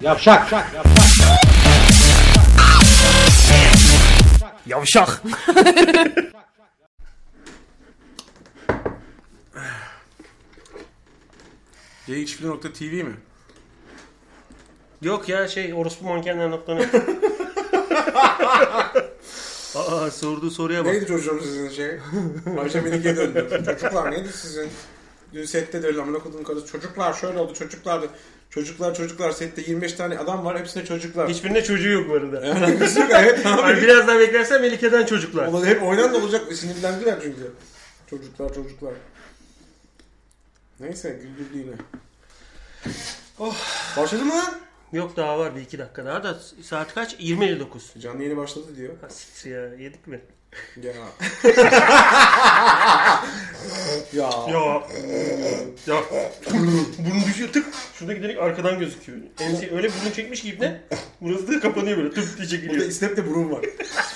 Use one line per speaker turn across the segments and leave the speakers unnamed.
Yavşak.
Yavşak.
GXP.tv mi?
Yok ya şey orospu mankenler.net. Aa sorduğu soruya bak.
Neydi çocuğum sizin şey? Ayşe Melik'e döndü. Çocuklar neydi sizin? Dün sette de öyle amına koduğum karısı. Çocuklar şöyle oldu çocuklar. Çocuklar çocuklar sette 25 tane adam var hepsine çocuklar. Hiç
Hiçbirinde çocuğu yok bu arada.
alakası yok. Evet
Ay,
abi.
biraz daha beklersen Melike'den çocuklar.
Ulan hep oynan da olacak. Sinirlendiler çünkü. Çocuklar çocuklar. Neyse güldürdü yine. Oh. Başladı mı lan?
Yok daha var bir iki dakika daha da saat kaç? 20.59.
Canlı yeni başladı diyor.
Ha, siktir ya yedik mi?
Ya. ya.
Ya. ya. Bunu düşüyor tık. Şurada giderek arkadan gözüküyor. MC öyle bunu çekmiş gibi ne? Burası da kapanıyor böyle tık diye
Burada
çekiliyor.
istep de burun var.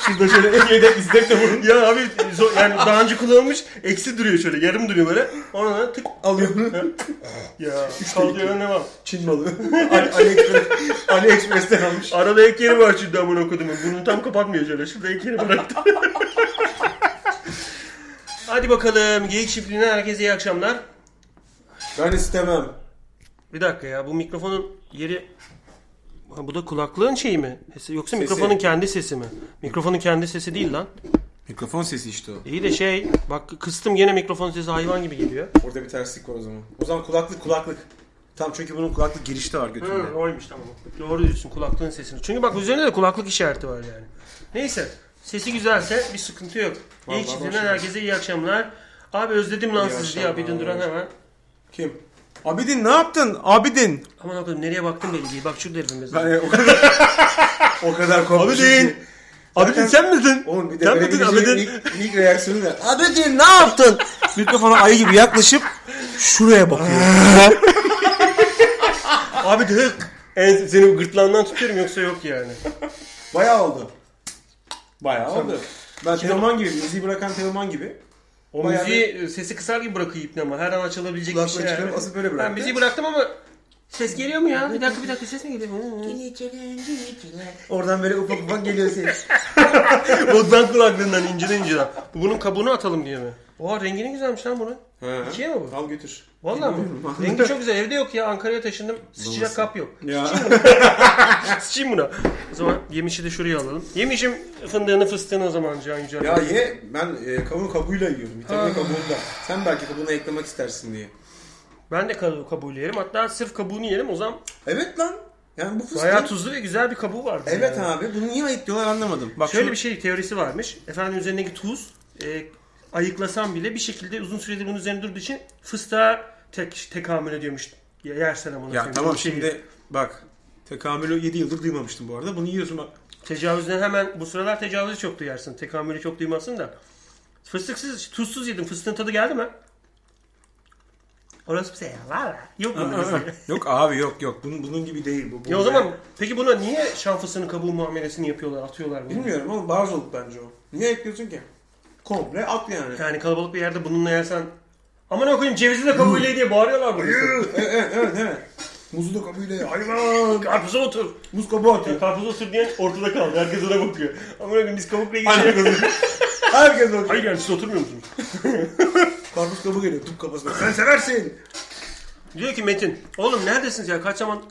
Şurada şöyle en yedek izlek de bunun. Ya abi zo- yani daha önce kullanılmış eksi duruyor şöyle yarım duruyor böyle. Ona da tık
Alıyorum.
ya kalıyor ne var?
Çin malı. Ali, AliExpress, AliExpress'ten almış.
Arada ek yeri var şimdi amına okudum. Bunu tam kapatmıyor şöyle. Şurada ek yeri bıraktı. Hadi bakalım. Geyik çiftliğinden herkese iyi akşamlar.
Ben istemem.
Bir dakika ya bu mikrofonun yeri... Ha, bu da kulaklığın şeyi mi? Sesi- Yoksa
Sesi.
mikrofonun kendi sesi mi? Mikrofonun kendi sesi değil lan.
Mikrofon sesi işte o.
İyi de şey bak kıstım gene mikrofon sesi hayvan gibi geliyor.
Orada bir terslik var o zaman. O zaman kulaklık kulaklık. Tam çünkü bunun kulaklık girişte var götünde.
Hı, oymuş tamam. Doğru diyorsun kulaklığın sesini. Çünkü bak üzerinde de kulaklık işareti var yani. Neyse. Sesi güzelse bir sıkıntı yok.
Vallahi
İyi çiftliğinden
başarılı.
herkese iyi akşamlar. Abi özledim lan
İyi
sizi diye
akşamlar.
Abidin Duran hemen.
Kim? Abidin ne yaptın? Abidin.
Aman okudum nereye baktın belli değil. Bak şurada herifimiz.
Ben e, o kadar o kadar korkmuşum. ki. Zaten-
misin?
Oğlum bir de
Sen
verebileceğim
misin Abidin?
ilk, ilk reaksiyonu da. Abidin ne yaptın? Mikrofona ayı gibi yaklaşıp şuraya bakıyor.
Abi de en, seni gırtlağından tutuyorum yoksa yok yani.
Bayağı oldu. Bayağı oldu. Ben Teoman gibi, müziği bırakan Teoman gibi.
O
Bayağı
müziği e, sesi kısar gibi bırakayım ama her an açılabilecek bir
Kulaklığı
şey.
çıkarıp
yani.
asıp böyle
Ben
bıraktı.
müziği bıraktım ama ses geliyor mu ya? Bir dakika bir dakika ses mi geliyor?
Oradan böyle ufak ufak geliyor ses.
Bozdan kulaklığından inceden inceden. Bu Bunun kabuğunu atalım diye mi? Oha rengi ne güzelmiş lan bunun. İkiye mi bu?
Al götür.
Vallahi mi? Rengi çok güzel. Evde yok ya. Ankara'ya taşındım. Sıçacak kap yok.
Ya.
Sıçayım buna. O zaman yemişi de şuraya alalım. Yemişim fındığını fıstığını o zaman Can Yücel.
ya ye ben e, kabuğu kabuğuyla yiyorum. Bir tane kabuğunda. Sen belki kabuğuna eklemek istersin diye.
Ben de kabuğu, kabuğunu yerim. Hatta sırf kabuğunu yerim. O zaman
Evet lan. Yani bu fıstık.
bayağı tuzlu ve güzel bir kabuğu vardı.
Evet
yani.
abi bunu niye ayıklıyorlar anlamadım. Bak
Şöyle
şu-
bir şey teorisi varmış. Efendim üzerindeki tuz e, ayıklasan bile bir şekilde uzun süredir bunun üzerinde durduğu için fıstığa tek, tekamül ediyormuş. Ya, yersen amına
Ya
koyayım.
tamam
Bu şeyi-
şimdi bak. Tekamülü 7 yıldır duymamıştım bu arada. Bunu yiyorsun bak.
Tecavüzden hemen bu sıralar tecavüzü çok duyarsın. Tekamülü çok duymazsın da. Fıstıksız, tuzsuz yedim. Fıstığın tadı geldi mi? Orası bize ya valla. Yok mu? şey? orası?
yok abi yok yok. Bunun, bunun gibi değil bu. bu
ya o zaman peki buna niye şan fıstığının kabuğu muamelesini yapıyorlar, atıyorlar bunu?
Bilmiyorum oğlum barzoluk bence o. Niye ekliyorsun ki? Komple at yani.
Yani kalabalık bir yerde bununla yersen aman okuyayım cevizi de kabuğuyla ye" diye bağırıyorlar bunu.
evet evet evet. Muzu da kabuğuyla ye. hayvan.
Karpuza otur.
Muz kabuğu
Ya
atıyor.
karpuza otur diyen ortada kaldı. Herkes ona bakıyor. Aman okuyayım biz kabukla
Aynen.
geçelim.
Herkes bakıyor.
Hayır yani siz oturmuyor musunuz?
Karpuz kabuğu geliyor tüm kafasına. Sen seversin.
Diyor ki Metin, oğlum neredesiniz ya? Kaç zaman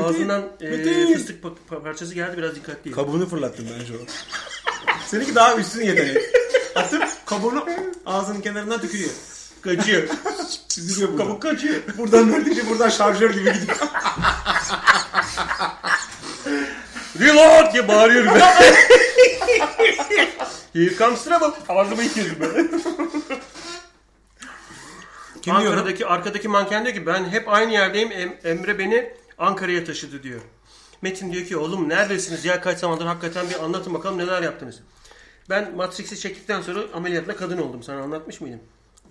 ağzından e,
Metin.
fıstık pa- pa- parçası geldi biraz dikkatli.
Kabuğunu fırlattım bence o. Seninki daha üstün yeteneği. Atıp kabuğunu ağzının kenarından tükürüyor.
kaçıyor.
Çiziliyor burada.
Kabuk kaçıyor.
Buradan neredeyse buradan şarjör gibi gidiyor.
Reload diye bağırıyorum ben. Here comes trouble. Ağzımı yıkıyorum ben.
Kim diyor? lan?
Ankara'daki, arkadaki manken diyor ki ben hep aynı yerdeyim. Em- Emre beni Ankara'ya taşıdı diyor. Metin diyor ki oğlum neredesiniz ya kaç zamandır hakikaten bir anlatın bakalım neler yaptınız. Ben Matrix'i çektikten sonra ameliyatla kadın oldum. Sana anlatmış mıydım?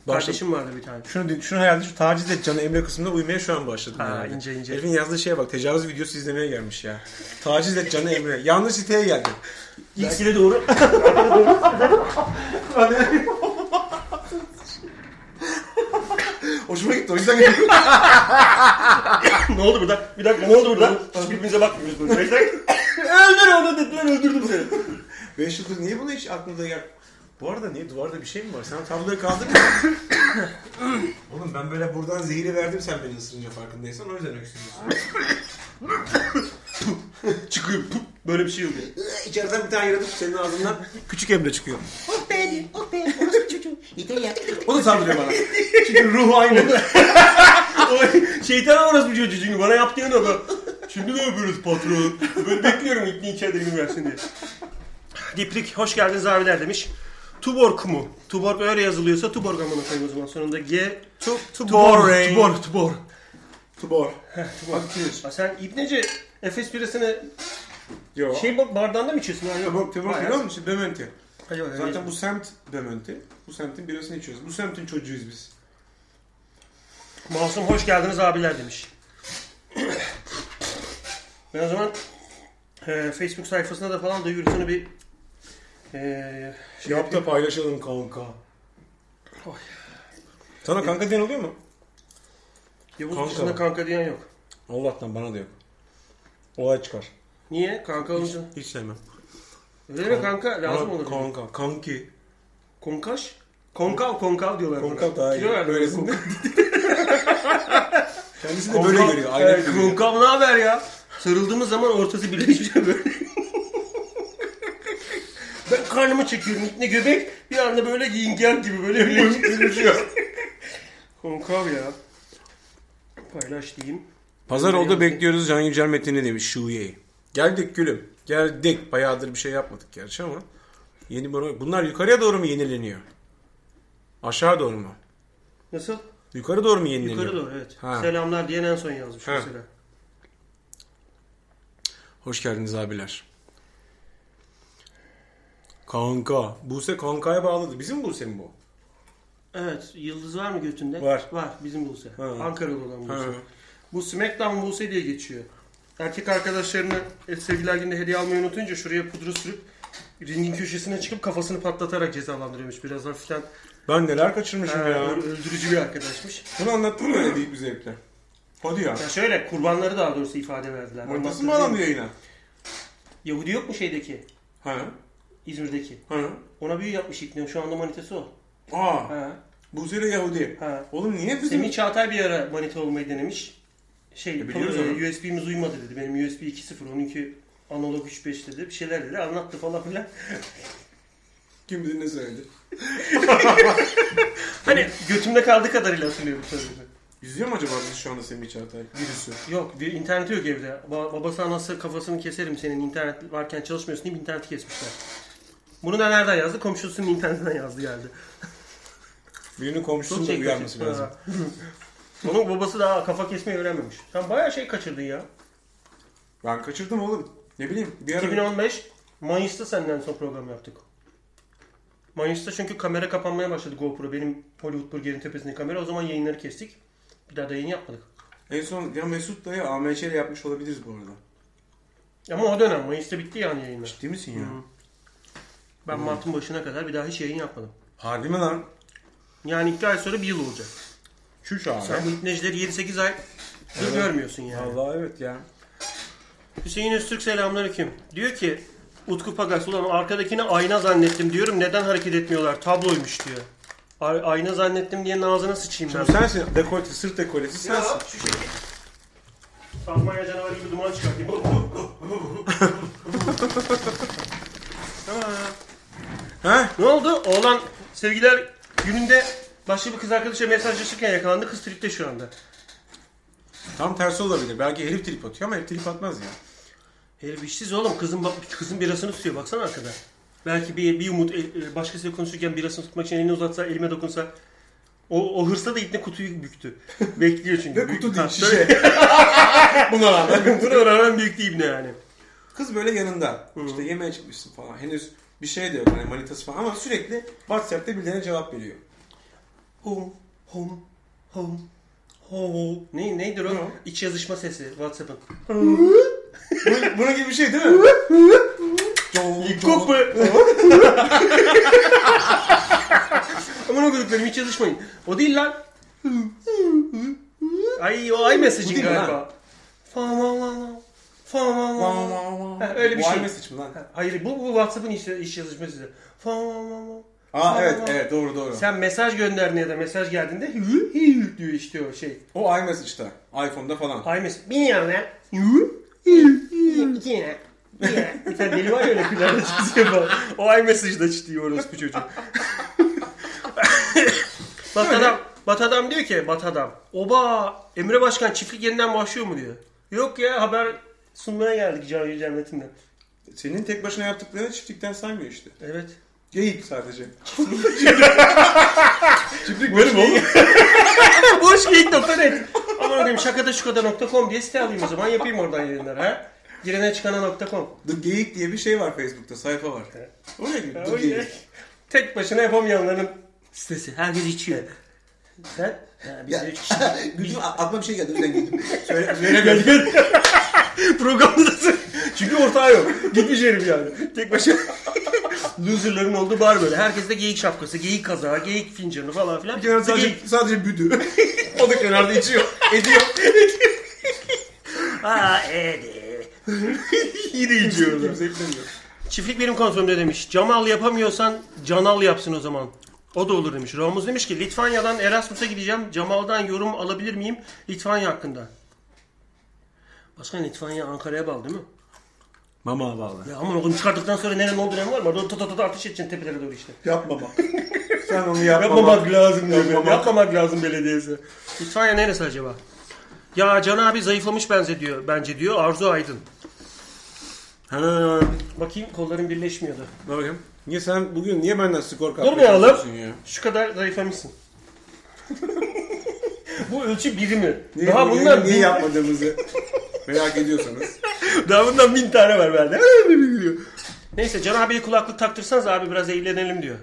Başladım.
Kardeşim vardı bir tane.
Şunu, din- şunu hayal et, şu taciz et canı Emre kısmında uyumaya şu an başladım.
Ha,
yani.
ince ince.
Herifin yazdığı şeye bak tecavüz videosu izlemeye gelmiş ya. Taciz et canı Emre. Yanlış siteye geldi.
Belki de doğru.
Hani- Hoşuma gitti. O yüzden geliyorum.
ne oldu burada? Bir dakika ne oldu burada? Hiç birbirimize bakmıyoruz bunu. Öldür onu dediler öldürdüm seni.
5 yıldır niye bunu hiç aklımda gel... Bu arada niye duvarda bir şey mi var? Sen tabloyu kaldırdın mı? Oğlum ben böyle buradan zehiri verdim sen beni ısırınca farkındaysan o yüzden öksürüyorsun.
Çıkıyor. pup, Böyle bir şey oluyor.
İçeriden Ee, bir tane yaratıp senin ağzından küçük Emre çıkıyor.
Oh be, oh be, orası çocuğu. İtalya.
O da saldırıyor bana. Çünkü ruhu aynı.
O Şeytan orası bir çocuğu çünkü bana yaptığın o. da. Şimdi ne yapıyoruz patron? Böyle bekliyorum ilk içeride versin diye.
Diprik hoş geldiniz abiler demiş. Tuborg mu? Tuborg öyle yazılıyorsa Tuborg amına koyayım o zaman. Sonunda G. Tu,
Tuborg.
Tuborg. Tuborg.
Tubor. Akdeniz.
Ha, sen İbneci Efes birisini
Yo. Şey,
şey bak bardağında mı içiyorsun? Ha,
Tubor, Tubor
Bayağı-
biliyor musun? Bementi.
Hayır, hayır,
Zaten
hayır.
bu semt Bementi. Bu semtin birasını içiyoruz. Bu semtin çocuğuyuz biz.
Masum hoş geldiniz abiler demiş. ben o zaman e, Facebook sayfasına da falan da yürüsünü bir e, şey
Yap
yaptım.
da paylaşalım kanka. Sana kanka diyen oluyor mu?
Yavuz
Kanka.
dışında kanka diyen yok.
Allah'tan bana da yok. Olay çıkar.
Niye? Kanka olunca.
Hiç sevmem.
Öyle mi kanka? Lazım olur.
Kanka. Kanki.
Konkaş? Konkav konkav diyorlar. buna.
Konkav daha iyi.
Kilo verdim.
Böylesinde. Kendisi de
Konkav-
böyle görüyor. Aynen
Evet,
görüyor.
Konkav ne haber ya? Sarıldığımız zaman ortası birleşiyor böyle. ben karnımı çekiyorum. Ne göbek bir anda böyle yingen gibi böyle birleşiyor. konkav ya. Paylaş diyeyim.
Pazar oldu bekliyoruz Can Yücel Metin'i demiş Şuye'yi. Geldik gülüm. Geldik. Bayağıdır bir şey yapmadık gerçi ama. Yeni bir- Bunlar yukarıya doğru mu yenileniyor? Aşağı doğru mu?
Nasıl?
Yukarı doğru mu yenileniyor?
Yukarı doğru evet.
Ha.
Selamlar diyen en son yazmış
Ha.
mesela.
Hoş geldiniz abiler. Kanka. Buse kankaya bağladı. Bizim Buse mi bu?
Evet. Yıldız var mı götünde?
Var.
Var. Bizim Buse.
Ha.
Ankaralı olan Buse.
Ha.
Bu Smackdown Buse diye geçiyor. Erkek arkadaşlarını e, sevgililer gününde hediye almayı unutunca şuraya pudra sürüp ringin köşesine çıkıp kafasını patlatarak cezalandırıyormuş. Biraz hafiften
Ben neler kaçırmışım
e,
ya.
öldürücü bir arkadaşmış.
Bunu anlattın mı öyle büyük bir zevkle? Hadi ya.
Ya şöyle kurbanları daha doğrusu ifade verdiler.
Nasıl
Anlattı
mı
değil
adam
mi?
yayına?
Yahudi yok mu şeydeki?
Ha?
İzmir'deki.
Ha?
Ona büyü yapmış ikna. Şu anda manitesi o.
Aa.
Ha.
Buse ile Yahudi.
Ha.
Oğlum niye bizim...
Semih Çağatay bir ara manita olmayı denemiş. Şey,
E, biliyoruz
e,
onu.
USB'miz uymadı dedi. Benim USB 2.0, onunki analog 3.5 dedi. Bir şeyler dedi. Anlattı falan filan.
Kim bilir ne söyledi?
Hani götümde kaldığı kadarıyla hatırlıyorum tabii.
İzliyor mu acaba bizi şu anda Semih Çağatay? Virüsü.
Yok, bir interneti yok evde. Ba- babası anası kafasını keserim senin internet varken çalışmıyorsun deyip interneti kesmişler. Bunu da nereden yazdı? Komşusunun internetinden yazdı geldi.
Birinin komşusunun da
şey
uyanması
kaçırdı.
lazım.
Ha. Onun babası daha kafa kesmeyi öğrenmemiş. Sen bayağı şey kaçırdın ya.
Ben kaçırdım oğlum. Ne bileyim bir ara...
2015 Mayıs'ta senden son program yaptık. Mayıs'ta çünkü kamera kapanmaya başladı GoPro. Benim Hollywood Burger'in tepesindeki kamera. O zaman yayınları kestik. Bir daha da yayın yapmadık.
En son ya Mesut dayı AMC ile yapmış olabiliriz bu arada.
Ama o dönem Mayıs'ta bitti yani yayınlar.
Ciddi misin ya?
Ben Mart'ın başına kadar bir daha hiç yayın yapmadım.
Harbi mi lan?
Yani iki ay sonra bir yıl olacak.
Şu şu abi.
Sen bu ipnecileri 7-8 ay görmüyorsun yani.
Vallahi evet ya.
Hüseyin Öztürk selamünaleyküm. Diyor ki Utku Pagas ulan arkadakini ayna zannettim diyorum neden hareket etmiyorlar tabloymuş diyor. A- ayna zannettim diye ağzına sıçayım ben.
Bu sensin. Dekolte, sırt dekoltesi sensin.
şu şekil. Almanya canavarı gibi duman çıkartayım.
Ha?
ne oldu? Oğlan sevgiler gününde başka bir kız arkadaşla mesajlaşırken yakalandı. Kız tripte şu anda.
Tam tersi olabilir. Belki herif trip atıyor ama herif trip atmaz ya.
Herif işsiz oğlum. Kızın bak kızın birasını tutuyor. Baksana arkada. Belki bir, bir umut el- e, başkasıyla konuşurken birasını tutmak için elini uzatsa, elime dokunsa. O, o hırsla da ipne kutuyu büktü. Bekliyor çünkü.
Ve
Büyük-
kutu değil
Ha,
şişe. Buna rağmen.
Buna rağmen büyüktü ibne yani.
Kız böyle yanında. İşte yemeğe çıkmışsın falan. Henüz bir şey de yok. Hani manitası falan ama sürekli WhatsApp'ta birilerine cevap veriyor.
Home, home, home, home. Ne, neydir o?
Ne o?
İç yazışma sesi WhatsApp'ın.
Bunun, bunun gibi bir şey değil mi? Col, col.
Aman okuduklarım hiç yazışmayın. O değil lan. Ay o ay mesajın
değil mi
galiba.
lan?
Falan falan. Falan falan. Ha, öyle bir
Bu
şey.
iMessage mi lan?
Hayır bu, bu WhatsApp'ın iş, iş yazışma size. Falan falan.
Aa evet evet doğru doğru.
Sen mesaj gönderdiğinde ya da mesaj geldiğinde hü hü diyor işte o şey.
O iMessage'da. iPhone'da falan.
Ay mesaj. Bilmiyorum lan. Hü hü hü. İki ne? Bir ne? Bir tane deli var ya öyle kızlarda çiziyor falan. O ay mesajda çitiyor orospu çocuk. Bat adam, Bat adam diyor ki Bat adam. Oba Emre Başkan çiftlik yeniden başlıyor mu diyor. Yok ya haber sunmaya geldik Can Yücel Metin'den.
Senin tek başına yaptıklarını çiftlikten saymıyor işte.
Evet.
Geyik sadece.
Çiftlik benim oğlum.
Boşgeyik.net Aman diyeyim şakadaşukoda.com diye site alayım o zaman yapayım oradan yayınları ha. Girene çıkana.com
The Geyik diye bir şey var Facebook'ta sayfa var. Oraya gir. The Geyik.
Tek başına yapamayanların sitesi. Herkes içiyor. Sen? Ha, biz üç kişi.
Güldüm a- aklıma bir şey geldi. O yüzden güldüm.
Söyle, söylemiyorum.
Programda da sen- Çünkü ortağı yok. Gitmiş herif yani. Tek başına. Loserların olduğu bar böyle. Herkes de geyik şapkası, geyik kazağı, geyik fincanı falan filan.
Kenarda sadece,
Geyik-
sadece büdü. o da kenarda içiyor. Ediyor.
Aa, evet, evet. İyi de içiyorlar.
Kimse eklemiyor.
Çiftlik benim konsomda demiş. Camal yapamıyorsan canal yapsın o zaman. O da olur demiş. Ramuz demiş ki Litvanya'dan Erasmus'a gideceğim. Camal'dan yorum alabilir miyim Litvanya hakkında? Başkan Litvanya Ankara'ya bağlı değil mi?
Mama bağlı.
Ya aman oğlum çıkarttıktan sonra nerenin olduğu önemi var mı? Orada tata tata ateş edeceksin tepelere doğru işte.
Yapma bak. Sen onu yapma.
Yapmamak
bak.
lazım diyor.
Yapmamak.
Yapmamak lazım belediyesi. İtfaiye neresi acaba? Ya Can abi zayıflamış bence diyor. Bence diyor Arzu Aydın.
Ha,
Bakayım kolların birleşmiyordu.
bak bakayım. Niye sen bugün niye benden skor kapmaya
Dur be oğlum.
çalışıyorsun ya?
Şu kadar zayıflamışsın. Bu ölçü birimi.
Niye,
daha
niye-
bundan
niye
bin,
yapmadığımızı merak ediyorsanız.
daha bundan bin tane var bende. Neyse Can abiye kulaklık taktırsanız abi biraz eğlenelim diyor.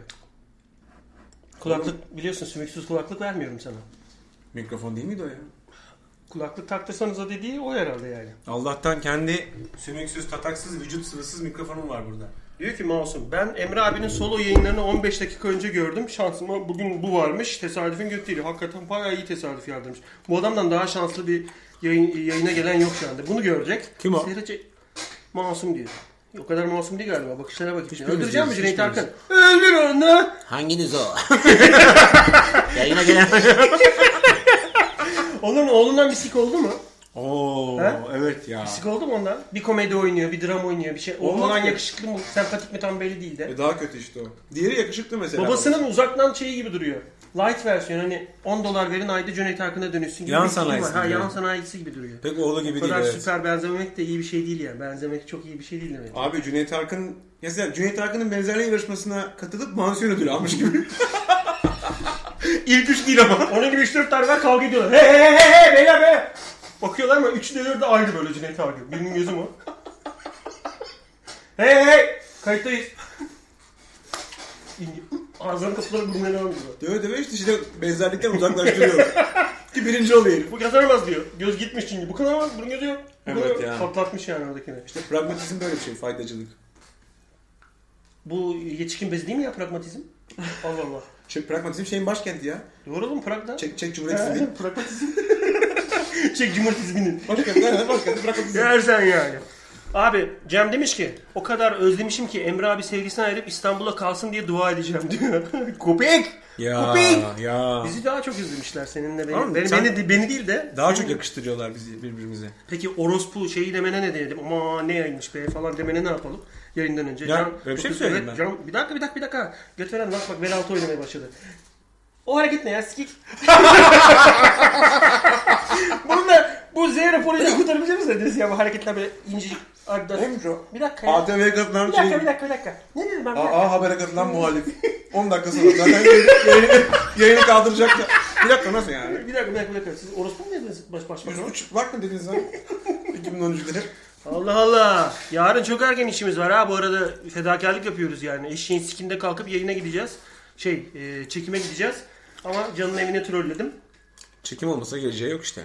Kulaklık biliyorsun sümüksüz kulaklık vermiyorum sana.
Mikrofon değil miydi o ya?
Kulaklık taktırsanız o dediği o herhalde yani.
Allah'tan kendi sümüksüz, tataksız, vücut sıvısız mikrofonum var burada.
Diyor ki Masum ben Emre abinin solo yayınlarını 15 dakika önce gördüm. Şansıma bugün bu varmış. Tesadüfün göt değil. Hakikaten bayağı iyi tesadüf yardımcı. Bu adamdan daha şanslı bir yayın, yayına gelen yok şu anda. Bunu görecek.
Kim o?
Seyredecek. Masum diyor. O kadar masum değil galiba. Bakışlara bak.
Hiçbirimiz
Öldüreceğim mi
değiliz,
Cüneyt
hiçbirimiz.
Arkın? Öldür onu.
Hanginiz o? Yayına gelen...
Onun oğlundan bir sik oldu mu?
Oo,
He?
evet ya.
Sik oldu mu ondan? Bir komedi oynuyor, bir dram oynuyor, bir şey.
Olmaz
Oğlundan
mı?
yakışıklı mı? Sempatik mi tam belli değil de.
E daha kötü işte o. Diğeri yakışıklı mesela.
Babasının uzaktan şeyi gibi duruyor. Light versiyon hani 10 dolar verin ayda Cüneyt Arkın'a dönüşsün gibi
Yan
bir fikrim
sanayisi
var. Ha,
gibi.
yan sanayisi gibi duruyor.
Pek oğlu
Bu
gibi değil.
kadar
evet.
süper benzememek de iyi bir şey değil yani. Benzemek çok iyi bir şey değil demek.
Abi Cüneyt Arkın ya sen Cüneyt Arkın'ın benzerliği yarışmasına katılıp mansiyon ödülü almış gibi. İlk üç değil ama.
Onun gibi 3-4 tane var kavga ediyorlar. He he he he he beyler be. Bakıyorlar ama 3 de 4 de ayrı böyle Cüneyt Arkın. Birinin gözü mü? hey hey hey. Kayıttayız. İnce- Ağzını kapıları burnuna alıyor.
Döve döve işte, işte benzerlikten uzaklaştırıyor. Ki birinci oluyor herif.
Bu kazanamaz diyor. Göz gitmiş çünkü. Bu kazanamaz. Bunun gözü yok. Bu
Evet
kadar-
ya.
Patlatmış yani oradakini.
İşte pragmatizm böyle bir şey faydacılık.
Bu yetişkin bezi değil mi ya pragmatizm? Allah Allah.
Çünkü Şey, pragmatizm şeyin başkenti ya.
Doğru oğlum Prag'da.
Çek çek cumhuriyeti değil.
pragmatizm. Çek cumhurtizminin.
Başkenti nerede? Başkenti pragmatizm.
Yersen yani. Abi Cem demiş ki o kadar özlemişim ki Emre abi sevgisini ayırıp İstanbul'a kalsın diye dua edeceğim diyor. Köpek! Köpek!
ya.
Bizi daha çok özlemişler seninle beni.
Oğlum,
beni,
sen-
beni, beni değil de.
Daha
senin-
çok yakıştırıyorlar bizi birbirimize.
Peki orospu şeyi demene ne diyelim? Ama ne yayınmış be falan demene ne yapalım? Yayından önce.
Ya, öyle bir şey mi söyleyeyim ben?
Can, bir dakika bir dakika bir dakika. Götveren bak bak bel altı oynamaya başladı. O hareket ne ya sikik? Bununla bu Z raporuyla kurtarabilecek misiniz? Dediniz ya bu hareketler böyle incecik. Arda.
Emco.
Bir dakika ya.
ATV'ye katılan
Bir dakika
şey-
bir dakika bir dakika. Ne dedim ben? Bir dakika.
Aa, habere katılan muhalif. 10 dakika sonra zaten yayını, yayını kaldıracak da. Bir dakika nasıl yani?
Bir dakika bir dakika bir dakika. Siz orospu mu dediniz baş başbakan?
103 var mı dediniz lan? 2013'te.
Allah Allah. Yarın çok erken işimiz var ha. Bu arada fedakarlık yapıyoruz yani. Eşeğin sikinde kalkıp yayına gideceğiz. Şey, e, çekime gideceğiz. Ama canın evine trolledim.
Çekim olmasa geleceği yok işte.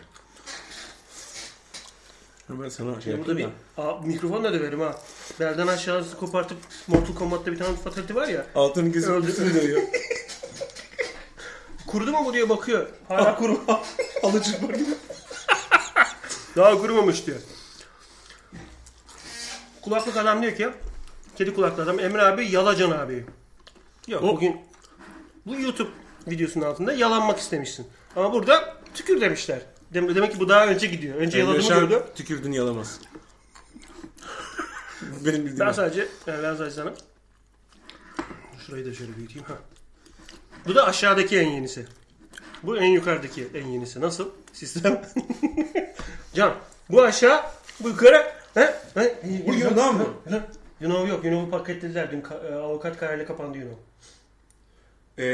Ben sana şey
Burada bir
yapayım
Aa, mikrofon da döverim ha. Belden aşağısı kopartıp Mortal Kombat'ta bir tane fatality var ya.
da. Altın
Öldü.
kesin dönüyor.
Kurudu mu bu diye bakıyor. Hala kuru.
Alıcı var.
Daha kurumamış diyor. Kulaklık adam diyor ki kedi kulaklı adam Emre abi yalacan abi. Yok
O-
bugün bu YouTube videosunun altında yalanmak istemişsin. Ama burada tükür demişler. Dem- Demek ki bu daha önce gidiyor. Önce yaladığımı gördü.
Yaşar tükürdün yalamaz. Benim bildiğim.
Ben
o.
sadece yani ben sadece sana şurayı da şöyle büyüteyim. Ha. Bu da aşağıdaki en yenisi. Bu en yukarıdaki en yenisi. Nasıl? Sistem. Can. Bu aşağı, bu yukarı. He? He?
Bu Yunan mı?
Yunan yok. Yunan'ı paketlediler. Dün ka- e, avukat kararıyla kapandı Yunan.
Ee,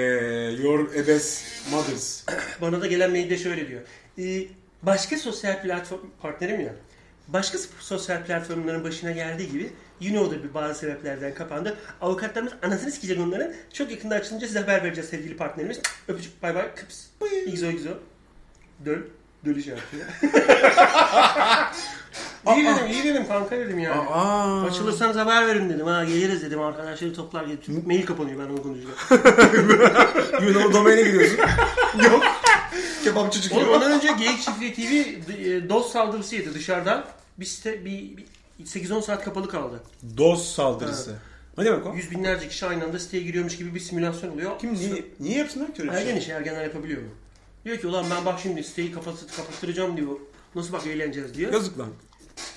your ebes mothers.
Bana da gelen mailde şöyle diyor. Ee, başka sosyal platform partnerim ya. Başka sp- sosyal platformların başına geldiği gibi Yuno da bir bazı sebeplerden kapandı. Avukatlarımız anasını sikecek onların. Çok yakında açılınca size haber vereceğiz sevgili partnerimiz. Öpücük bay bay kıps. İgzo igzo. Döl. Döl işareti. iyi dedim iyi dedim kanka dedim yani.
Aa.
Açılırsanız haber verin dedim. Ha geliriz dedim arkadaşları toplar gelip mail kapanıyor ben onu konuşacağım.
Yunan domaine giriyorsun.
Kebapçıcı gibi.
Oğlum ondan önce Geyik Çiftliği TV d- e, DOS saldırısı yedi dışarıdan. Bir site bir, bir 8-10 saat kapalı kaldı.
Doz saldırısı. Ne demek o?
Yüz binlerce kişi aynı anda siteye giriyormuş gibi bir simülasyon oluyor.
Kim niye, niye yapsınlar ki öyle bir şey?
Ergen işi ergenler yapabiliyor mu? Diyor ki ulan ben bak şimdi siteyi kapat kapattıracağım diyor. Nasıl bak eğleneceğiz diyor.
Yazık lan.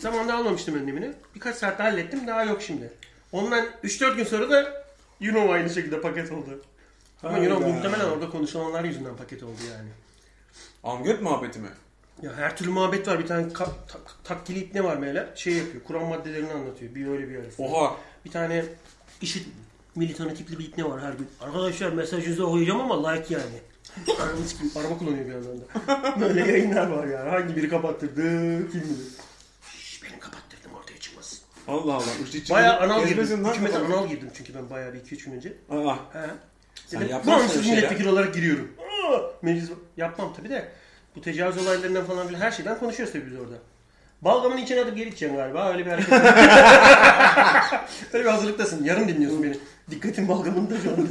Zamanında almamıştım önlemini. Birkaç saatte hallettim daha yok şimdi. Ondan 3-4 gün sonra da Yuno aynı şekilde paket oldu. Ama Yuno
Hayda.
muhtemelen orada konuşulanlar yüzünden paket oldu yani.
Amgöt muhabbeti mi?
Ya her türlü muhabbet var. Bir tane ka- ta- takkili ipne var meğer. Şey yapıyor. Kur'an maddelerini anlatıyor. Bir öyle bir öyle.
Oha.
Bir tane işit militanı tipli bir ipne var her gün. Arkadaşlar mesajınızı okuyacağım ama like yani. Ananı sikeyim, Araba kullanıyor bir yandan da. Böyle yayınlar var yani. Hangi biri kapattırdı kim bilir. Şşş, benim kapattırdım ortaya çıkmasın.
Allah Allah. İşte hiç-
Bayağı anal
Gezmesin
girdim.
lan
Hükümete
kafana.
anal girdim çünkü ben bayağı bir 2-3 gün önce.
Aa,
He.
Sen
Dedim,
yapmazsın
bağımsız
öyle şey
milletvekili olarak giriyorum. Aa! Meclis yapmam tabii de. Bu tecavüz olaylarından falan filan her şeyden konuşuyoruz tabii biz orada. Balgamın içine atıp geri gideceksin galiba. Öyle bir hareket. Öyle bir hazırlıktasın. Yarın dinliyorsun beni. Dikkatin balgamında şu an.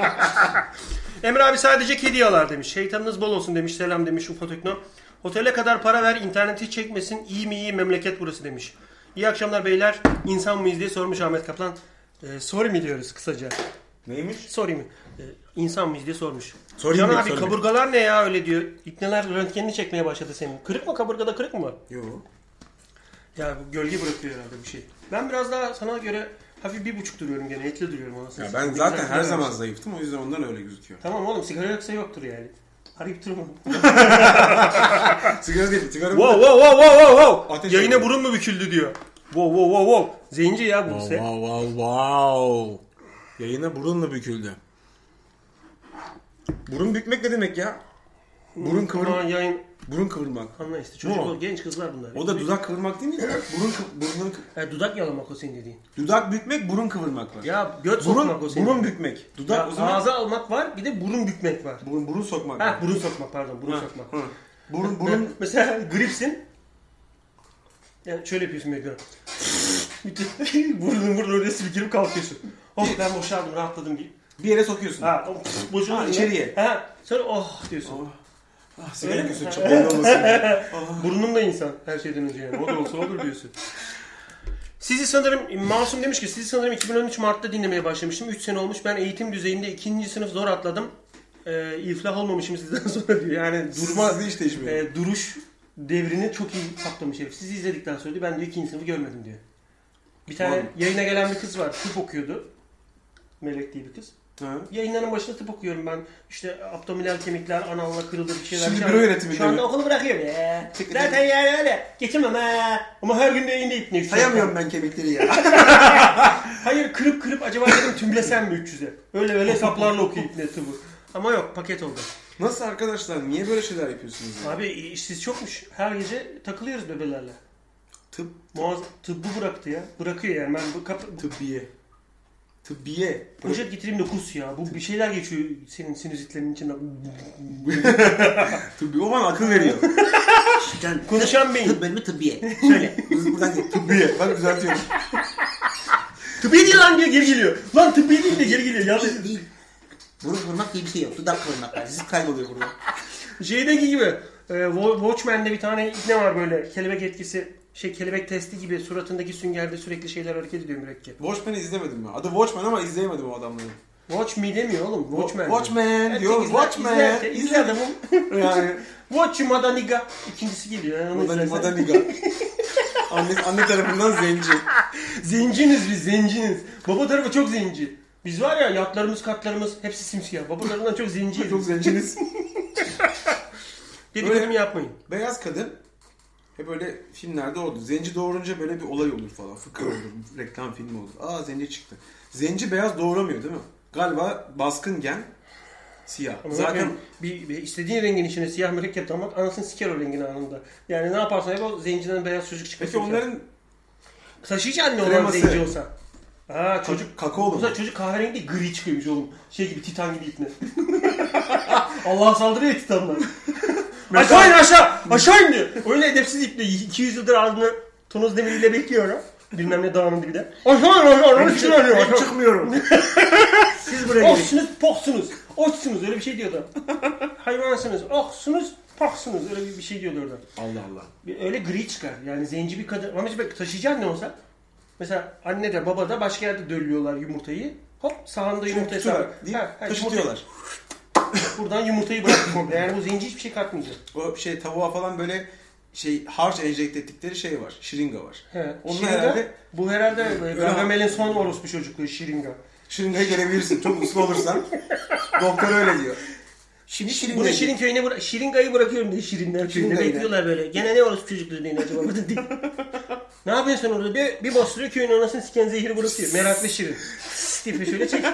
Emre abi sadece kedi yalar demiş. Şeytanınız bol olsun demiş. Selam demiş Ufotekno. Otele kadar para ver interneti çekmesin. İyi mi iyi memleket burası demiş. İyi akşamlar beyler. İnsan mıyız diye sormuş Ahmet Kaplan. Ee, sorry mi diyoruz kısaca?
Neymiş?
Sorayım mı? Ee, insan mıyız diye sormuş.
Sorayım
Can
mı,
abi
sorayım mı?
kaburgalar ne ya öyle diyor. İpneler röntgenini çekmeye başladı senin. Kırık mı kaburgada kırık mı? var?
Yo.
Ya bu gölge bırakıyor herhalde bir şey. Ben biraz daha sana göre hafif bir buçuk duruyorum gene. Etli duruyorum anasını.
Ya
satayım.
ben
Ne
zaten
güzel
her
bir
zaman
adam.
zayıftım o yüzden ondan öyle gözüküyor.
Tamam oğlum sigara yoksa yoktur yani. Arayıp durma.
Sigara değil, sigara
wow wow wow wow wow wow.
Ateş
Yayına
ediyor.
burun mu büküldü diyor. Wow wow wow wow. Zenci ya bu
Wow
se.
wow wow. Yayına burunla büküldü. Burun bükmek ne demek ya? Burun
Aman
kıvırmak.
yayın
Burun kıvırmak.
anla işte çocuk
Wow.
o genç kızlar bunlar.
O da dudak kıvırmak değil mi? Burun kı- burnun kı-
Ha, dudak yalamak o senin dediğin.
dudak bükmek, burun kıvırmak var.
Ya göt
burun
sokmak o senin.
burun bükmek. Dudak
Ya,
o zaman
Ağza almak var bir de burun bükmek var.
burun burun sokmak.
Ha
var.
burun sokmak pardon burun
Ha,
sokmak.
ha. Burun
Burun
burun
mesela gripsin. Yani şöyle yapıyorsun böyle. Bütün burnun burnun öylesi bir girip kalkıyorsun. Oh ben boşaldım rahatladım diye.
bir yere sokuyorsun.
Ha o pf, boşaldım.
Ha, içeriye.
Ha sonra oh diyorsun.
Ah, sigara gözü çok belli olmasın.
Burnum da insan her şeyden önce yani. O da olsa olur diyorsun. Sizi sanırım, Masum demiş ki sizi sanırım 2013 Mart'ta dinlemeye başlamıştım. 3 sene olmuş. Ben eğitim düzeyinde 2. sınıf zor atladım. Ee, iflah olmamışım sizden sonra diyor. Yani durma,
Durma hiç değişmiyor.
e, duruş devrini çok iyi saptamış herif. Sizi izledikten sonra diyor, ben diyor ikinci sınıfı görmedim diyor. Bir tane
Oğlum.
yayına gelen bir kız var. Tıp okuyordu. Melek diye bir kız.
Ha.
Yayınların başında tıp okuyorum ben. İşte abdominal kemikler analla kırılır bir şeyler.
Şimdi
Şu
büro
an-
yönetiminde
Şu anda
mi?
okulu bırakıyorum ya. Zaten yani öyle. Geçirmem ha. Ama her gün de yayında itne.
Sayamıyorum ben kemikleri ya.
Hayır kırıp kırıp acaba dedim tümlesem mi 300'e? Öyle öyle hesaplarla okuyup ne tıbı. Ama yok paket oldu.
Nasıl arkadaşlar? Niye böyle şeyler yapıyorsunuz? ya?
Abi işsiz çokmuş. Her gece takılıyoruz bebelerle.
Tıp
Muaz tıbbı bıraktı ya. Bırakıyor yani. Ben bu kap- bu
Tıbbiye. Tıbbiye.
poşet getireyim de kus ya. Bu bir şeyler geçiyor senin sinüzitlerin içinden.
Tıbbi. O bana akıl veriyor.
Can,
Konuşan beyin.
Tıp bölümü tıbbiye.
Şöyle.
Biz buradan git.
Tıbbiye. Bak düzeltiyorum.
Tıbbi değil lan diyor geri geliyor. Lan tıbbi değil de geri geliyor. Yanlış.
Değil. Vurup vurmak diye bir şey yok. Dudak vurmak var. Zıp kayboluyor burada.
Şeydeki gibi e, Wa- Watchmen'de bir tane ikne var böyle kelebek etkisi şey kelebek testi gibi suratındaki süngerde sürekli şeyler hareket ediyor mürekkep.
Watchmen'i izlemedim ben. Adı Watchmen ama izleyemedim o adamları.
Watch me demiyor oğlum. Watchman.
Watchmen diyor. Watchmen.
İzle, izle
İzledim.
adamı.
Yani
Watch you madaniga. İkincisi geliyor. Yani onu
Madani,
izlersen-
Madaniga. anne, anne tarafından zenci.
Zenciniz biz zenciniz. Baba tarafı çok zenci. Biz var ya yatlarımız katlarımız hepsi simsiyah. Babalarından çok zenciyiz.
Çok zenciniz.
Dedikodumu yapmayın.
Beyaz kadın hep böyle filmlerde oldu. Zenci doğurunca böyle bir olay olur falan. Fıkra olur, reklam filmi olur. Aa zenci çıktı. Zenci beyaz doğuramıyor değil mi? Galiba baskın gen siyah.
Ama
Zaten
bakın, bir, bir istediğin rengin içine siyah mürekkep damat anasını siker o rengin anında. Yani ne yaparsan yap o zenciden beyaz çocuk çıkar.
peki onların
Taşıyıcı anne olan
Kreması.
zenci olsa. Ha çocuk
çocuk kakaolu
O
mu?
zaman çocuk kahverengi değil gri çıkıyormuş oğlum. Şey gibi titan gibi ipne. Allah'a saldırıyor ya titanlar. aşağı in aşağı! Aşağı in diyor. Öyle edepsiz ipne. 200 yıldır ağzını tonoz demiriyle bekliyor ha. Bilmem ne dağının dibine. Aşağı in aşağı in. Onu çıkarıyor.
Ben
aşağı in.
çıkmıyorum. Siz buraya gelin.
Oksunuz, poksunuz. Oksunuz öyle bir şey diyordu. Hayvansınız, oksunuz, poksunuz öyle bir- bir şey diyordu orada.
Allah Allah.
Bir- Öyle gri çıkar. Yani zenci bir kadın. Ama mesela taşıyıcı anne olsa. Mesela anne de baba da başka yerde dölüyorlar yumurtayı. Hop sahanda yumurta
Tutuyorlar
hesabı.
deyip
Ha, ha, yumurtayı-
taşıtıyorlar.
Buradan yumurtayı bıraktık orada. Yani bu zenci hiçbir şey katmayacak.
O şey tavuğa falan böyle şey harç enjekte ettikleri şey var. Şırınga var.
He.
Onun
Şiringa,
herhalde- Ee,
bu herhalde Gargamel'in son orospu çocukluğu Şiringa.
Şırıngaya gelebilirsin çok uslu olursan. Doktor öyle diyor.
Şimdi şirin
Bunu
dedi.
Şirin köyüne bıra- Şiringa'yı bırakıyorum diye Şirinler köyünde
Şiringa'yı
bekliyorlar böyle. Gene ne orospu çocukluğu deyin acaba burada değil. ne yapıyorsun sen orada? Bir, bir bastırıyor köyün anasını siken zehiri bırakıyor. Meraklı Şirin. Tipi şöyle çek.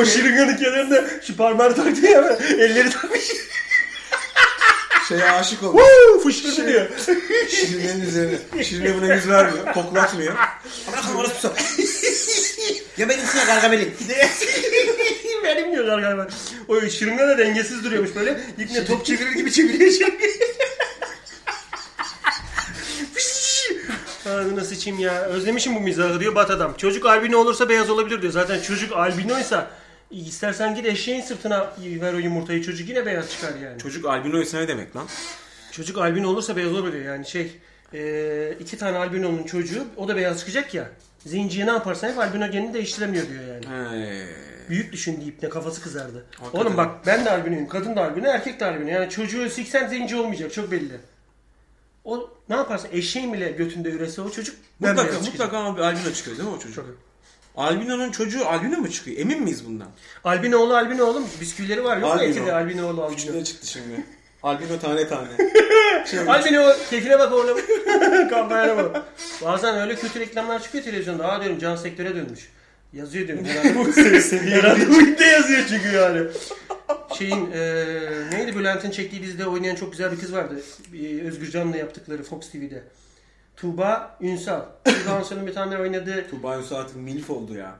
o Şiringa'nın kenarında şu parmağı taktı ya elleri takmış.
Şeye aşık olmuş.
Huu, Fışkırdı diyor.
Şirinenin üzerine. Şirine buna yüz vermiyor. Koklatmıyor.
Bırakın orası pusa. ya ben içine gargamelin.
Benim diyorlar galiba. O Şiringa da dengesiz duruyormuş böyle. İpne top çevirir gibi çeviriyor şey. şimdi. Ağzına sıçayım ya. Özlemişim bu mizahı diyor Bat adam. Çocuk albino olursa beyaz olabilir diyor. Zaten çocuk albinoysa istersen git eşeğin sırtına ver o yumurtayı çocuk yine beyaz çıkar yani.
Çocuk albinoysa ne demek lan?
Çocuk albino olursa beyaz olabilir yani şey e, iki tane albinonun çocuğu o da beyaz çıkacak ya. Zinciye ne yaparsan hep albino genini değiştiremiyor diyor yani. Büyük düşün deyip ne kafası kızardı.
Hakikaten.
Oğlum bak ben de albinoyum, kadın da albino, erkek de albino. Yani çocuğu siksen zenci olmayacak çok belli. O ne yaparsın eşeğin bile götünde ürese o çocuk bembeyaz
Mutlaka,
çıkacak.
mutlaka abi albino çıkıyor değil mi o çocuk? Albino'nun çocuğu albino mu çıkıyor? Emin miyiz bundan?
Albino oğlu albino oğlum bisküvileri var yok mu
Albino.
Eki'de albino oğlu albino.
Üçüncü çıktı şimdi. Albino tane tane.
Albino keyfine bak oğlum. Kampanyana bak. Bazen öyle kötü reklamlar çıkıyor televizyonda. Aa diyorum can sektöre dönmüş. Yazıyor diyorum. Herhalde, herhalde bu ipte yazıyor çünkü yani. Şeyin eee neydi Bülent'in çektiği dizide oynayan çok güzel bir kız vardı. Eee, Özgür Can'la yaptıkları Fox TV'de. Tuğba Ünsal. Tuğba Ünsal'ın bir tane oynadığı
Tuğba Yusuf artık milf oldu ya.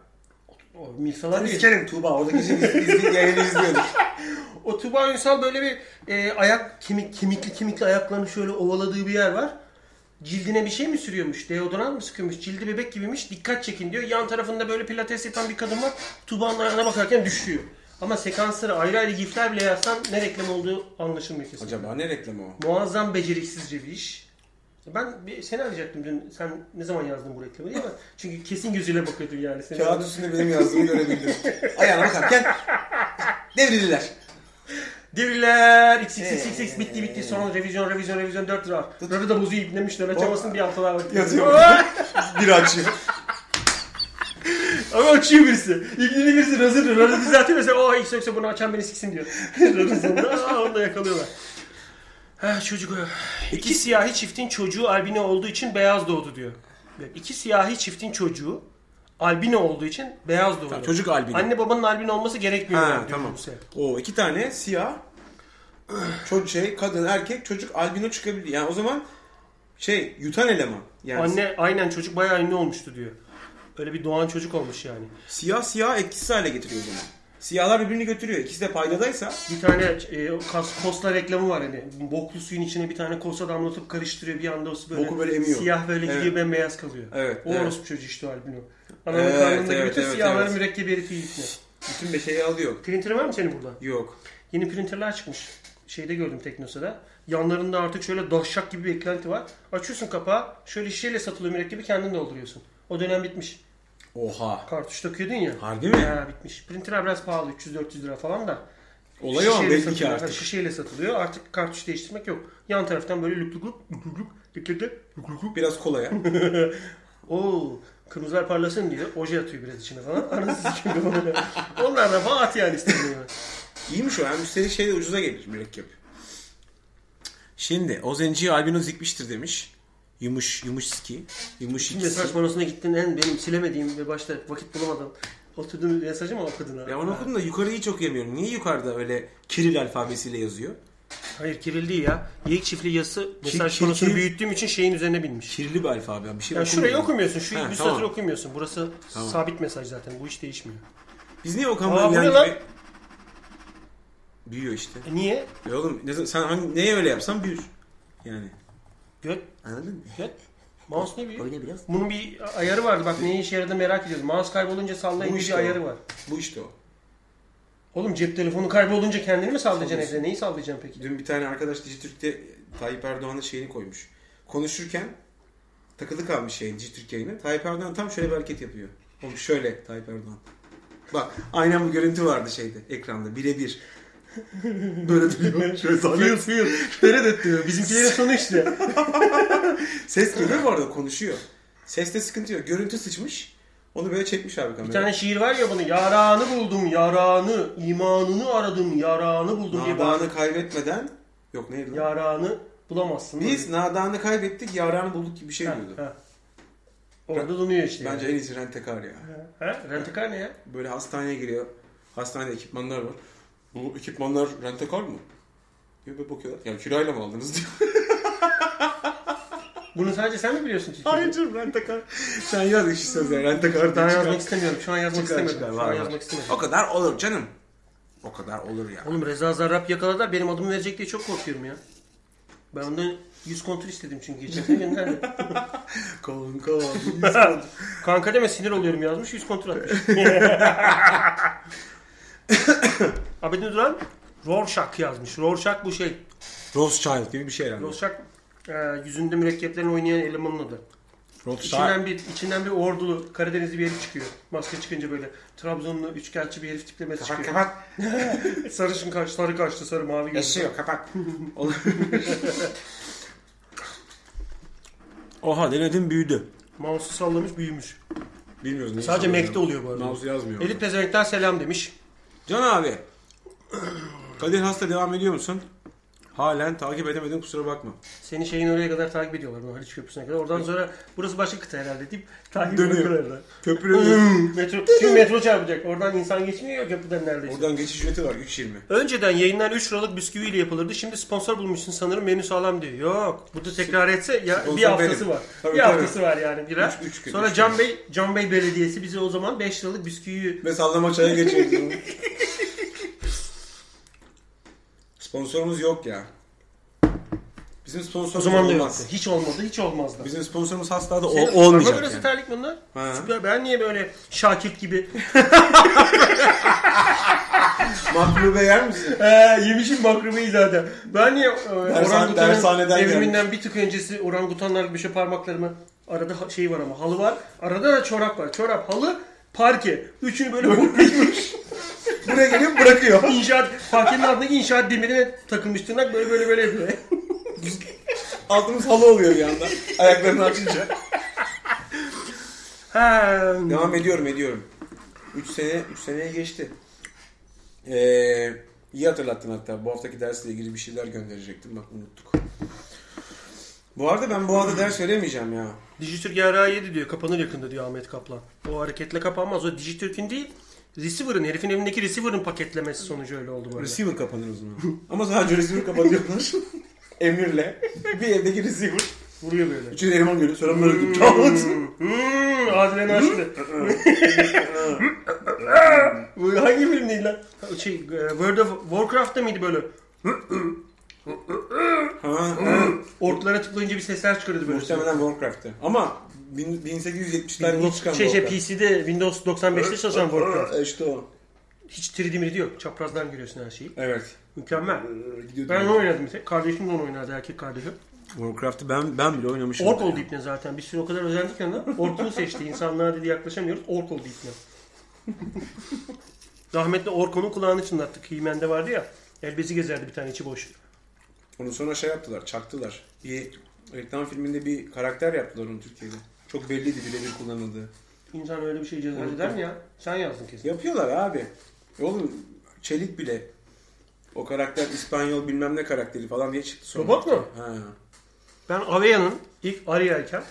o, Milsalar değil.
İçerim Tuğba oradaki şey.
İzli, yayını izliyorduk.
O Tuba Ünsal böyle bir e, ayak kemik kemikli kemikli ayaklarını şöyle ovaladığı bir yer var. Cildine bir şey mi sürüyormuş? Deodorant mı sıkıyormuş? Cildi bebek gibiymiş. Dikkat çekin diyor. Yan tarafında böyle pilates yapan bir kadın var. Tuba'nın ayağına bakarken düşüyor. Ama sekansları ayrı ayrı gifler bile yazsan ne reklam olduğu anlaşılmıyor kesin.
Acaba ne reklamı o?
Muazzam beceriksizce bir iş. Ben bir seni arayacaktım dün. Sen ne zaman yazdın bu reklamı diye ama çünkü kesin gözüyle bakıyordum yani. Seni
Kağıt üstünde benim yazdığımı görebildim. Ayağına bakarken devrildiler.
Devriler XXXX bitti bitti sonra revizyon revizyon revizyon 4 lira. Rarı da bozuyu iplemişler açamasın bir haftalar vakit.
Yazıyor. Bir açıyor.
Ama açıyor birisi. İpleri birisi hazır rarı düzeltiyor mesela o hiç yoksa bunu açan beni siksin diyor. Rarı sonunda aa, onu da yakalıyorlar. Ha çocuk o. İki siyahi çiftin çocuğu albino olduğu için beyaz doğdu diyor. İki siyahi çiftin çocuğu albino olduğu için beyaz doğdu.
çocuk albino.
Anne babanın albino olması gerekmiyor.
Ha,
yani diyor
tamam.
Buse.
O iki tane siyah çocuk şey kadın erkek çocuk albino çıkabilir. Yani o zaman şey yutan eleman. Yani
Anne aynen çocuk bayağı ünlü olmuştu diyor. Öyle bir doğan çocuk olmuş yani.
siyah siyah etkisiz hale getiriyor o zaman. Siyahlar birbirini götürüyor. İkisi de paydadaysa
Bir tane e, kas, Costa reklamı var hani. Boklu suyun içine bir tane kosa damlatıp karıştırıyor. Bir anda o böyle,
Boku böyle emiyor.
siyah böyle
Evet.
gidiyor bembeyaz kalıyor.
Evet,
O
evet.
orospu çocuğu işte o albino. Ananın
Evet,
karnındaki
evet,
bütün
evet,
siyahların
evet.
mürekkebi eritiyor ipne.
Bütün beşeyi alıyor.
Printer var mı senin burada?
Yok.
Yeni printerler çıkmış. Şeyde gördüm Teknosa'da. Yanlarında artık şöyle dahşak gibi bir eklenti var. Açıyorsun kapağı. Şöyle şişeyle satılıyor mürekkebi kendin dolduruyorsun. O dönem bitmiş.
Oha.
Kartuş döküyordun ya.
Harbi mi?
Ha, bitmiş. Printerler biraz pahalı. 300-400 lira falan da.
Olay o
Şişeyle
belli ki
satılıyor. Ha,
artık.
Şişeyle satılıyor. Artık kartuş değiştirmek yok. Yan taraftan böyle lük lük lük lük lük lük lük lük lük lük lük.
Biraz kolaya.
Oo, kırmızılar parlasın diyor. Oje atıyor biraz içine falan. Anasını sikiyor böyle. Onlar da falan at yani istemiyor.
İyiymiş o. Hem üstelik şey de ucuza gelir mürekkep. Şimdi o zenciyi albinoz dikmiştir demiş. Yumuş, yumuş ski. Yumuş
Mesaj
ikisi.
panosuna gittin en benim silemediğim ve başta vakit bulamadan oturduğun mesajı mı okudun abi?
Ya onu okudum da yukarıyı çok yemiyorum. Niye yukarıda öyle Kiril alfabesiyle yazıyor?
Hayır kiril değil ya. Yiyik çiftliği yazısı mesaj
ki-
panosunu
ki-
büyüttüğüm için şeyin üzerine binmiş.
Kirli bir alfabe. Bir şey
Ya şurayı
okumuyorum.
okumuyorsun. Şu
Ha,
üst
tamam.
satırı okumuyorsun. Burası sabit mesaj zaten. Bu hiç değişmiyor.
Biz niye
Aa,
Okan
bu
Bayülgen
ne lan?
gibi... Büyüyor işte.
E niye?
E oğlum ne, sen hangi, neye öyle yapsan büyür. Yani.
Göt,
Anladın mı?
göt. Mouse ne büyüyor?
Oyna biraz.
Bunun bir ayarı vardı. Bak neye işe yaradığını merak ediyorum. Mouse kaybolunca sallayın
Bu
bir
işte o.
ayarı var.
Bu işte o.
Oğlum cep telefonu kaybolunca kendini mi sallayacaksın evde? Neyi sallayacaksın peki?
Dün bir tane arkadaş Dijitürk'te Tayyip Erdoğan'ın şeyini koymuş. Konuşurken takılı kalmış şeyin Dijitürk yayını. Tayyip Erdoğan tam şöyle bir hareket yapıyor. Oğlum şöyle Tayyip Erdoğan. Bak aynen bu görüntü vardı şeyde ekranda birebir. Böyle duruyor. Şöyle
Fıyıl
sallıyor.
fıyıl. Deret diyor. Bizimkilerin sonu işte.
Ses geliyor bu arada konuşuyor. Seste sıkıntı yok. Görüntü sıçmış. Onu böyle çekmiş abi kamera.
Bir tane şiir var ya bunun. Yaranı buldum yaranı, imanını aradım yaranı buldum diye bağırıyor.
Nadanı kaybetmeden yok neydi lan?
Yaranı bulamazsın.
Biz nadanı kaybettik yaranı bulduk gibi bir şey
Ha,
diyordu.
ha. Orada donuyor işte. yani.
Bence en iyisi rentekar ya.
Ha? Rentekar ne ya?
Böyle hastaneye giriyor. Hastanede ekipmanlar var. Bu ekipmanlar rentekar mı? Diyor böyle bakıyorlar. Ya kirayla mı aldınız diyor.
Bunu sadece sen mi biliyorsun Türkiye'de?
Hayır canım rentekar. Sen yaz işi sözler rentekar
Ben
diye çıkar.
yazmak istemiyorum. Şu an
Çıkar,
yazmak istemiyorum.
çıkar,
Şu
var,
an
var.
yazmak istemiyorum.
O kadar olur canım. O kadar olur ya.
Oğlum Reza Zarrab yakaladılar. Benim adımı verecek diye çok korkuyorum ya. Ben ondan 100 kontrol istedim çünkü geçen sene gönderdi.
Kanka.
Kanka deme sinir oluyorum yazmış 100 kontrol atmış. Abedin Duran Rorschach yazmış. Rorschach bu şey.
Rothschild gibi bir şey herhalde.
Rorschach e, yüzünde mürekkeplerini oynayan elemanın adı.
Rothschild.
İçinden bir, içinden bir ordulu Karadenizli bir herif çıkıyor. Maske çıkınca böyle Trabzonlu üçkağıtçı bir herif tiplemesi
Kapat
çıkıyor.
kapat.
Sarışın kaç, sarı kaçtı, sarı mavi gözlü.
Yaşıyor kapat. Olur. Oha denedim büyüdü.
Mouse'u sallamış büyümüş.
Bilmiyoruz neyi
Sadece
sallıyorum.
Mac'te oluyor bu arada.
Mouse yazmıyor.
Elit pezevenkten selam demiş.
Can abi. Kadir hasta devam ediyor musun? Halen takip edemedim kusura bakma.
Seni şeyin oraya kadar takip ediyorlar. bunu, Haliç Köprüsü'ne kadar. Oradan sonra burası başka kıta herhalde deyip takip
Dönüyor.
ediyorlar. Hmm.
Köprü
metro, şimdi metro çarpacak. Oradan insan geçmiyor ya köprüden neredeyse.
Oradan geçiş ücreti var 3.20.
Önceden yayınlar 3 liralık bisküviyle yapılırdı. Şimdi sponsor bulmuşsun sanırım menü sağlam diyor. Yok. Bu da tekrar etse ya,
Sponsor
bir haftası
benim.
var.
Tabii,
bir
tabii.
haftası var yani bira.
Üç- üç gün,
Sonra
üç
Can
gün.
Bey, Can Bey Belediyesi bize o zaman 5 liralık bisküvi
Ve sallama çaya geçiyoruz. Sponsorumuz yok ya. Bizim
o
sponsorumuz
zaman da
olmaz.
yoktu. Hiç olmadı, hiç olmazdı.
Bizim sponsorumuz asla da o-
Senin- Bana
olmayacak
biraz
yani.
terlik bunlar.
Ha.
Süper. Ben niye böyle Şakir gibi
Maklube yer misin?
Ee, yemişim makromeyi zaten. Ben niye e, orangutanın
dershaneden
evriminden bir tık öncesi orangutanlar gibi şey parmaklarımı arada ha- şey var ama halı var. Arada da çorap var. Çorap, halı, parke. Üçünü böyle vurmuş.
Buraya geliyor bırakıyor.
inşaat parkenin altındaki inşaat demirine takılmış tırnak böyle böyle böyle yapıyor.
Altımız halı oluyor bir anda. Ayaklarını açınca.
ha.
Devam ediyorum ediyorum. 3 sene 3 seneye geçti. Ee, iyi hatırlattın hatta. Bu haftaki dersle ilgili bir şeyler gönderecektim. Bak unuttuk. Bu arada ben bu hafta ders veremeyeceğim ya.
Dijitürk yarağı yedi diyor. Kapanır yakında diyor Ahmet Kaplan. O hareketle kapanmaz. O Dijitürk'ün değil. Receiver'ın, herifin evindeki receiver'ın paketlemesi sonucu öyle oldu bu arada.
Receiver kapanır o zaman. Ama sadece receiver kapatıyorlar. Emirle. Bir evdeki receiver.
Vuruyor böyle.
Üçüncü eleman görüyor. Sonra böyle gibi. Çağlat.
Hmm, Adile Naşlı. Bu hangi filmdeydi lan? Şey, e, World of Warcraft'ta mıydı böyle?
Ha, ha.
Orklara tıklayınca bir sesler çıkarıyordu böyle.
Muhtemelen Warcraft'te. Ama
Bin- 1870'lerde
Windows,
çıkan
şey, şey,
Volkan.
PC'de Windows 95'te çalışan Warcraft.
E, İşte o.
Hiç 3D midi yok. Çaprazdan görüyorsun her şeyi.
Evet.
Mükemmel.
Ee, gidiyordu.
Ben onu oynadım. bir tek. Kardeşim de onu oynardı erkek kardeşim.
Warcraft'ı ben ben bile oynamışım.
Ork oldu ipne zaten. Bir sürü o kadar özendik yanına. Ork'unu seçti. İnsanlığa dedi yaklaşamıyoruz. Ork oldu ipne. Rahmetli Orko'nun kulağını çınlattık. Himen'de vardı ya. Elbezi gezerdi bir tane içi boş.
Onu sonra şey yaptılar, çaktılar. Bir reklam filminde bir karakter yaptılar onu Türkiye'de. Çok belliydi birebir kullanıldığı.
İnsan öyle bir şey cezalı eder mi ya? Sen yazdın kesin.
Yapıyorlar abi. Oğlum Çelik bile o karakter İspanyol bilmem ne karakteri falan diye çıktı sonra.
Robot mu?
Ha.
Ben Aveya'nın ilk Aria'yken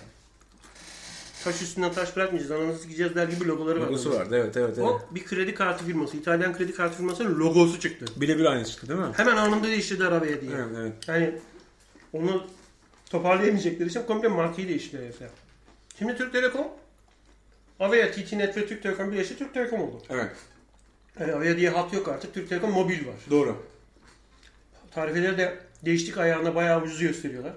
taş üstünden taş bırakmayacağız, ananızı sikeceğiz der gibi logoları var.
Logosu vardı evet evet evet.
O bir kredi kartı firması, İtalyan kredi kartı firmasının logosu çıktı.
Birebir aynı çıktı değil mi?
Hemen anında değiştirdi arabaya diye.
Evet evet.
Yani onu toparlayamayacakları için komple markayı değiştirdi herifler. Şimdi Türk Telekom, Avea, TT.net ve Türk Telekom birleşti Türk Telekom oldu.
Evet.
Yani Avea diye hat yok artık, Türk Telekom mobil var.
Doğru.
Tarifeleri de değiştik ayağına bayağı ucuz gösteriyorlar.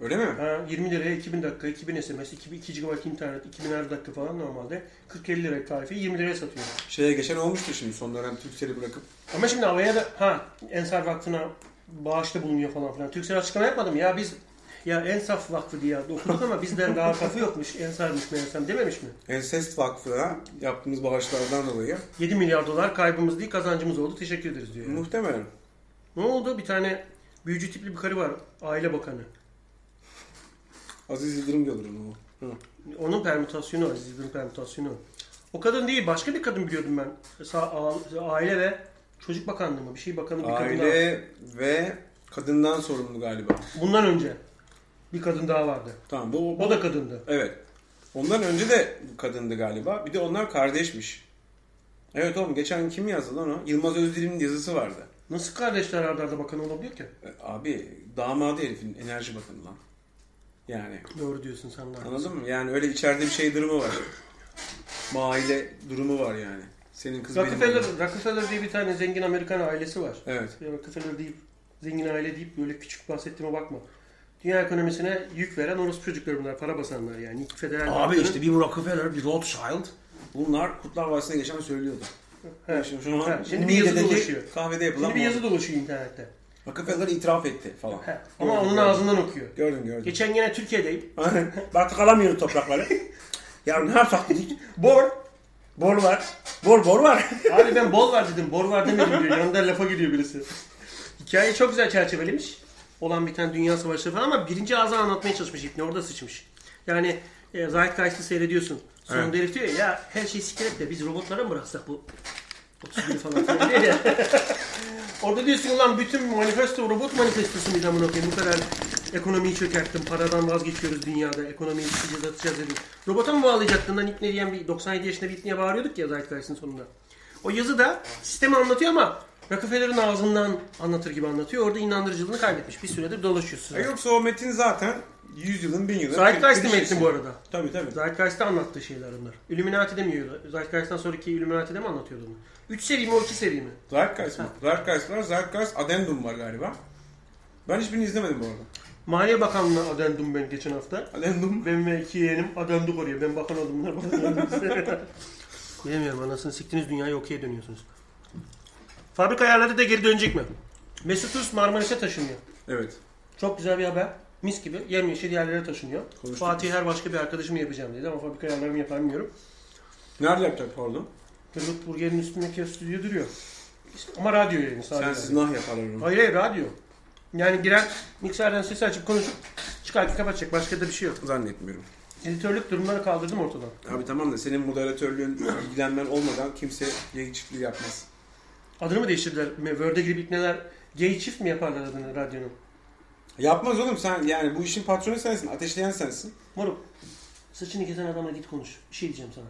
Öyle mi?
Ha, 20 liraya 2000 dakika, 2000 SMS, 2000, 2 GB internet, 2000 her dakika falan normalde 40-50 lira tarifi 20 liraya satıyor.
Şeye geçen olmuştu şimdi son dönem Türkcell'i bırakıp.
Ama şimdi havaya da ha Ensar Vakfı'na bağışta bulunuyor falan filan. Türksel açıklama yapmadım ya biz ya Ensaf Vakfı diye okuduk ama bizden daha kafa yokmuş. Ensarmış meğersem dememiş mi?
Ensest Vakfı'na yaptığımız bağışlardan dolayı
7 milyar dolar kaybımız değil kazancımız oldu. Teşekkür ederiz diyor. yani.
muhtemelen.
Ne oldu? Bir tane büyücü tipli bir karı var. Aile Bakanı.
Aziz Yıldırım gelir onu.
Onun permütasyonu, Aziz Yıldırım permütasyonu. O kadın değil, başka bir kadın biliyordum ben. Sa- a- Aile ve Çocuk Bakanlığı mı? Bir şey bakanı bir kadın daha.
Aile ve kadından sorumlu galiba.
Bundan önce bir kadın daha vardı.
Tamam bu
O da kadındı.
Evet. Ondan önce de kadındı galiba. Bir de onlar kardeşmiş. Evet oğlum geçen kim yazdı lan o? Yılmaz Özdilim'in yazısı vardı.
Nasıl kardeşler arda arda bakan olabiliyor ki?
E, Abi damadı herifin enerji bakın lan. Yani
Doğru diyorsun sen de.
anladın mı? Yani öyle içeride bir şey durumu var. Maile durumu var yani. Senin kız benim.
Rockefeller,
oğlum.
Rockefeller diye bir tane zengin Amerikan ailesi var.
Evet.
Ya Rockefeller deyip, zengin aile deyip böyle küçük bahsettiğime bakma. Dünya ekonomisine yük veren orospu çocukları bunlar, para basanlar yani. İlk federal
Abi
bankanın-
işte bir Rockefeller, bir Rothschild. Bunlar Kurtlar Vadisi'ne geçen söylüyordu.
He.
Şimdi, şu an
Ha, şimdi bir yazı
Niğde'deki
dolaşıyor.
Kahvede yapılan
Şimdi bir
bu.
yazı dolaşıyor internette.
Rockefeller itiraf etti falan.
He. Ama
Gördüm,
onun
gördüm.
ağzından okuyor.
Gördüm gördüm.
Geçen gene Türkiye'deyim.
Artık alamıyorum toprakları. ya ne yapsak dedik.
Bor.
Bor var. Bor bor var.
Abi ben bol var dedim. Bor var demedim diyor. Yanında lafa giriyor birisi. Hikayeyi çok güzel çerçevelemiş. Olan bir tane dünya savaşları falan ama birinci ağza anlatmaya çalışmış İbni. Orada sıçmış. Yani e, Zeitgeist'i seyrediyorsun. Sonunda herif diyor ya, ya her şey sikret de biz robotlara mı bıraksak bu 30 gün falan filan diyor ya. Orada diyorsun ulan bütün manifesto robot manifestosu muydu amına koyayım? Bu kadar ekonomiyi çökerttim. Paradan vazgeçiyoruz dünyada. Ekonomiyi sikeceğiz atacağız dedim. Robota mı bağlayacaktın lan İpne diyen bir 97 yaşında bir İpne'ye bağırıyorduk ya Zeitgeist'in sonunda. O yazı da sistemi anlatıyor ama Rockefeller'ın ağzından anlatır gibi anlatıyor. Orada inandırıcılığını kaybetmiş. Bir süredir dolaşıyorsun.
E yoksa o metin zaten 100 yılın 1000 yılın.
Zeitgeist'i
bir- bir
metni bu arada.
Tabii tabii.
Zeitgeist'te anlattığı şeyler bunlar. Illuminati demiyordu. Zeitgeist'ten sonraki Illuminati'de mi anlatıyordu bunu? 3 seri mi o 2 seri mi?
Zeitgeist mi? Zeitgeist var. Zeitgeist Addendum var galiba. Ben hiçbirini izlemedim bu arada.
Maliye Bakanlığı'na adendum ben geçen hafta.
Addendum.
Ben ve iki yeğenim adamdık oraya. Ben bakan oldum. Bunlar bakan oldu. Bilemiyorum anasını siktiniz dünyayı okey dönüyorsunuz. Fabrika ayarları da geri dönecek mi? Mesut Uz Marmaris'e taşınıyor.
Evet.
Çok güzel bir haber. Mis gibi yemyeşil yerlere taşınıyor.
Konuştuk
Fatih her başka bir arkadaşımı yapacağım dedi ama fabrika ayarlarımı yapamıyorum.
Nerede yapacak pardon?
Kırmızı burgerin üstündeki stüdyo duruyor. İşte- Ama radyo yayını sadece.
Sensiz nah yaparlar onu.
Hayır hayır radyo. Yani giren mikserden sesi açıp konuşup çıkartıp kapatacak. Başka da bir şey yok.
Zannetmiyorum.
Editörlük durumları kaldırdım ortadan.
Abi tamam da senin moderatörlüğün ilgilenmen olmadan kimse yayın çiftliği yapmaz.
Adını mı değiştirdiler? Me- Word'e girip ikneler gay çift mi yaparlar adını radyonun?
Yapmaz oğlum sen yani bu işin patronu sensin. Ateşleyen sensin.
Moruk saçını kesen adamla git konuş. Bir şey diyeceğim sana.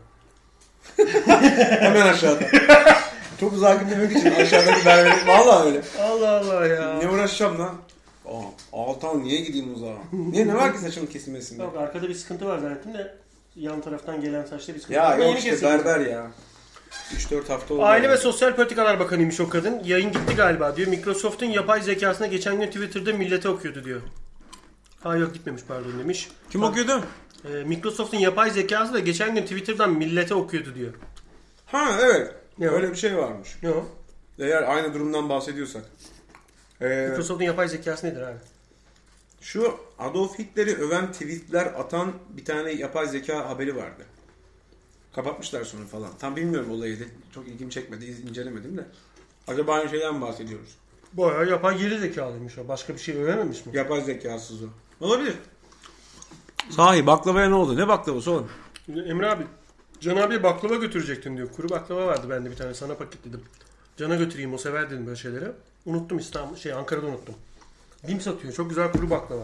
Hemen aşağıda. Çok uzağa gitmemek için aşağıdaki berbere. Vallahi öyle.
Allah Allah ya.
Ne uğraşacağım lan? Aa, Altan niye gideyim uzağa? Niye ne var ki saçımın kesilmesinde?
Yok arkada bir sıkıntı var zannettim de yan taraftan gelen saçta bir sıkıntı
Ya
var. Ama
yok
yeni
işte
kesildi.
berber ya. 3-4 hafta oldu.
Aile
yani.
ve Sosyal Politikalar Bakanıymış o kadın. Yayın gitti galiba diyor. Microsoft'un yapay zekasına geçen gün Twitter'da millete okuyordu diyor. Ha yok gitmemiş pardon demiş.
Kim okuyordu?
Ee, Microsoft'un yapay zekası da geçen gün Twitter'dan millete okuyordu diyor.
Ha evet.
Ya.
Öyle bir şey varmış.
Ne o?
Eğer aynı durumdan bahsediyorsak. Ee,
Microsoft'un yapay zekası nedir abi?
şu Adolf Hitler'i öven tweetler atan bir tane yapay zeka haberi vardı. Kapatmışlar sonra falan. Tam bilmiyorum olayı. Çok ilgimi çekmedi. iz- incelemedim de. Acaba aynı şeyden mi bahsediyoruz?
Bayağı yapay geri zekalıymış o. Başka bir şey öğrenememiş mi?
Yapay zekasız o. Olabilir. Sahi baklavaya ne oldu? Ne baklavası oğlum?
Emre abi, Can abi baklava götürecektim diyor. Kuru baklava vardı bende bir tane sana paketledim. Can'a götüreyim o sever dedim böyle şeyleri. Unuttum İstanbul, şey Ankara'da unuttum. Bim satıyor çok güzel kuru baklava.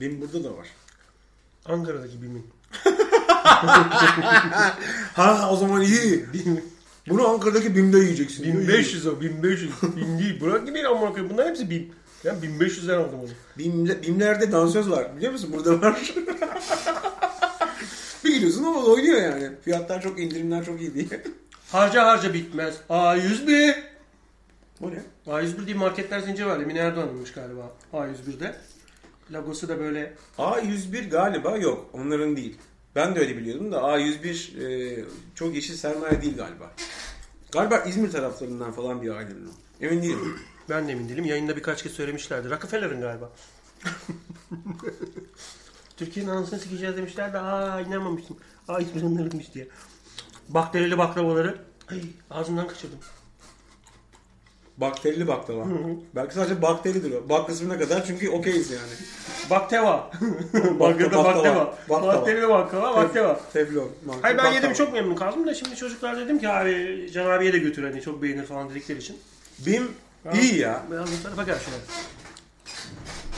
Benim burada da var.
Ankara'daki Bim'in.
Ha o zaman iyi. Bunu Ankara'daki BİM'de yiyeceksin.
1500 o 1500. Bim değil bırak gibi amına koyayım. Bunların hepsi Bim. Ben 1500'den aldım onu.
Bimle, bimlerde dansöz var biliyor musun? Burada var. bir gidiyorsun ama oynuyor yani. Fiyatlar çok indirimler çok iyi diye.
Harca harca bitmez. A101.
O ne?
A101 diye marketler zinciri var. Emine Erdoğan'ınmış galiba A101'de. Logosu da böyle
A101 galiba yok. Onların değil. Ben de öyle biliyordum da A101 e, çok yeşil sermaye değil galiba. Galiba İzmir taraflarından falan bir ailenin o. Emin değilim.
ben de emin değilim. Yayında birkaç kez söylemişlerdi. Rockefeller'ın galiba. Türkiye'nin anasını sikeceğiz demişlerdi. Aa inanmamıştım. A101'in arınmış diye. Bakterili baklavaları. Ay, ağzımdan kaçırdım.
Bakterili baklava. Belki sadece bakteridir o. Bak kısmına kadar çünkü okeyiz yani.
Bakteva. Bakkada bakteva.
baklava.
Bakterili baklava, bakteva.
Teflon.
Hayır ben yedim
baklava.
çok memnun kaldım da şimdi çocuklar dedim ki abi Can abiye de götür hani çok beğenir falan dedikleri için.
Bim iyi ya.
Biraz bu tarafa gel şuna.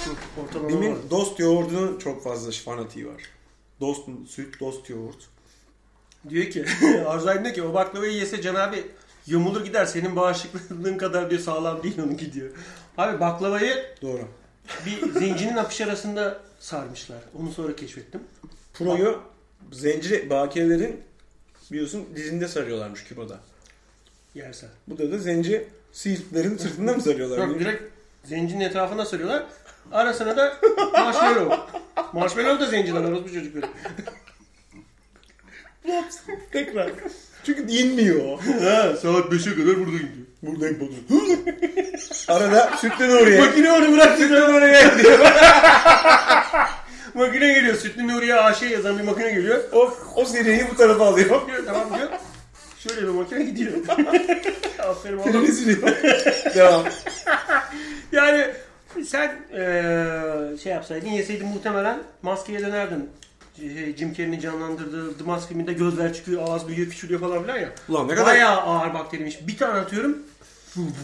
Hı, Ortalama var.
Bim'in dost yoğurdunun çok fazla fanatiği var. Dost süt, dost yoğurt.
Diyor ki Arzay diyor ki o baklavayı yese Can abi yumulur gider senin bağışıklığın kadar diyor sağlam değil onunki diyor. Abi baklavayı
Doğru.
bir zincirin apış arasında sarmışlar. Onu sonra keşfettim.
Pro'yu zenci bakirelerin biliyorsun dizinde sarıyorlarmış Küba'da.
Yersen.
Burada da zenci Siirtlerin sırtında mı sarıyorlar?
Yok direkt zencinin etrafına sarıyorlar. Arasına da marshmallow. marshmallow da zencinden orası bu çocukları.
Tekrar. Çünkü inmiyor o.
He saat 5'e kadar buradayım diyor.
Buradayım bakıyorum. Arada sütten oraya.
Makine onu bırak
sütten oraya gidiyor.
Makine geliyor. Sütlü Nuriye AŞ yazan bir makine geliyor.
O, o seriyi bu tarafa alıyor.
Diyor tamam diyor. Şöyle bir makine gidiyor. Aferin oğlum.
Rezil. Devam.
Yani sen eee, şey yapsaydın yeseydin muhtemelen maskeye dönerdin. Şey, Jim Carrey'nin canlandırdığı The Mask filminde gözler çıkıyor, ağız büyüyor, küçülüyor falan filan ya.
Ulan ne kadar-
Bayağı ağır bakteriymiş. Bir tane atıyorum.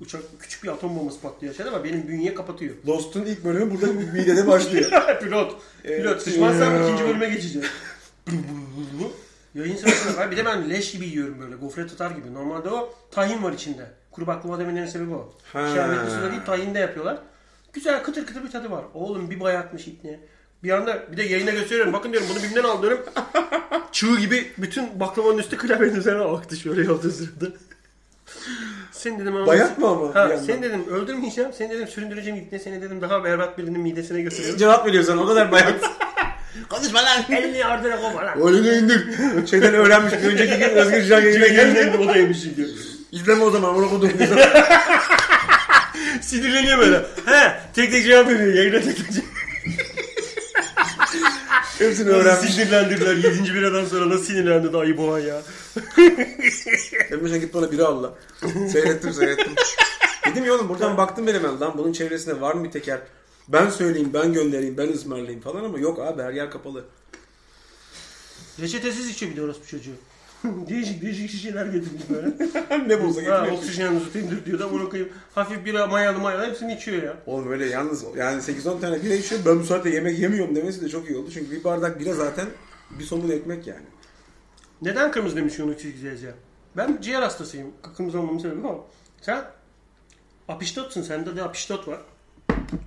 Uçak küçük bir atom bombası patlıyor aşağıda ama benim bünye kapatıyor.
Dost'un ilk bölümü burada midede başlıyor.
pilot. Pilot
Evet.
sıçmazsam
Ya.
ikinci bölüme geçeceğiz. Yayın sırasında ben bir de ben leş gibi yiyorum böyle. Gofret tutar gibi. Normalde o tahin var içinde. Kuru baklava demelerinin sebebi o.
Ha.
Şerbetli suda değil tahin de yapıyorlar. Güzel kıtır kıtır bir tadı var. Oğlum bir bayatmış ipne. Bir anda bir de yayına gösteriyorum. Bakın diyorum bunu bimden al diyorum. Çığ gibi bütün baklavanın üstü klavyenin üzerine aktı şöyle yaptığı sırada. Sen dedim ama
Bayat mı ama? bir
Ha,
yandan?
seni dedim öldürmeyeceğim. Seni dedim süründüreceğim ipne. Seni dedim daha berbat birinin midesine götürüyorum.
Cevap veriyor sana o kadar bayat.
Konuşma lan.
Elini ardına koy lan.
Öyle indir. Şeyden öğrenmiş. Bir önceki gün Özgür Can yayına geldi.
Yayınlandı o da yemiş diyor.
İzleme o zaman. Onu kodum.
Sinirleniyor böyle. He tek tek cevap veriyor. Yayına tek tek cevap
Hepsini
veriyor.
öğrenmiş.
Sinirlendirdiler. Yedinci biradan sonra nasıl sinirlendi de ayıp olan ya.
Emre Can git bana biri al lan. Seyrettim seyrettim. Dedim ya oğlum buradan baktım benim ben. Lan bunun çevresinde var mı bir teker? Ben söyleyeyim, ben göndereyim, ben ısmarlayayım falan ama yok abi her yer kapalı.
Reçetesiz içiyor bir de orospu çocuğu. değişik değişik şişeler getirmiş böyle.
ne bulsa
ha,
getiriyor.
oksijeninizi temdir diyor da bunu koyup hafif bira mayalı mayalı hepsini içiyor ya.
Oğlum öyle yalnız yani 8-10 tane bira içiyor. Ben bu saatte yemek yemiyorum demesi de çok iyi oldu. Çünkü bir bardak bira zaten bir somun ekmek yani.
Neden kırmızı demiş Yunus Çizgileceğiz ya? Ben ciğer hastasıyım. Kırmızı olmamın sebebi ama. Sen apiştotsun. Sende de apiştot var.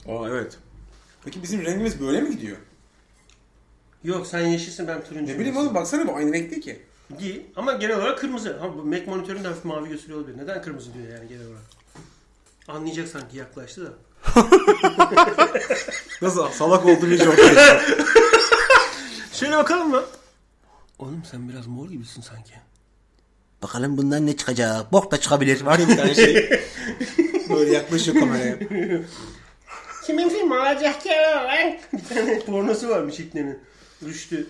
Aa evet. Peki bizim rengimiz böyle mi gidiyor?
Yok sen yeşilsin ben turuncu.
Ne bileyim oğlum baksana bu aynı renkte ki.
Değil ama genel olarak kırmızı. Ha, bu Mac monitörün de hafif mavi gösteriyor olabilir. Neden kırmızı diyor yani genel olarak? Anlayacak sanki yaklaştı da.
Nasıl salak oldum iyice ortaya.
Şöyle bakalım mı? Oğlum sen biraz mor gibisin sanki.
Bakalım bundan ne çıkacak? Bok da çıkabilir. Var ya bir tane şey.
Böyle yaklaşıyor kameraya.
Kimin film alacak ya lan? Bir tane pornosu varmış İpne'nin. Rüştü.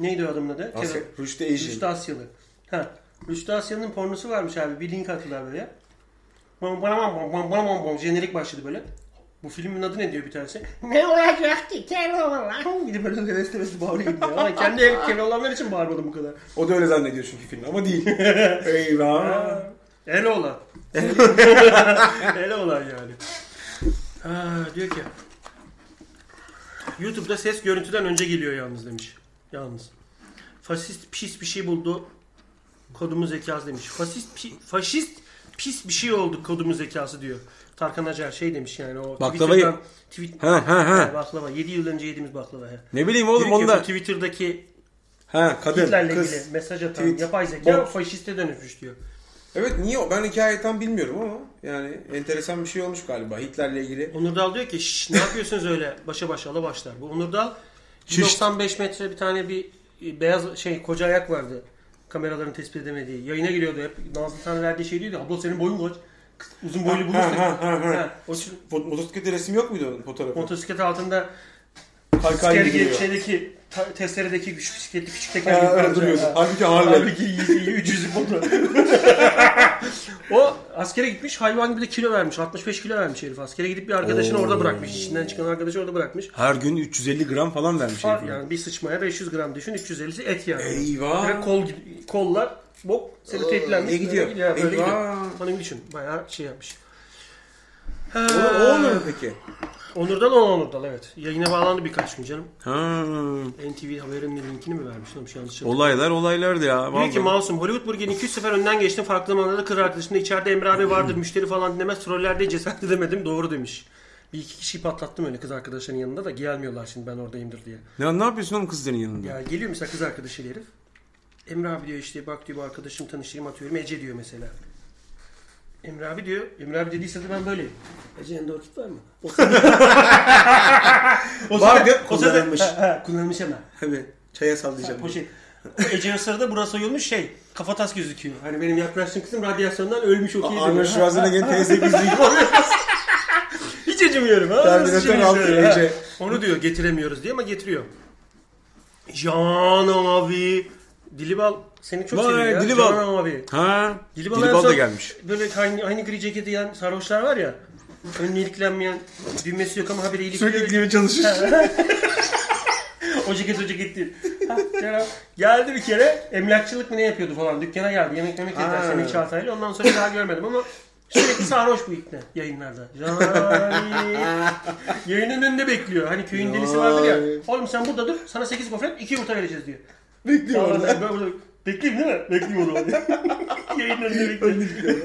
Neydi o adamın adı?
Asya,
Kenan.
Rüştü Asian.
Rüştü Asyalı. Ha. Rüştü Asyalı'nın pornosu varmış abi. Bir link attılar böyle. Bam bam bam bam bam bam bam bam. Jenerik başladı böyle. Bu filmin adı ne diyor bir tanesi? Ne olacaktı Keloğlan? Gidip böyle hevesli hevesli bağırıyor. gidiyor. Ama kendi ev Keloğlanlar için bağırmadım bu kadar.
O da öyle zannediyor çünkü filmde ama değil. Eyvah.
Eloğlan. Eloğlan yani. Ha, diyor ki YouTube'da ses görüntüden önce geliyor yalnız demiş. Yalnız. Fasist pis bir şey buldu. Kodumun zekası demiş. Fasist pi- faşist pis bir şey oldu kodumun zekası diyor. Tarkan Acar şey demiş yani o
Baklavayı-
Twitter'dan tweet
Ha, ha, ha.
Ha, baklava 7 yıl önce yediğimiz baklava. he.
Ne bileyim
Diyor
oğlum
ki, bu
onda.
Twitter'daki
Ha kadın,
Hitler'le
kız.
ilgili mesaj atan
tweet,
yapay zeka
bot.
faşiste dönüşmüş diyor.
Evet niye o? Ben hikayeyi tam bilmiyorum ama yani enteresan bir şey olmuş galiba Hitler'le ilgili.
Onur Dal diyor ki Şş, ne yapıyorsunuz öyle başa başa ala başlar. Bu Onur Dal
Şiş.
95 metre bir tane bir e, beyaz şey koca ayak vardı. Kameraların tespit edemediği. Yayına giriyordu hep. Nazlı Tan verdiği şey diyordu. Abla senin boyun kaç? Kız, Uzun boylu bulursun.
ha, ha, ha, ha.
Ha, o şu
Fot- Motosiklette resim yok muydu onun fotoğrafı?
motosiklet altında
Kaykay gibi
tekerleki
duruyor.
şeydeki ta- testeredeki küçük bisikletli küçük teker
Ha,
gibi
öyle duruyordu.
Ha.
Halbuki Harley.
Halbuki iyi- iyi 300 motor. o askere gitmiş hayvan gibi de kilo vermiş. 65 kilo vermiş herif. Askere gidip bir arkadaşını orada bırakmış. İçinden çıkan arkadaşı orada bırakmış.
Her gün 350 gram falan vermiş.
Var
herif.
yani bir sıçmaya 500 gram düşün 350'si et yani.
Eyvah.
Ve kol gid- kollar bok seni tehditlenmiş.
iyi gidiyor.
Böyle gidiyor. Böyle
Eyvah.
gidiyor. Hanım düşün bayağı şey yapmış.
O, o olur mu peki?
Onur'dan o Onur'dan evet. Yayına bağlandı birkaç gün canım.
Ha,
NTV haberinin linkini mi vermiş? Tamam, şey yanlış
olaylar olaylardı ya.
Diyor ki
vallahi.
Masum Hollywood Burger'in 200 sefer önden geçtim. Farklı zamanlarda kız arkadaşımda içeride Emre abi
Hmm.
vardır. müşteri falan dinlemez. Trollerde cesaret edemedim. Doğru demiş. Bir iki kişiyi patlattım öyle kız arkadaşların yanında da gelmiyorlar şimdi ben oradayımdır diye.
Ya ne yapıyorsun oğlum kızların yanında?
Ya geliyor mesela kız arkadaşıyla herif. Emre abi diyor işte bak diyor bu arkadaşım tanıştırayım atıyorum Ece diyor mesela. Emre abi diyor. Emre abi dediyse de ben böyleyim. Ece yanında orkid var mı? O sırada-
Var diyor,
o sırada-
kullanılmış.
Ha, ha, kullanılmış hemen.
Tabii. Çaya sallayacağım.
Poşet. Ece o sırada burası soyulmuş şey. Kafatas gözüküyor. Hani benim yaklaştığım kısım radyasyondan ölmüş okey
Arnold
dönüyor. Ha,
Schwarzenegger'in teyze gizli
Hiç acımıyorum. Ha,
Terminator
nasıl şey
altı,
izliyorum, ha.
Ece.
Onu diyor getiremiyoruz diye ama getiriyor. Can abi. Dilibal seni çok
Vay,
seviyor ya.
Dilibal.
Can abi.
Ha.
Dilibal,
Dilibal
en son
da gelmiş.
Böyle aynı, aynı gri ceketi giyen sarhoşlar var ya. Önüne iliklenmeyen düğmesi yok ama haberi ilikliyor.
çalışır.
o ceket o ceket değil. Ha, ya. geldi bir kere emlakçılık mı ne yapıyordu falan dükkana geldi yemek yemek yediler
Ha.
Semih Çağatay'la ondan sonra bir daha görmedim ama sürekli sarhoş bu ikne yayınlarda. Cani. Yayının önünde bekliyor. Hani köyün delisi vardır ya. Oğlum sen burada dur sana 8 gofret 2 yumurta vereceğiz diyor.
Bekliyor
Vallahi
orada.
ben burada bekleyeyim değil mi? Bekleyeyim o zaman. Yayının önünde bekliyor.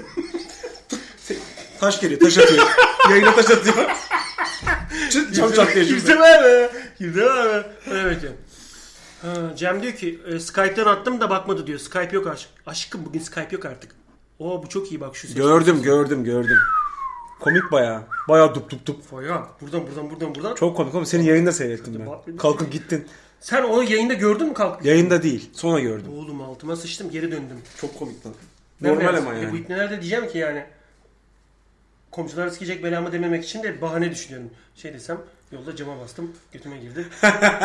Taş geliyor, taş atıyor. Yayına taş atıyor. Çıt çam çat diye şurada.
Kimse var mı? Kimse var mı? Öyle bekliyorum. Ha, Cem diyor ki e, Skype'den attım da bakmadı diyor. Skype yok aşk. Aşkım bugün Skype yok artık. Oo bu çok iyi bak şu ses.
Gördüm, gördüm, gördüm. Komik bayağı. Bayağı dup dup dup.
Foya. Buradan buradan buradan buradan.
Çok komik ama senin yayında seyrettim ben. Kalkıp gittin.
Sen onu yayında gördün mü kalk?
Yayında değil, sonra gördüm.
Oğlum altıma sıçtım geri döndüm.
Çok komik lan.
Ben
Normal
biraz-
ama
E, bu
yani.
iknelerde diyeceğim ki yani. Komşular sikecek belamı dememek için de bahane düşünüyorum. Şey desem yolda cama bastım götüme girdi.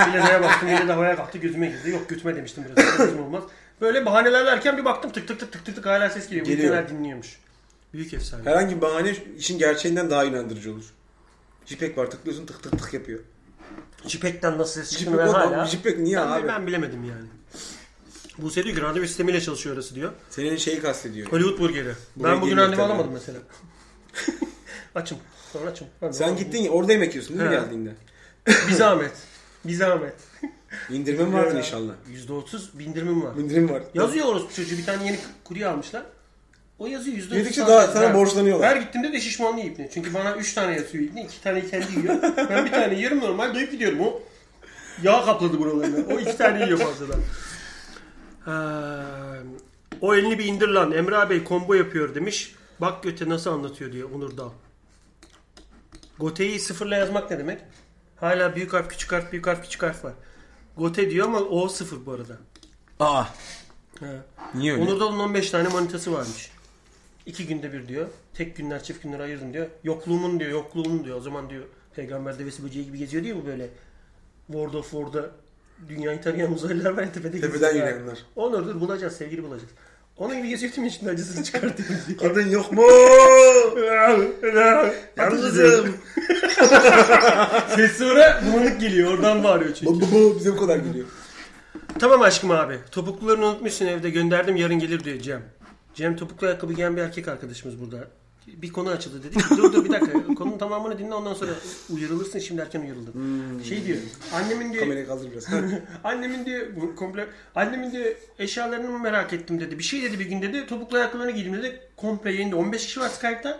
Bileğe bastım yine de havaya kalktı gözüme girdi. Yok götüme demiştim biraz önce, gözüm olmaz. Böyle bahaneler derken bir baktım tık tık tık tık tık tık hala ses geliyor. Bu
Geliyor.
ikneler dinliyormuş. Büyük efsane.
Herhangi bir bahane işin gerçeğinden daha inandırıcı olur. JPEG var tıklıyorsun tık tık tık yapıyor.
Cipek'ten nasıl ses çıktığını
JPEG,
ben
o da-
hala.
JPEG niye
Ben,
abi?
ben bilemedim yani. Buse diyor ki randevu sistemiyle çalışıyor orası diyor.
Senin şeyi kastediyor.
Hollywood burgeri.
Buraya
ben bugün
girmiyor
randevu
tabii.
alamadım mesela. açım. Sonra açım. Ben de
Sen
alamadım.
gittin ya orada yemek yiyorsun değil mi
He.
geldiğinde?
Bir zahmet. Bir zahmet.
İndirimim vardır inşallah.
Yüzde otuz bindirimim var.
İndirim var.
Yazıyor orospu çocuğu. Bir tane yeni kurye almışlar. O yazıyor yüzde
Yedikçe daha sana borçlanıyorlar.
Her gittiğimde de şişmanlı ipni. Çünkü bana üç tane yatıyor ipni. iki tane kendi yiyor. ben bir tane yerim normal doyup gidiyorum. O yağ kapladı buralarını. O iki tane yiyor fazladan. Ha, o elini bir indir lan. Emre abi combo yapıyor demiş. Bak göte nasıl anlatıyor diyor Onur Dal. Gote'yi sıfırla yazmak ne demek? Hala büyük harf, küçük harf, büyük harf, küçük harf var. Gote diyor ama o sıfır bu arada.
Aa.
He.
Niye öyle?
Onur Dal'ın 15 tane manitası varmış. İki günde bir diyor. Tek günler çift günler ayırdım diyor. Yokluğumun diyor yokluğumun diyor. O zaman diyor peygamber devesi böceği gibi geziyor diyor bu böyle. World of War'da dünyayı tarayan uzaylılar var ya tepede geziyor.
Tepeden
Ya.
yürüyenler.
Onur'dur bulacağız sevgili bulacağız. Onun gibi geziyor tüm içinde acısını çıkartıyor.
Kadın yok mu? Yalnızım.
Ses sonra bulanık geliyor. Oradan bağırıyor çünkü.
Bu, bu, bu bize bu kadar geliyor.
Tamam aşkım abi. Topuklularını unutmuşsun evde gönderdim yarın gelir diyor Cem. Cem topuklu ayakkabı giyen bir erkek arkadaşımız burada. Bir konu açıldı dedik. Dur dur bir dakika. Konunun tamamını dinle ondan sonra uyarılırsın. Şimdi erken uyarıldın. Şey diyor. Annemin diyor.
Kamerayı kaldır biraz.
annemin diyor. Bu komple. Annemin diyor eşyalarını mı merak ettim dedi. Bir şey dedi bir gün dedi. Topuklu ayakkabılarını giydim dedi. Komple yayında. 15 kişi var Skype'ta.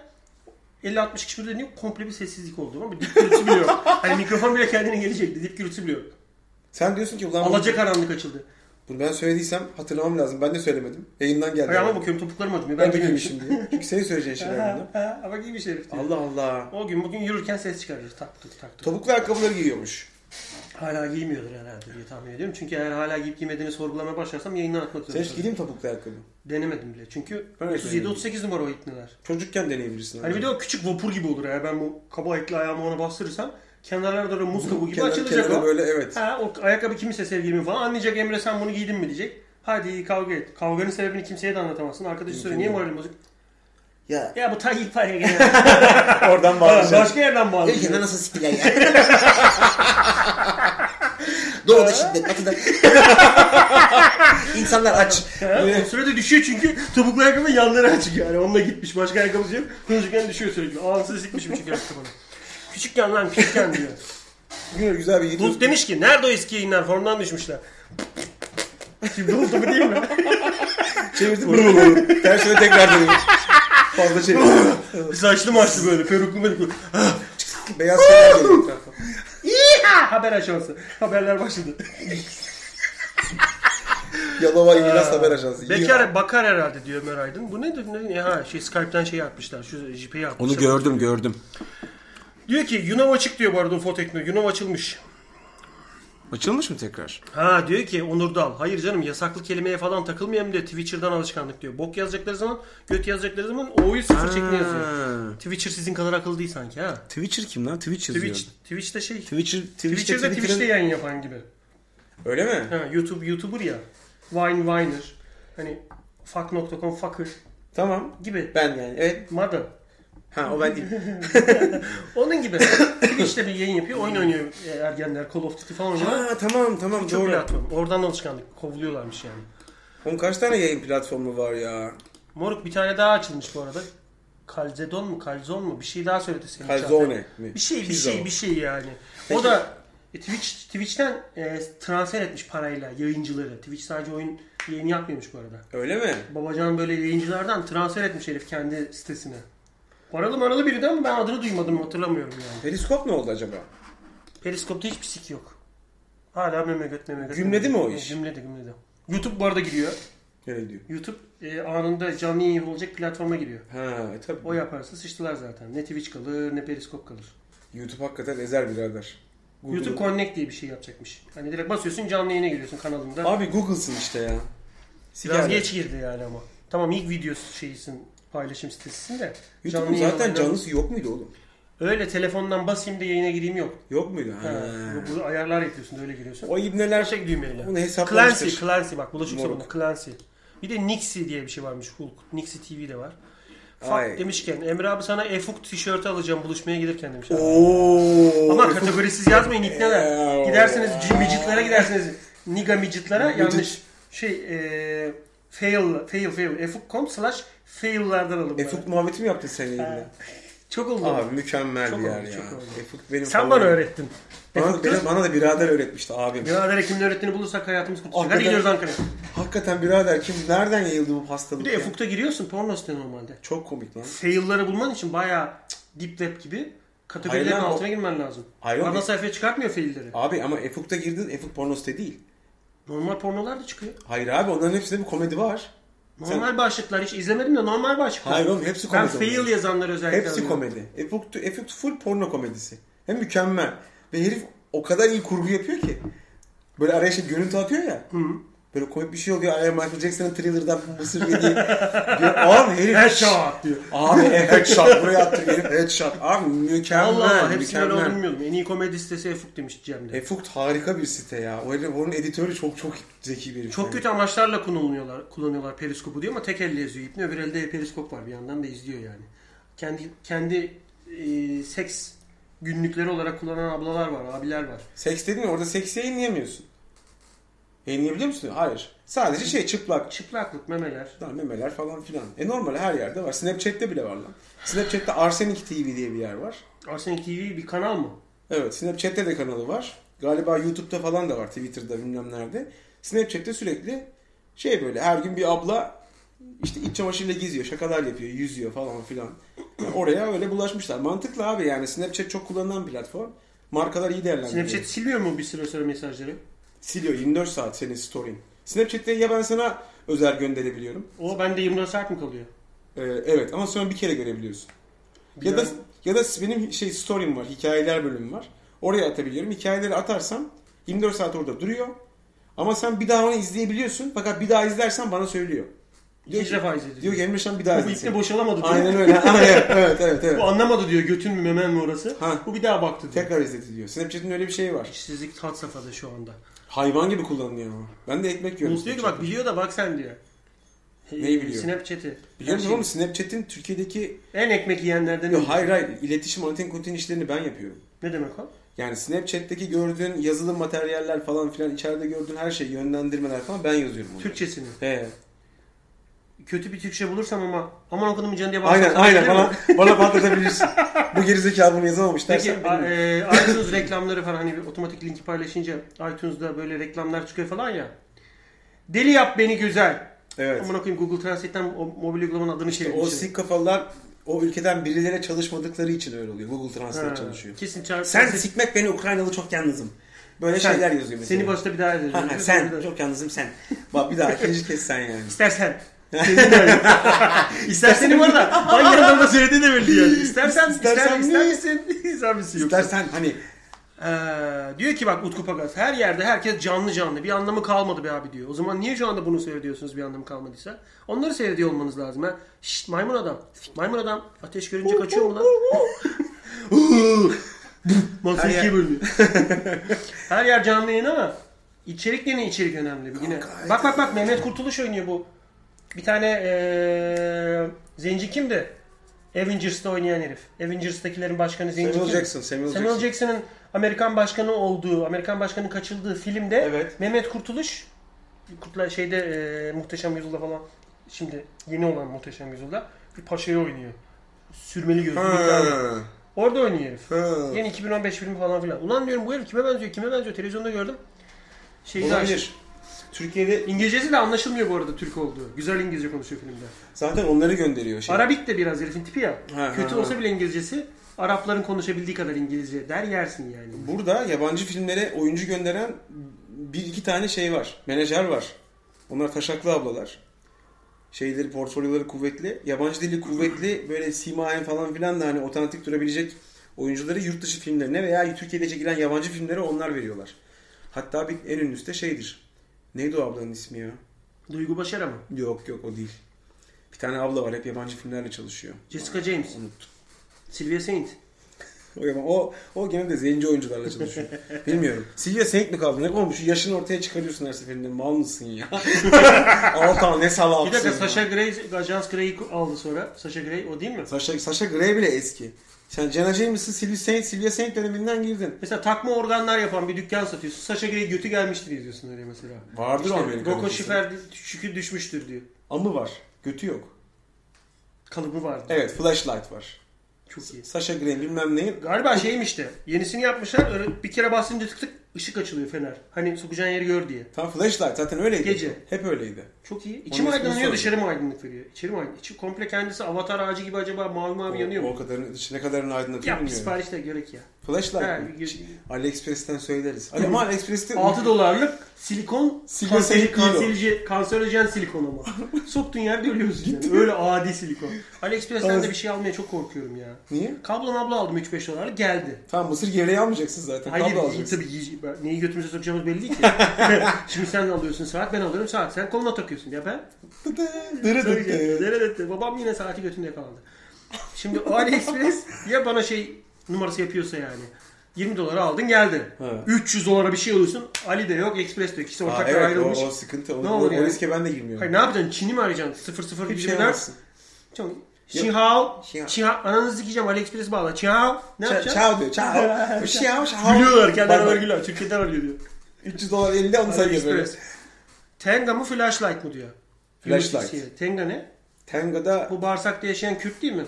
50-60 kişi birden yok. Komple bir sessizlik oldu ama dip gürültü bile yok. Hani mikrofon bile kendine gelecekti. Dip gürültü bile yok.
Sen diyorsun ki ulan bunu,
Alacak karanlık açıldı.
bunu ben söylediysem hatırlamam lazım. Ben de söylemedim. Yayından geldi.
Ayağıma bakıyorum topuklarım acımıyor.
Ben
Ben
de
giymişim.
giymişim diye. Çünkü senin söyleyeceğin şeyler bunlar.
Ha, Ama giymiş herif diyor.
Allah Allah.
O gün bugün yürürken ses çıkarıyor. Tak tuk tak tuk.
Topuklu ayakkabıları giyiyormuş.
Hala giymiyordur herhalde diye tahmin ediyorum. Çünkü eğer hala giyip giymediğini sorgulamaya başlarsam yayından atmak
Sen
zorunda.
hiç giydin mi topuklu ayakkabı?
Denemedim bile. Çünkü
Ben de denemedim.
37-38 numara o ipneler.
Çocukken deneyebilirsin.
Hani bir de o küçük vapur gibi olur. Eğer ben bu kaba ayaklı ayağımı ona bastırırsam kenarlarda böyle muz kabuğu gibi
Kenar-
şey açılacak
kenara
o.
böyle evet.
Ha, o ayakkabı kimse sevgilimin falan anlayacak Emre sen bunu giydin mi diyecek. Hadi kavga et. Kavganın sebebini kimseye de anlatamazsın. Arkadaşı soruyor niye moralim bozuk?
Ya.
Ya bu takip paraya gene.
Oradan bağlayacağım.
Başka yerden bağlı.
Ülkede nasıl siktiler ya? Doğuda şiddet, batıda. İnsanlar aç.
Evet. Sürekli düşüyor çünkü topuklu ayakkabı yanları açık yani. Onunla gitmiş başka ayakkabısı yok. Çocukken düşüyor sürekli. Ağzını sikmişim çünkü ayakkabını. Küçükken lan küçükken diyor.
Bugün güzel bir
Bulut
gidiyoruz.
demiş ki nerede o eski yayınlar formdan düşmüşler. Şimdi oldu bu değil mi?
Çevirdim. Tersine tekrar dönüyor. Fazla şey- çevir.
Saçlı maçlı böyle peruklu peruklu.
Beyaz şeyler geliyor etrafa.
İha! Haber ajansı. Haberler başladı.
Yalova İngiliz Haber Ajansı. İyi ya.
Bekar bakar herhalde diyor Ömer Aydın. Bu nedir? Ne? ne- Ha şey Skype'den şey atmışlar. Şu JP'yi
Onu
atmışlar.
gördüm gördüm.
Diyor ki Yunav açık diyor bu arada Ufotekno. Yunav açılmış.
Açılmış mı tekrar?
Ha diyor ki Onur Dal. Hayır canım yasaklı kelimeye falan takılmayalım diyor. Twitcher'dan alışkanlık diyor. Bok yazacakları zaman, göt yazacakları zaman O'yu sıfır çekme yazıyor. Twitcher sizin kadar akıllı değil sanki ha.
Twitcher kim lan? Twitch yazıyor.
Twitch, Twitch'te şey.
Twitcher, Twitch'te,
Twitcher'da Twitch'te yayın yapan gibi.
Öyle mi?
Ha, YouTube, YouTuber ya. Vine, Viner. Hani fuck.com, fucker
Tamam.
gibi.
Ben yani. Evet.
Mother.
Ha o ben değil.
Onun gibi. Twitch'te bir yayın yapıyor. Oyun oynuyor e, ergenler. Call of Duty falan oynuyor.
ha tamam tamam
Çok
doğru.
platform. Oradan alışkanlık. Kovuluyorlarmış yani.
Onun kaç tane yayın platformu var ya?
Moruk bir tane daha açılmış bu arada. Kalzedon mu kalzon mu bir şey daha söyledi senin
Calzone mi?
Bir şey bir
Pizza
şey
mı?
bir şey yani. O da e, Twitch Twitch'ten e, transfer etmiş parayla yayıncıları. Twitch sadece oyun yayını yapmıyormuş bu arada.
Öyle mi?
Babacan böyle yayıncılardan transfer etmiş herif kendi sitesine. Paralı maralı biri de ama ben adını duymadım hatırlamıyorum yani.
Periskop ne oldu acaba?
Periskop'ta hiçbir sik yok. Hala meme göt meme göt.
Gümledi
meme
mi o
göt.
iş?
Gümledi gümledi. YouTube bu arada giriyor.
Öyle diyor.
YouTube e, anında canlı yayın olacak platforma giriyor.
Ha e tabii.
O yaparsa sıçtılar zaten. Ne Twitch kalır ne Periskop kalır.
YouTube hakikaten ezer birader. Google.
YouTube Connect diye bir şey yapacakmış. Hani direkt basıyorsun canlı yayına giriyorsun kanalında.
Abi Google'sın işte ya. Siker
Biraz
de.
geç girdi yani ama. Tamam ilk video şeysin paylaşım sitesisin de.
YouTube'un
yayın
zaten
olayları-
canlısı yok muydu oğlum?
Öyle telefondan basayım da yayına gireyim yok.
Yok muydu? Ha.
Ha, bu- bu ayarlar yapıyorsun da öyle giriyorsun.
Ee. O ibneler şey
Gerçek düğmeyle.
Bunu
Clancy,
hesaplamıştır.
Clancy bak bulaşık
Moruk.
sabunu Clancy. Bir de Nixie diye bir şey varmış Hulk. Nixie TV de var.
Ay.
Fuck demişken Emre abi sana Efuk tişörtü alacağım buluşmaya gelirken demiş. abi.
Oo.
Ama kategorisiz yazmayın ikneler.
Eee.
Giderseniz c- midgetlere giderseniz niga midgetlere yanlış şey eee fail fail fail efuk.com slash fail'lardan alın. bana.
Efuk muhabbeti mi yaptın sen yayında?
Çok oldu.
Abi mükemmel
Çok
bir yer
oldu,
ya.
çok oldu.
Efuk benim
Sen
favorim.
bana öğrettin.
Bana, benim- bana da birader öğretmişti abim.
Birader hekimli öğrettiğini bulursak hayatımız kurtulacak. Hadi
Hakikaten.
gidiyoruz Ankara'ya.
Hakikaten birader kim nereden yayıldı bu hastalık
Bir de
ya?
Efuk'ta giriyorsun porno site normalde.
Çok komik lan.
Fail'ları bulman için bayağı cık, deep web gibi kategorilerin
Hayır lan,
altına girmen lazım.
Hayır
Ana
oğlum.
sayfaya çıkartmıyor fail'leri.
Abi ama Efuk'ta girdin Efuk porno site değil.
Normal pornolar da çıkıyor.
Hayır abi onların hepsinde bir komedi var.
Normal başlıklar hiç izlemedim de normal başlıklar.
Hayır oğlum, hepsi
Ben
komedi
fail
oluyor.
yazanları özellikle
Hepsi
anlıyorum.
komedi. Efuk, Efuk full porno komedisi. Hem mükemmel. Ve herif o kadar iyi kurgu yapıyor ki. Böyle araya şey görüntü atıyor ya. Böyle komik bir şey oluyor. Araya Michael Jackson'ın thriller'dan bir mısır yediği. diyor, abi herif.
Headshot diyor.
Abi headshot buraya attı herif headshot. Abi mükemmel.
Allah Allah hepsi böyle olduğunu
mükemmel.
bilmiyordum. En iyi komedi sitesi Efuk demiş Cem'de.
Efukt E, harika bir site ya. O herif, onun editörü çok çok zeki bir herif.
Çok
Yani.
kötü amaçlarla kullanıyorlar, kullanıyorlar periskopu diyor ama tek elle yazıyor İbni. Öbür elde periskop var bir yandan da izliyor yani. Kendi kendi e, seks günlükleri olarak kullanan ablalar var, abiler var.
Seks dedin ya orada seksi yayınlayamıyorsun. Yayınlayabiliyor musun? Hayır. Sadece şey çıplak.
Çıplaklık, memeler.
Lan memeler falan filan. E normal her yerde var. Snapchat'te bile var lan. Snapchat'te Arsenik TV diye bir yer var.
Arsenik TV bir kanal mı?
Evet Snapchat'te de kanalı var. Galiba YouTube'da falan da var. Twitter'da bilmem nerede. Snapchat'te sürekli şey böyle her gün bir abla işte iç çamaşırıyla geziyor. Şakalar yapıyor. Yüzüyor falan filan. Yani oraya öyle bulaşmışlar. Mantıklı abi yani. Snapchat çok kullanılan platform. Markalar iyi değerlendiriyor.
Snapchat silmiyor mu bir süre sonra mesajları?
Siliyor 24 saat senin story'in. Snapchat'te ya ben sana özel gönderebiliyorum.
O bende 24 saat mi kalıyor?
Ee, evet ama sonra bir kere görebiliyorsun. Ya da ya da benim şey story'im var, hikayeler bölümüm var. Oraya atabiliyorum. Hikayeleri atarsam 24 saat orada duruyor. Ama sen bir daha onu izleyebiliyorsun. Fakat bir daha izlersen bana söylüyor. Diyor
İkinci
ki,
defa izledi.
diyor ki Emre Şan bir daha
Bu ipte
izlesin.
boşalamadı diyor.
Aynen öyle. Aynen. evet evet evet.
Bu anlamadı diyor götün mü memen mi orası.
Ha.
Bu bir daha baktı diyor.
Tekrar izledi diyor. Snapchat'in öyle bir şeyi var.
İşsizlik tat safhada şu anda.
Hayvan gibi kullanılıyor ama. Ben de ekmek yiyorum.
Yunus diyor ki bak biliyor da bak sen diyor. Ee,
Neyi biliyor?
Snapchat'i.
Biliyorsun
Her
oğlum Snapchat'in Türkiye'deki
şeyi. En ekmek yiyenlerden.
Yok
biri.
hayır hayır. İletişim anten konten işlerini ben yapıyorum.
Ne demek o?
Yani Snapchat'teki gördüğün yazılı materyaller falan filan içeride gördüğün her şey yönlendirmeler falan ben yazıyorum onu.
Türkçesini.
He.
Kötü bir Türkçe bulursam ama aman okudum canı diye
Aynen
bağırsam
aynen
değil mi?
bana, bana patlatabilirsin. Bu gerizekalı bunu yazamamış
Peki
dersen benim.
e, iTunes reklamları falan hani bir otomatik linki paylaşınca iTunes'da böyle reklamlar çıkıyor falan ya. Deli yap beni güzel.
Evet.
Aman okuyayım Google Translate'ten o mobil uygulamanın adını işte
O sik kafalılar o ülkeden birilerine çalışmadıkları için öyle oluyor. Google Translate çalışıyor.
Kesin çağır.
Sen sikmek beni Ukraynalı çok yalnızım. Böyle
Sen.
şeyler yazıyor mesela.
Seni başta bir daha ederim.
Ha, ha, sen çok yalnızım sen. Bak bir daha ikinci kez sen yani.
İstersen. İstersen bu arada hangi adamda söylediği de belli yani. İstersen,
İstersen
istersen, istersen misin? şey İster misin yoksa?
İstersen hani
Ee, diyor ki bak Utku Pagas her yerde herkes canlı canlı bir anlamı kalmadı be abi diyor. O zaman niye şu anda bunu seyrediyorsunuz bir anlamı kalmadıysa? Onları seyrediyor olmanız lazım ha. Şşt maymun adam. Maymun adam ateş görünce kaçıyor mu lan? Masa
Her
ikiye
yer-
bölünüyor. her yer canlı yayın ama içerik yine içerik önemli. Yine. Bak bak bak Mehmet Kurtuluş oynuyor bu. Bir tane eee Zenci kimdi? Avengers'ta oynayan herif. Avengers'takilerin başkanı Zenci
Samuel
kimdi?
Jackson, Samuel
Samuel
Jackson.
Jackson'ın Amerikan başkanı olduğu, Amerikan başkanı kaçıldığı filmde
Evet.
Mehmet Kurtuluş Kurtla şeyde e, Muhteşem Yüzyılda falan şimdi yeni olan Muhteşem Yüzyılda bir paşayı oynuyor. Sürmeli gözlü. bir tane.
Ha.
Orada oynuyor herif.
Ha.
Yeni 2015 filmi falan filan. Ulan diyorum bu herif kime benziyor? Kime benziyor? Televizyonda gördüm. Şey
Olabilir. Türkiye'de
İngilizcesi de anlaşılmıyor bu arada Türk olduğu. Güzel İngilizce konuşuyor filmde.
zaten onları gönderiyor. Şey.
Arabik de biraz herifin tipi ya.
Ha,
Kötü
ha,
olsa
ha.
bile İngilizcesi Arapların konuşabildiği kadar İngilizce der yersin yani.
Burada yabancı filmlere oyuncu gönderen bir iki tane şey var. Menajer var. Onlar taşaklı ablalar. Şeyleri, portfolyoları kuvvetli. Yabancı dili kuvvetli. Böyle simayen falan filan da hani otantik durabilecek oyuncuları yurt dışı filmlerine veya Türkiye'de çekilen yabancı filmlere onlar veriyorlar. Hatta bir en ünlüsü de şeydir. Neydi o ablanın ismi ya?
Duygu Başar ama.
Yok yok o değil. Bir tane abla var hep yabancı filmlerle çalışıyor.
Jessica James.
Unuttum.
Sylvia Saint.
O, yaman- o, o gene de zenci oyuncularla çalışıyor. Bilmiyorum. Silvia Saint mi kaldı? Ne oğlum şu yaşını ortaya çıkarıyorsun her seferinde. Mal mısın ya? Altan ne salaksın.
Bir dakika
ya.
Sasha Grey, Ajans Grey'i aldı sonra. Sasha Grey o değil mi?
Sasha, Sasha Grey bile eski. Sen Jenna James'in Silvia Saint, Silvia Saint döneminden girdin.
Mesela takma organlar yapan bir dükkan satıyorsun. Sasha Grey götü gelmiştir yazıyorsun öyle mesela.
Vardır o Amerikan
Rocco
ülkesi.
Schiffer şükür düşmüştür diyor.
Amı var. Götü yok.
Kalıbı vardı.
Evet flashlight var.
Çok iyi.
Sasha Grey bilmem neyin.
Galiba şeymiş de yenisini yapmışlar. Öyle bir kere bastınca tık tık ışık açılıyor fener. Hani sokacağın yeri gör diye.
Tam flashlight zaten öyleydi.
Gece.
Hep öyleydi.
Çok iyi. İçi mi
ismini
aydınlanıyor
sorayım.
dışarı mı aydınlık veriyor? İçeri mi aydınlık? İçi komple kendisi avatar ağacı gibi acaba mavi mavi yanıyor
O
mu?
kadarını, işte ne kadarını aydınlatıyor
Ya bir
bilmiyorum.
siparişte gerek ya.
Flashlight
Ha,
mı?
bir-
Şey, AliExpress'ten söyleriz. Hani Ama AliExpress'te
6 dolarlık silikon
Silikon
kanseri,
silik değil o.
kanserici, kanserojen silikon ama. Soktun yerde ölüyorsun yani. Öyle adi silikon. AliExpress'ten de bir şey almaya çok korkuyorum ya.
Niye?
Kablo mablo aldım 3-5 dolarlık geldi.
Tamam mısır gevreği almayacaksın zaten.
Hayır
Kablo alacaksın.
tabii yiyece- ben- neyi götümüze sokacağımız belli değil ki. Şimdi sen alıyorsun saat ben alıyorum saat. Sen koluna takıyorsun ya ben.
Tıdı, dırı dıdı.
Nerede? Babam yine saati götünde yakalandı. Şimdi o AliExpress ya bana şey numarası yapıyorsa yani. 20 dolara aldın geldi.
Ha.
300 dolara bir şey alıyorsun. Ali de yok, Express de yok. İkisi
Aa,
ortaklar
evet
ayrılmış.
o, o sıkıntı. O,
Ne
ne
olur
olur
yani?
O riske ben de girmiyorum.
Hayır ne yapacaksın? Çin'i mi arayacaksın? 00 sıfır
Hiçbir şey
bilmem.
yapamazsın.
Çok- Şihao.
Şihao.
Şihao. Ananızı dikeceğim. AliExpress bağla. Şihao. Ne
Ça-
yapacaksın?
Çao diyor. Çao. Bir şey yap. Çao.
Gülüyorlar. Kendi
Bak,
aralar
bak,
gülüyor. Türkiye'den arıyor diyor.
300 dolar elinde onu sayıyor böyle.
AliExpress. Tenga mı flashlight mı diyor.
Flashlight.
Yunus Emre. Tenga ne?
Tenga'da
Bu bağırsakta yaşayan Kürt değil mi?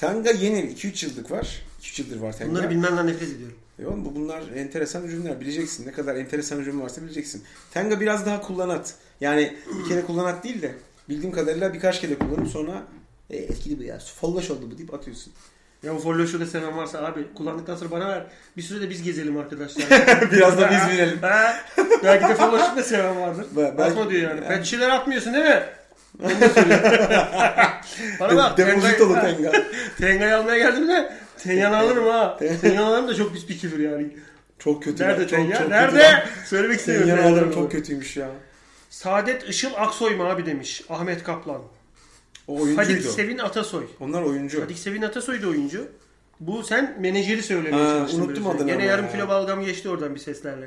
Tenga yeni 2-3 yıllık var. 2-3 yıldır var Tenga.
Bunları bilmenden nefret ediyorum.
E oğlum bu bunlar enteresan ürünler bileceksin. Ne kadar enteresan ürün varsa bileceksin. Tenga biraz daha kullanat. Yani bir kere kullanat değil de bildiğim kadarıyla birkaç kere kullanıp sonra e, etkili bu ya. Follaş oldu bu deyip atıyorsun.
Ya bu folloşu da seven varsa abi kullandıktan sonra bana ver. Bir süre de biz gezelim arkadaşlar.
Biraz da biz bilelim.
Ha, belki de folloşu da seven vardır.
Be- belki-
Atma diyor yani. yani. Petçiler atmıyorsun değil mi? Onu da söyle. bana bak.
Depozitolu
Tenga'yı-
Tenga.
Tenga'yı almaya geldim de Tengan'ı alırım ha. Tengan'ı alırım da çok pis bir küfür yani.
Çok kötü. ya,
Nerede
çok,
Tenga?
çok
Nerede?
Kötü.
Söylemek istemiyorum.
Tenga
Tengan'ı
alırım
alırım.
çok kötüymüş ya.
Saadet Işıl Aksoy mu abi demiş Ahmet Kaplan.
O oyuncuydu.
Fadik Sevin Atasoy.
Onlar oyuncu.
Fadik Sevin Atasoy da oyuncu. Bu sen menajeri söylemeye
Ha,
çalıştın.
unuttum
biraz önce.
adını
şey. Gene
ama
yarım
ya.
kilo balgam geçti oradan bir seslerle.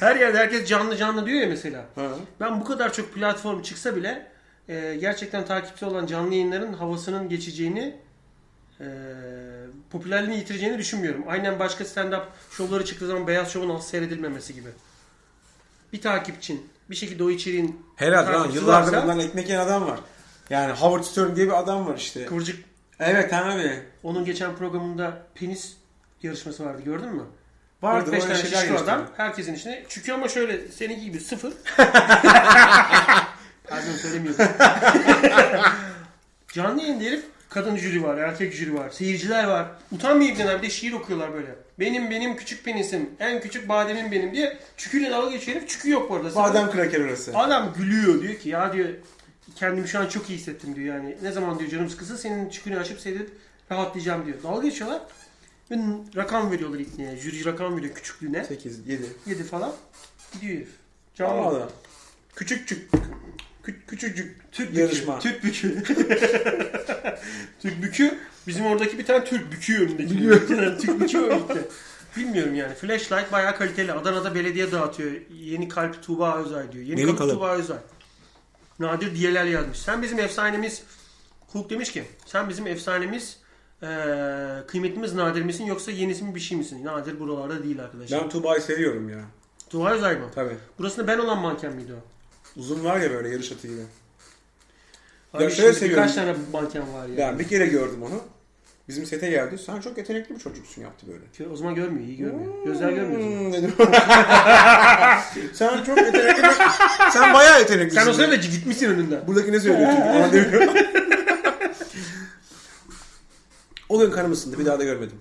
Her yerde herkes canlı canlı diyor ya mesela.
Ha.
Ben bu kadar çok platform çıksa bile e, gerçekten takipçi olan canlı yayınların havasının geçeceğini e, popülerliğini yitireceğini düşünmüyorum. Aynen başka stand-up şovları çıktığı zaman Beyaz Şov'un az seyredilmemesi gibi. Bir takipçin bir şekilde o içeriğin
Herhalde lan
takipçisi
yıllardır
varsa,
Bunlardan ekmek yiyen adam var. Yani Howard Stern diye bir adam var işte.
Kıvırcık
Evet abi.
Onun geçen programında penis yarışması vardı gördün mü?
Vardı,
5
öyle
tane
şeyler
şişko
geçti.
adam herkesin içine çıkıyor ama şöyle seninki gibi sıfır. Pardon söylemiyorum. Canlı yayında herif kadın jüri var, erkek jüri var, seyirciler var. Utanmayıp bir de şiir okuyorlar böyle. Benim benim küçük penisim, en küçük bademim benim diye çüküyle dalga geçiyor herif. Çükü yok bu arada. Sıfır.
Badem kraker orası.
Adam gülüyor diyor ki ya diyor kendimi şu an çok iyi hissettim diyor yani. Ne zaman diyor canım sıkılsa senin çıkını açıp seyredip rahatlayacağım diyor. Dalga geçiyorlar. Ve n- rakam veriyorlar ikneye. Jüri rakam veriyor küçüklüğüne.
8, 7.
7 falan. Gidiyor herif.
Tamam
Canlı.
da. Küçükçük. Kü- küçücük
Türk
yarışma.
Türk bükü. Türk bükü. Bizim oradaki bir tane Türk bükü önündeki. Türk bükü önündeki. Bilmiyorum yani. Flashlight bayağı kaliteli. Adana'da belediye dağıtıyor. Yeni kalp Tuğba Özay diyor. Yeni
Yeni
kalp
kalıp.
Tuğba Özay. Nadir Diyeler yazmış. Sen bizim efsanemiz Hulk demiş ki sen bizim efsanemiz eee kıymetimiz nadir misin yoksa yenisi mi bir şey misin? Nadir buralarda değil arkadaşlar.
Ben Tuba'yı seviyorum ya.
Tuğba Özay mı?
Tabii.
Burasında ben olan manken miydi o?
Uzun var ya böyle yarış atıyla.
Abi
Ya şöyle
şimdi
seviyorum.
birkaç tane manken var ya.
Ben bir kere gördüm onu. Bizim sete geldi. Sen çok yetenekli bir çocuksun yaptı böyle.
O zaman görmüyor, iyi görmüyor. Gözler görmüyor. o zaman.
Hmm, dedim. Sen çok yetenekli bir... Sen bayağı yeteneklisin.
Sen o sırada gitmişsin önünden.
Buradaki ne söylüyor çünkü bana demiyor. o gün kanım ısındı. Bir daha da görmedim.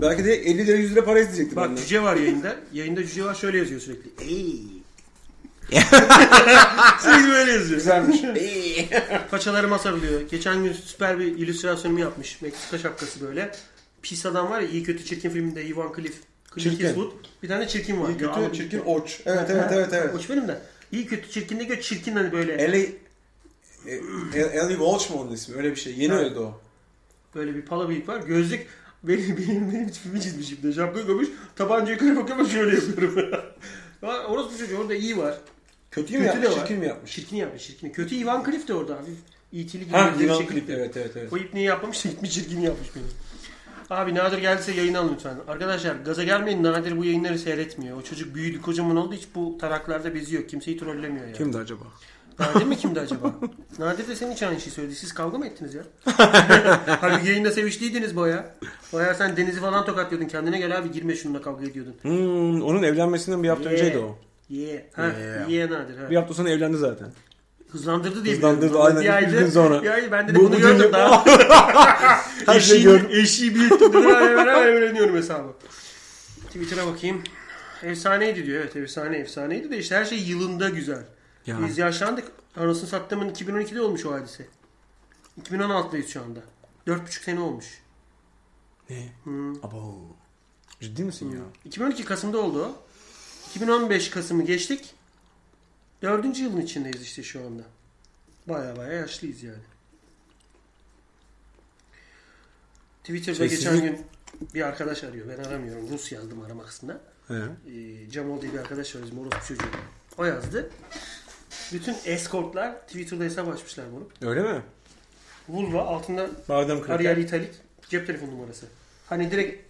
Belki de 50 lira 100 lira para isteyecektim
Bak
benden.
cüce var yayında. Yayında cüce var şöyle yazıyor sürekli. Ey. sürekli böyle yazıyor.
Güzelmiş.
Paçalarıma sarılıyor. Geçen gün süper bir illüstrasyonumu yapmış. Meksika şapkası böyle. Pis adam var ya iyi kötü çirkin filminde Ivan Cliff. Cliff
Çirkin.
Eastwood. Bir tane çirkin var. Ya,
Kötü
abi.
çirkin oç. Evet evet evet evet.
Hoş benim de. İyi kötü çirkin de gö çirkin hani böyle.
Ellie e, El- Ellie Walsh mu onun ismi? Öyle bir şey. Yeni
Evet.
öldü o.
Böyle bir pala bıyık var. Gözlük benim benim benim tipimi çizmişim de şapka koymuş. Tabanca yukarı bakıyor ama şöyle yapıyorum. Ama Orospu çocuğu orada iyi var.
Kötü mü
Kötü de
yapmış?
var.
Çirkin mi yapmış?
Çirkini yapmış çirkini. Kötü Ivan Cliff de orada abi. İtili gibi.
Ha,
bir
Divan
çekip-
klip. Evet evet evet.
O ipneyi yapmamış da ipni çirkini yapmış benim. Abi Nadir geldiyse yayın alın lütfen. Arkadaşlar gaza gelmeyin Nadir bu yayınları seyretmiyor. O çocuk büyüdü kocaman oldu hiç bu taraklarda beziyor. Kimseyi trollemiyor ya.
Kimdi acaba?
Nadir mi kimdi acaba? Nadir de senin için aynı şeyi söyledi. Siz kavga mı ettiniz ya? Halbuki yayında sevişliydiniz baya. Baya sen Deniz'i falan tokatlıyordun. Kendine gel abi girme şununla kavga ediyordun.
Hmm, onun evlenmesinden bir hafta önceydi o.
Ye. Ha,
Yeah.
ye nadir. Ha.
Bir hafta sonra evlendi zaten.
Hızlandırdı diye
Hızlandırdı,
biliyorum.
aynen.
Bir aydı.
Üç gün sonra.
Bir aydı. Ben de
Bu-
bunu
bu
gördüm
cümle-
daha.
Her şeyi gördüm.
eşiği büyüttüm. Dedi, ben hemen hemen öğreniyorum hesabı. Twitter'a bakayım. Efsaneydi diyor. Evet efsane efsaneydi de işte her şey yılında güzel.
Ya.
Biz yaşlandık. Anasını sattığımın 2012'de olmuş o hadise. 2016'dayız şu anda. 4,5 sene olmuş.
Ne? Abo. Ciddi misin ya?
2012 Kasım'da oldu o. 2015 Kasım'ı geçtik. Dördüncü yılın içindeyiz işte şu anda. Baya baya yaşlıyız yani. Twitter'da
Sessizlik-
geçen gün bir arkadaş arıyor. Ben aramıyorum. Rus yazdım arama kısmına.
He.
Ee, Cemal diye bir arkadaş var bizim orospu çocuğu. O yazdı. Bütün escortlar Twitter'da hesap açmışlar bunu.
Öyle mi?
Vulva altında
Badem
Arial
kraker.
italik cep telefonu numarası. Hani direkt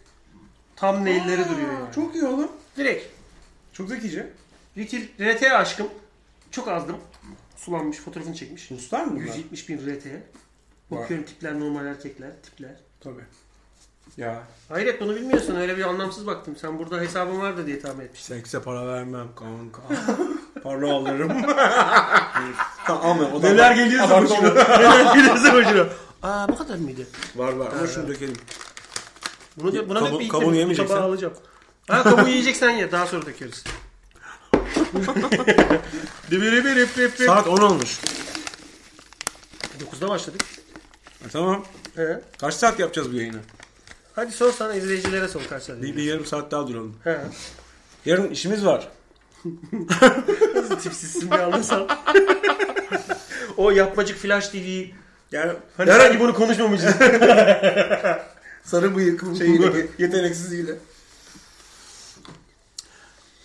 tam neyleri duruyor yani.
Çok iyi oğlum.
Direkt
Çok zekice.
Ritil, RT aşkım. Çok azdım. Sulanmış, fotoğrafını çekmiş.
Ruslar mı bunlar?
170 bin RT. Bakıyorum tipler normal erkekler, tipler.
Tabii. Ya.
Hayret bunu bilmiyorsun öyle bir anlamsız baktım. Sen burada hesabın vardı diye tahmin etmiştim.
Sekse para vermem kanka. para alırım.
Tamam ama o da
Neler
var.
geliyorsa
Abartma
başına.
oğlum.
Neler geliyorsa başına. Aa bu kadar mıydı?
Var var. Ama şunu dökelim.
Bunu da, buna
Kabuğu-
da bir
kabuğunu
iklim- bu
yemeyeceksen.
tabağı alacağım. Ha kabuğu yiyeceksen ye. Daha sonra dökeriz. Dibiribir rip rip rip.
Saat 10 olmuş.
9'da başladık.
E, tamam.
He.
Kaç saat yapacağız bu yayını?
Hadi sor sana izleyicilere sor kaç tane.
Bir, bir yarım saat daha duralım.
He.
Yarın işimiz var.
tipsizsin bir anlasam. o yapmacık Flash TV.
Yani
Hani sanki bunu konuşmamışız.
sarı bıyık şeyiyle yeteneksizliğiyle.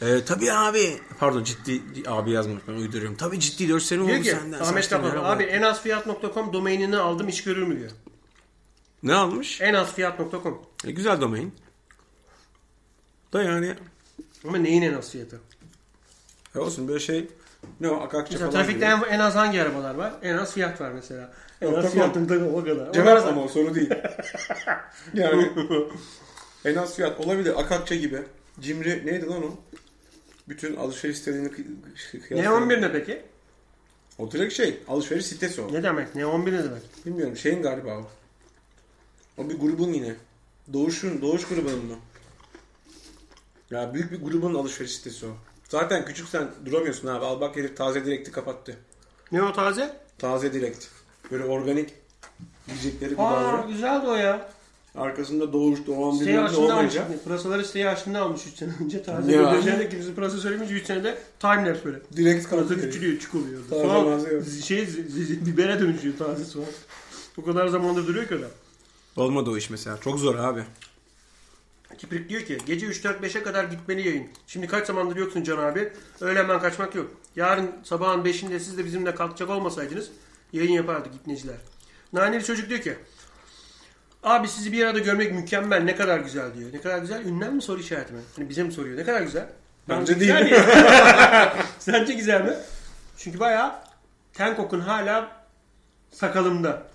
Ee, tabii abi. Pardon ciddi abi yazmamış ben uyduruyorum. Tabii ciddi 4 sene
diyor
oldu
ki
senden.
Ahmet
saçma
Kaplan
yere
abi
bak."
en az fiyat.com domainini aldım iş görür mü diyor.
Ne almış?
En az fiyat.com.
E, güzel domain. Da yani.
Ama neyin en az fiyatı?
E, olsun böyle şey. Ne o akakçı
Mesela
falan.
trafikte
gibi.
en, en az hangi arabalar var? En az fiyat var mesela. En
Nokta
az
com.
fiyat.com o kadar. Onlar
Cevap ama o soru değil. yani en az fiyat olabilir. Akakça gibi. Cimri neydi lan o? Bütün alışveriş sitelerini kı- şey,
Ne
kıyaslayan.
11 ne peki?
O direkt şey. Alışveriş sitesi o.
Ne demek? Ne 11 ne demek?
Bilmiyorum şeyin galiba o. O bir grubun yine. Doğuş'un, Doğuş grubunun mu? Ya büyük bir grubun alışveriş sitesi o. Zaten küçük sen duramıyorsun abi. Al bak herif taze direkti kapattı.
Ne o taze?
Taze direkt. Böyle organik yiyecekleri
Aa
gıdaları.
güzeldi o ya.
Arkasında doğuş doğan
Siteyi
bilmem ne
açtığında almış.
olmayacak.
Pırasaları siteyi açtığında almış 3 sene önce. Taze
Ya.
gözlerinde de kimse pırasa söylemeyince 3 senede timelapse böyle.
Direkt
Taze
kaldı.
küçülüyor, çık oluyor.
Taze
Soğan
malzeme yok.
şey, z- z- bibere dönüşüyor taze soğan. O kadar zamandır duruyor ki adam.
Olmadı o iş mesela. Çok zor abi.
Kiprik diyor ki gece 3-4-5'e kadar gitmeli yayın. Şimdi kaç zamandır yoksun Can abi. Öyle hemen kaçmak yok. Yarın sabahın 5'inde siz de bizimle kalkacak olmasaydınız yayın yapardık gitmeciler. Naneli çocuk diyor ki Abi sizi bir arada görmek mükemmel ne kadar güzel diyor. Ne kadar güzel ünlem mi soru işareti mi? Hani bize mi soruyor ne kadar güzel?
Bence
güzel
değil.
Sence güzel mi? Çünkü bayağı ten kokun hala sakalımda.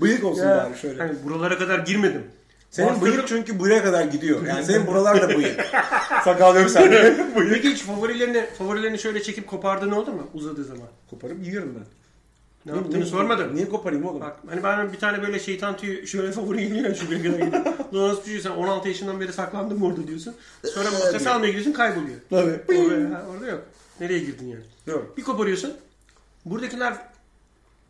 Bıyık olsun bari şöyle.
Hani buralara kadar girmedim.
Senin
Bastırdım.
bıyık çünkü buraya kadar gidiyor. Yani senin buralar da bıyık. Sakal yok sende. bıyık.
Peki hiç favorilerini, favorilerini şöyle çekip kopardığın oldu mu uzadığı zaman?
Koparıp yiyorum ben.
Ne yaptığını sormadın.
Niye koparayım oğlum?
Bak hani ben bir tane böyle şeytan tüyü şöyle favori geliyor şu kadar gidiyor. Lan nasıl bir şey sen 16 yaşından beri saklandın mı orada diyorsun. Sonra makas almaya gidiyorsun kayboluyor.
Tabii.
Orada, ha, orada yok. Nereye girdin yani?
Yok.
Bir koparıyorsun. Buradakiler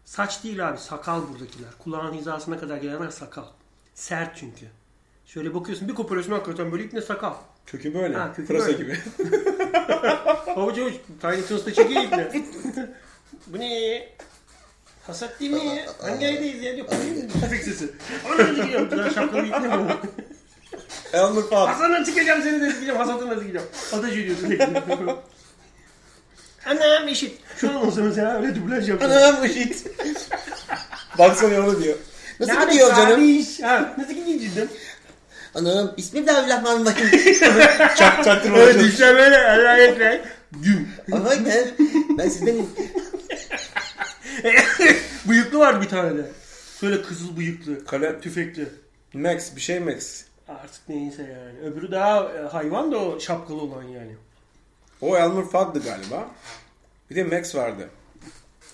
saç değil abi sakal buradakiler. Kulağın hizasına kadar gelenler sakal. Sert çünkü. Şöyle bakıyorsun bir koparıyorsun hakikaten böyle ipne sakal.
Kökü böyle.
Ha, kökü
Pırasa
böyle.
gibi.
Havuç havuç. Tiny Toons'ta çekiyor ipne. Bu ne? Hasat değil mi ya? Hangi aydayız ya? Yok. Tüfek sesi. Ananı çıkacağım. Daha şapkalı ipne mi?
Elmer Fudd.
Hasan'dan çıkacağım seni de sikeceğim. Hasat'ın da sikeceğim. Ateş ediyorsun. Anam eşit. Şu an olsanız ya öyle dublaj yapıyor.
Anam eşit. Baksana yolu diyor.
Nasıl
Yani
gidiyor canım?
kardeş, Ha, nasıl gidiyor cidden?
Anam bismillahirrahmanirrahim.
Çak, çaktırma.
Evet işte böyle Allah ekber. Güm.
Ama ben, ben sizden
Bıyıklı var bir tane de. Şöyle kızıl bıyıklı.
Kalem
Tüfekli.
Max bir şey Max.
Artık neyse yani. Öbürü daha e, hayvan da o şapkalı olan yani.
O Elmer Fudd'dı galiba. Bir de Max vardı.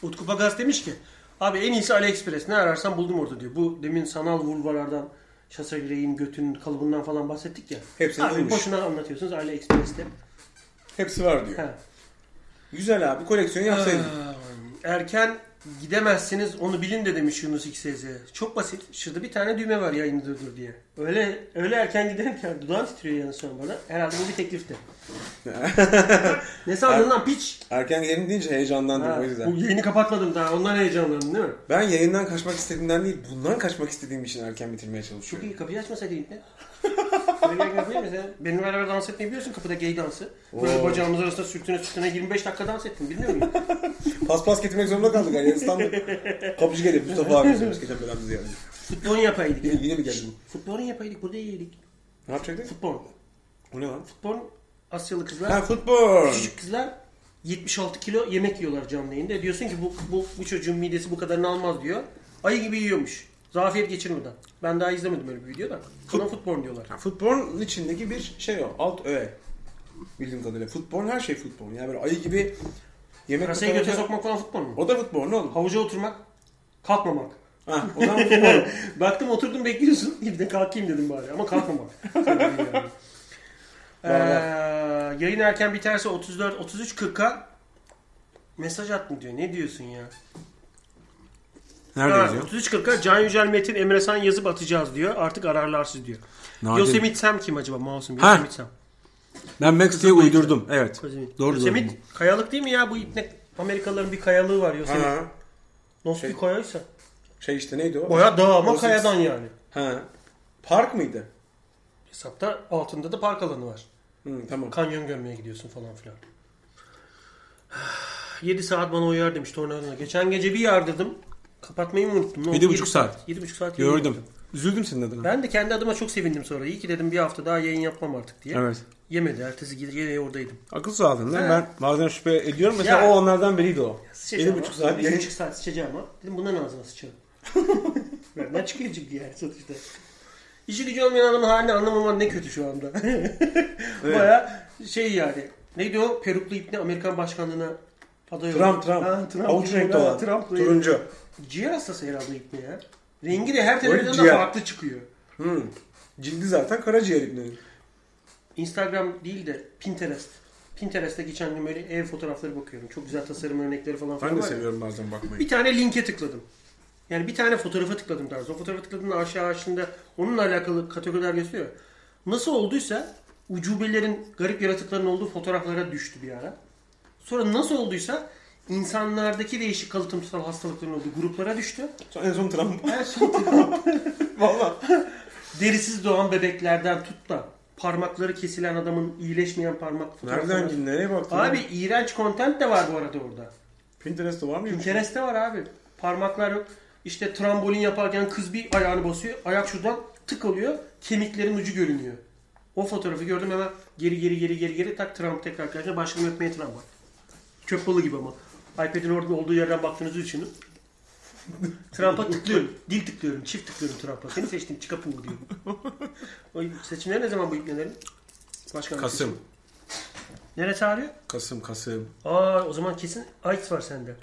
Utku Pagas demiş ki abi en iyisi AliExpress ne ararsan buldum orada diyor. Bu demin sanal vulvalardan şasa yüreğin götünün kalıbından falan bahsettik ya.
Hepsini
abi
bulmuş.
boşuna anlatıyorsunuz AliExpress'te.
Hepsi var diyor.
Ha.
Güzel abi koleksiyonu yapsaydın.
Aa, Erken gidemezsiniz onu bilin de demiş Yunus XZ. Çok basit. Şurada bir tane düğme var yayını durdur diye. Öyle öyle erken giderim ki dudağım titriyor yani sonra bana. Herhalde bu bir teklifti. ne sandın lan piç?
Erken gidelim deyince heyecanlandım
Ha,
o yüzden.
bu yayını kapatmadım daha. Ondan heyecanlandın değil mi?
Ben yayından kaçmak istediğimden değil, bundan kaçmak istediğim için erken bitirmeye
Çok
çalışıyorum.
iyi kapıyı açmasaydın ya. Böyle gel kapıyı mesela. Benimle beraber dans etmeyi biliyorsun kapıda gay dansı. Böyle bacağımız arasında sürtüne sürtüne 25 dakika dans ettim biliyor musun?
Pas pas getirmek zorunda kaldık yani İstanbul. Kapıcı gelip Mustafa abi izlemiş geçen bölüm bizi yani.
Futbolun yapaydık.
Yine, yine mi geldin?
Futbolun yapaydık burada yedik.
Ne yapacaktık?
Futbol.
Bu ne lan?
Futbol Asyalı kızlar.
Ha futbol.
Küçücük kızlar 76 kilo yemek yiyorlar canlı yayında. Diyorsun ki bu, bu, bu çocuğun midesi bu kadarını almaz diyor. Ayı gibi yiyormuş. Zafiyet geçirmeden. Ben daha izlemedim öyle bir video da. Buna futbol diyorlar.
Ha, Futbolun içindeki bir şey o. Alt öğe. Bildiğim kadarıyla. Futbol her şey futbol. Yani böyle ayı gibi yemek
Kasayı göte
fotoğrafı-
sokmak falan futbol mu?
O da futbol ne oğlum?
Havuca oturmak, kalkmamak.
Ha, o zaman futbol.
Baktım oturdum bekliyorsun. Bir de kalkayım dedim bari ama kalkmamak. Yani. Ee, yayın erken biterse 34 33 40'a mesaj attım diyor. Ne diyorsun ya?
Nerede
Ha,
yazıyor?
33.40'a Can Yücel Metin Emre San yazıp atacağız diyor. Artık ararlar siz diyor.
Nadir.
Yosemite Sam kim acaba? Masum
Ha.
Yosemite Sam.
Ben Max diye uydurdum. Evet.
Yosemite.
Doğru
Yosemite
doğru.
kayalık değil mi ya? Bu ipne Amerikalıların bir kayalığı var Yosemite.
ha.
Nasıl bir kayaysa.
Şey işte neydi o?
Baya dağ ama
Yosemite.
kayadan yani.
Ha. Park mıydı?
Hesapta altında da park alanı var.
Hı, tamam.
Kanyon görmeye gidiyorsun falan filan. 7 saat bana uyar demiş tornadona. Geçen gece bir yardırdım. Kapatmayı mı unuttum? Ne oldu?
Yedi buçuk
Yedi
saat.
Yedi buçuk saat yayın
Gördüm.
yaptım.
Üzüldüm senin adına.
Ben de kendi adıma çok sevindim sonra. İyi ki dedim bir hafta daha yayın yapmam artık diye.
Evet.
Yemedi. Ertesi gece yine oradaydım.
Akıl sağlığından
He.
ben bazen şüphe ediyorum. Mesela
Ya.
o onlardan biriydi o.
Sıçacağım ama.
buçuk saat
Yedi
yayın.
buçuk saat sıçacağım ama. Dedim bundan ağzına sıçarım. Benden çıkıyor çünkü yani sonuçta. İşi gücü olmayan adamın halini anlamaman ne kötü şu anda. Baya şey yani. Neydi o? Peruklu ipne Amerikan başkanlığına aday oldu.
Trump, Trump.
Ha, Trump.
Avuç renkli olan.
Trump.
Turuncu.
Ciğer hastası herhalde ipne ya. Rengi de her
Böyle
televizyonda
ciğer.
farklı çıkıyor.
Hı. Cildi zaten karaciğer ibnenin.
Instagram değil de Pinterest. Pinterest'te geçen gün böyle ev fotoğrafları bakıyorum. Çok güzel tasarım örnekleri falan
Ben
filan
de
var ya.
seviyorum bazen bakmayı.
Bir tane linke tıkladım. Yani bir tane fotoğrafa tıkladım tarzı. O fotoğrafa tıkladığında aşağı açtığında onunla alakalı kategoriler gösteriyor. Nasıl olduysa ucubelerin, garip yaratıkların olduğu fotoğraflara düştü bir ara. Sonra nasıl olduysa insanlardaki değişik kalıtımsal hastalıkların olduğu gruplara düştü.
Son- En son Trump.
Her şey
Valla.
derisiz doğan bebeklerden tut da parmakları kesilen adamın iyileşmeyen parmak fotoğrafları.
Nereden gittin? Nereye baktın?
Abi iğrenç content de var bu arada orada.
Pinterest'te var mıymış?
Pinterest'te var abi. Parmaklar yok. İşte trambolin yaparken kız bir ayağını basıyor. Ayak şuradan tık oluyor. Kemiklerin ucu görünüyor. O fotoğrafı gördüm hemen geri geri geri geri geri tak tram tekrar karşına başını öpmeye tram var. Çöp balı gibi ama. iPad'in orada olduğu yerden baktığınızı düşünün. Trump'a tıklıyorum. Dil tıklıyorum. Çift tıklıyorum Trump'a. Seni seçtim. Çıkapın diyorum. O seçimler ne zaman bu ipnelerin? Başkanlık
Kasım.
seçimi. Neresi ağrıyor?
Kasım, Kasım.
Aa o zaman kesin AIDS var sende.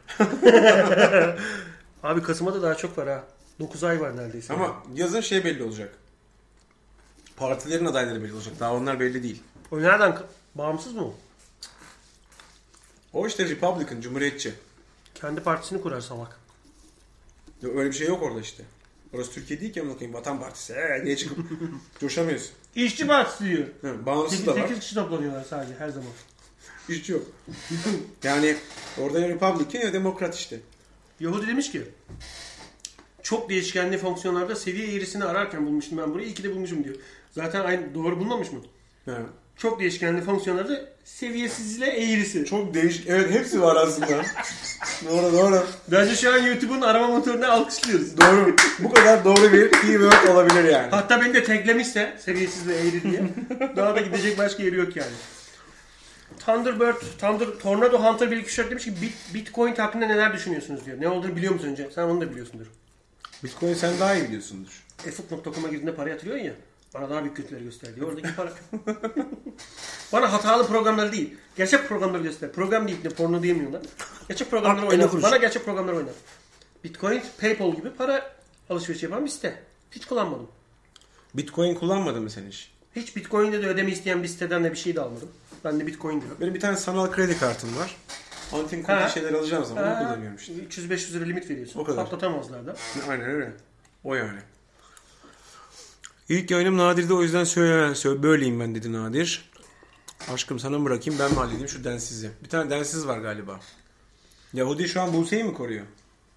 Abi Kasım'a da daha çok var ha. 9 ay var neredeyse.
Ama yazın şey belli olacak. Partilerin adayları belli olacak. Daha onlar belli değil.
O nereden? ka- Bağımsız mı o?
O işte Republican, Cumhuriyetçi.
Kendi partisini kurar salak.
Ya Öyle bir şey yok orada işte. Orası Türkiye değil ki amına koyayım. Vatan Partisi. Ee, diye çıkıp coşamıyorsun.
İşçi partisi diyor.
Ha, bağımsız
8,
da var.
8 kişi toplanıyorlar sadece her zaman.
İşçi yok. yani orada ya Republican ya Demokrat işte.
Yahudi demiş ki çok değişkenli fonksiyonlarda seviye eğrisini ararken bulmuştum ben burayı. İyi ki de bulmuşum diyor. Zaten aynı doğru bulmamış mı?
Ha.
Çok değişkenli fonksiyonlarda seviyesizle eğrisi.
Çok değişik. Evet hepsi var aslında. doğru doğru.
Bence şu an YouTube'un arama motoruna alkışlıyoruz.
Doğru. Bu kadar doğru bir keyword olabilir yani.
Hatta beni de taglemişse seviyesiz ve eğri diye. Daha da gidecek başka yeri yok yani. Thunderbird, Thunder, Tornado Hunter bir kişi demiş ki "Bit- Bitcoin hakkında neler düşünüyorsunuz diyor. Ne olduğunu biliyor musun önce? Sen onu da biliyorsundur.
Bitcoin sen daha iyi biliyorsundur.
Efuk.com'a girdiğinde para yatırıyorsun ya. Bana daha büyük kötüleri göster diyor. Oradaki para... Bana hatalı programları değil. Gerçek programları göster. Program deyip de porno diyemiyorlar. Gerçek programları
Hakikaten
oynar.
kuruş.
Bana gerçek programları oynar. Bitcoin, Paypal gibi para alışveriş yapan bir site. Hiç kullanmadım.
Bitcoin kullanmadın mı sen hiç?
Hiç Bitcoin'de de ödeme isteyen bir siteden de bir şey de almadım. Ben de Bitcoin diyorum.
Benim bir tane sanal kredi kartım var.
Antin
Ha.
kurdu şeyler alacağım zaman onu kullanıyorum işte.
300-500 lira limit veriyorsun.
O kadar.
Patlatamazlar da.
Aynen öyle. O yani. İlk yayınım Nadir'de o yüzden söyle, söyle böyleyim ben dedi Nadir. Aşkım sana mı bırakayım ben mi halledeyim şu densizi. Bir tane densiz var galiba. Yahudi şu an Buse'yi mi koruyor?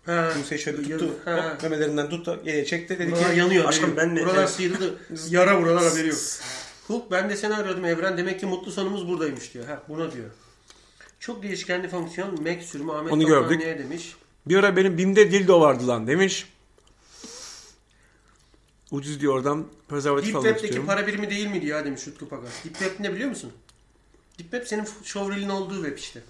Ha.
Buse'yi şöyle tuttu.
Ha.
Hop, memelerinden tuttu. Geriye çekti. Dedi
Buralar
ki
yanıyor.
aşkım ben ne?
Buralar sıyrıldı. Yara buralar haberi yok. Hulk ben de seni arıyordum evren. Demek ki mutlu sonumuz buradaymış diyor. Ha buna diyor. Çok değişkenli fonksiyon. Mac sürümü Ahmet
Onu
Kaplan
gördük.
neye demiş?
Bir ara benim BİM'de dildo vardı lan demiş. Ucuz diyor oradan
Deep
prezervatif almak
Web'deki
istiyorum.
para birimi değil miydi ya demiş Utku Pakas. Deep Web ne biliyor musun? Deep Web senin şovrilin olduğu web işte.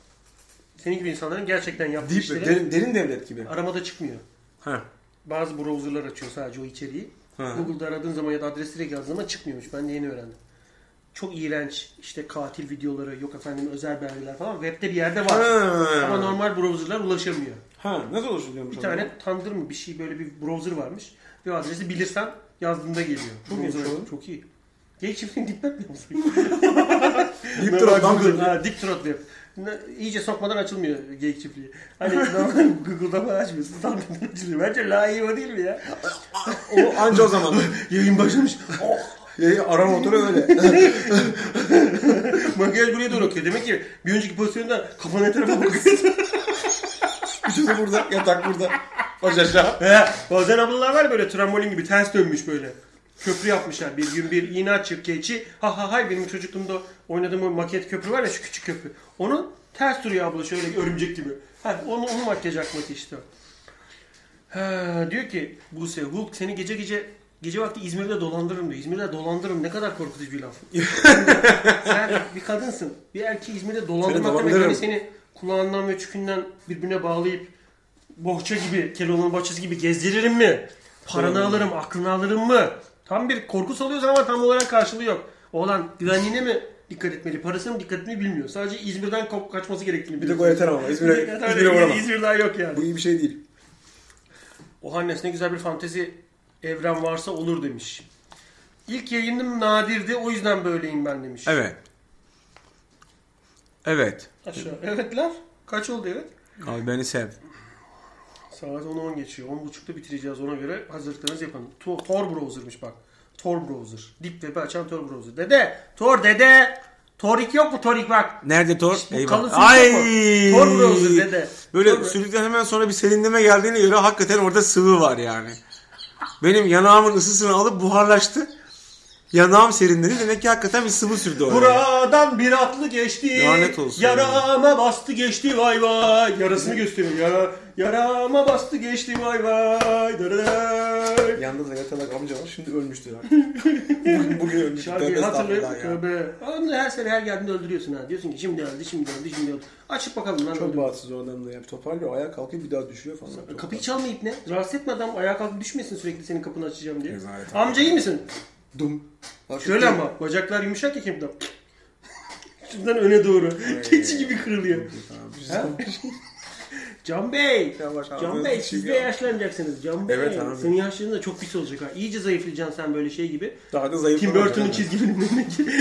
Senin gibi insanların gerçekten yaptığı
Deep,
işleri
derin, derin devlet gibi.
aramada çıkmıyor.
Ha.
Bazı browserlar açıyor sadece o içeriği. Google'da aradığın zaman ya da adres direkt yazdığın zaman çıkmıyormuş. Ben de yeni öğrendim. Çok iğrenç işte katil videoları yok efendim özel belgeler falan webde bir yerde var. Ama
Ha.
normal browserlar ulaşamıyor.
ha. Nasıl oluşturuyormuş
Bir
onlar?
tane tandır mı bir şey böyle bir browser varmış. Bir adresi bilirsen yazdığında geliyor.
Çok
Browser
iyi.
açıp- Çok iyi. Geç şimdi dikkat mi musun?
Deep throat lan Google.
Ha, Deep Throat Web. Ne- İyice sokmadan açılmıyor geyikçipliği. Hani normal Google'da falan açmıyorsun. Tam bir açılıyor. Bence layığı o değil mi ya?
O anca o zaman.
Yayın başlamış.
Yayı ara motoru öyle.
Makyaj buraya doğru akıyor. Demek ki bir önceki pozisyonda kafanın etrafına bakıyorsun.
Üçüncü burada, yatak burada. Baş aşağı.
He, bazen ablalar var ya böyle trambolin gibi ters dönmüş böyle. Köprü yapmışlar. Bir gün bir iğne açıp keçi. Ha ha hay benim çocukluğumda oynadığım o maket köprü var ya şu küçük köprü. Onu ters duruyor abla şöyle örümcek gibi. Ha, onu, onu makyaj akması işte. o. Ha, diyor ki Buse Hulk seni gece gece gece vakti İzmir'de dolandırırım diyor. İzmir'de dolandırırım ne kadar korkutucu bir laf. Sen bir kadınsın. Bir erkeği İzmir'de dolandırmak demek
dolandırırım.
hani seni kulağından ve çükünden birbirine bağlayıp bohça gibi, Keloğlan bahçesi gibi gezdiririm mi? Paranı alırım, aklını alırım mı? Tam bir korku salıyorsun ama tam olarak karşılığı yok. Oğlan güvenliğine mi dikkat etmeli, parasına mı dikkat etmeyi bilmiyor. Sadece İzmir'den kop- kaçması gerektiğini
Bir
biliyor.
de o yeter ama. İzmir'e, İzmir'e uğrama.
İzmir'den yok yani.
Bu iyi bir şey değil.
Ohannes ne güzel bir fantezi evren varsa olur demiş. İlk yayınım nadirdi o yüzden böyleyim ben demiş.
Evet. Evet.
Aşağı. Evetler. Kaç oldu evet?
Al beni sev.
Saat 10.10 geçiyor. 10.30'da bitireceğiz ona göre hazırlıklarınızı yapın. To- Tor browser'mış bak. Tor browser. Deep web'i açan Tor browser. Dede! Tor dede! Torik yok mu Torik bak.
Nerede Tor?
İşte bu
Eyvah.
kalın sürücü Tor Tor browser dede.
Böyle
Tor-
sürükten hemen sonra bir serinleme geldiğine göre hakikaten orada sıvı var yani. Benim yanağımın ısısını alıp buharlaştı. Yanağım serinledi. Demek ki hakikaten bir sıvı sürdü oraya.
Buradan bir atlı geçti.
Lanet olsun
Yarama bastı geçti vay vay. Yarasını gösteriyor. Yara, yarama bastı geçti vay vay. Dırırır.
Yanında da yatalak amca var. Şimdi ölmüştür artık. bugün, bugün ölmüş.
Şarkıyı
Tövbe
hatırlıyorum.
estağfurullah ya.
Tövbe. Adam da her sene her geldiğinde öldürüyorsun ha. Diyorsun ki şimdi öldü, şimdi öldü, şimdi öldü. Açıp bakalım lan.
Çok
öldü mü?
bağımsız o adam da ya. Toparlıyor. Ayağa kalkıyor bir daha düşüyor falan.
Kapıyı çalmayıp ne? Rahatsız etme adam ayağa kalkıp düşmesin sürekli senin kapını açacağım diye.
Rezalet
Amca iyi misin?
Dum. Bak,
Şöyle ama bacaklar yumuşak ya kemden. Şuradan öne doğru. Keçi gibi kırılıyor. Ha? Can Bey.
Yavaş abi,
Can
özür
Bey
dilerim
siz de
ya.
yaşlanacaksınız. Can Bey.
Evet abi.
Senin yaşların da çok pis olacak ha. İyice zayıflayacaksın sen böyle şey gibi.
Daha da zayıf.
Tim Burton'un çizgi filmlerine gibi.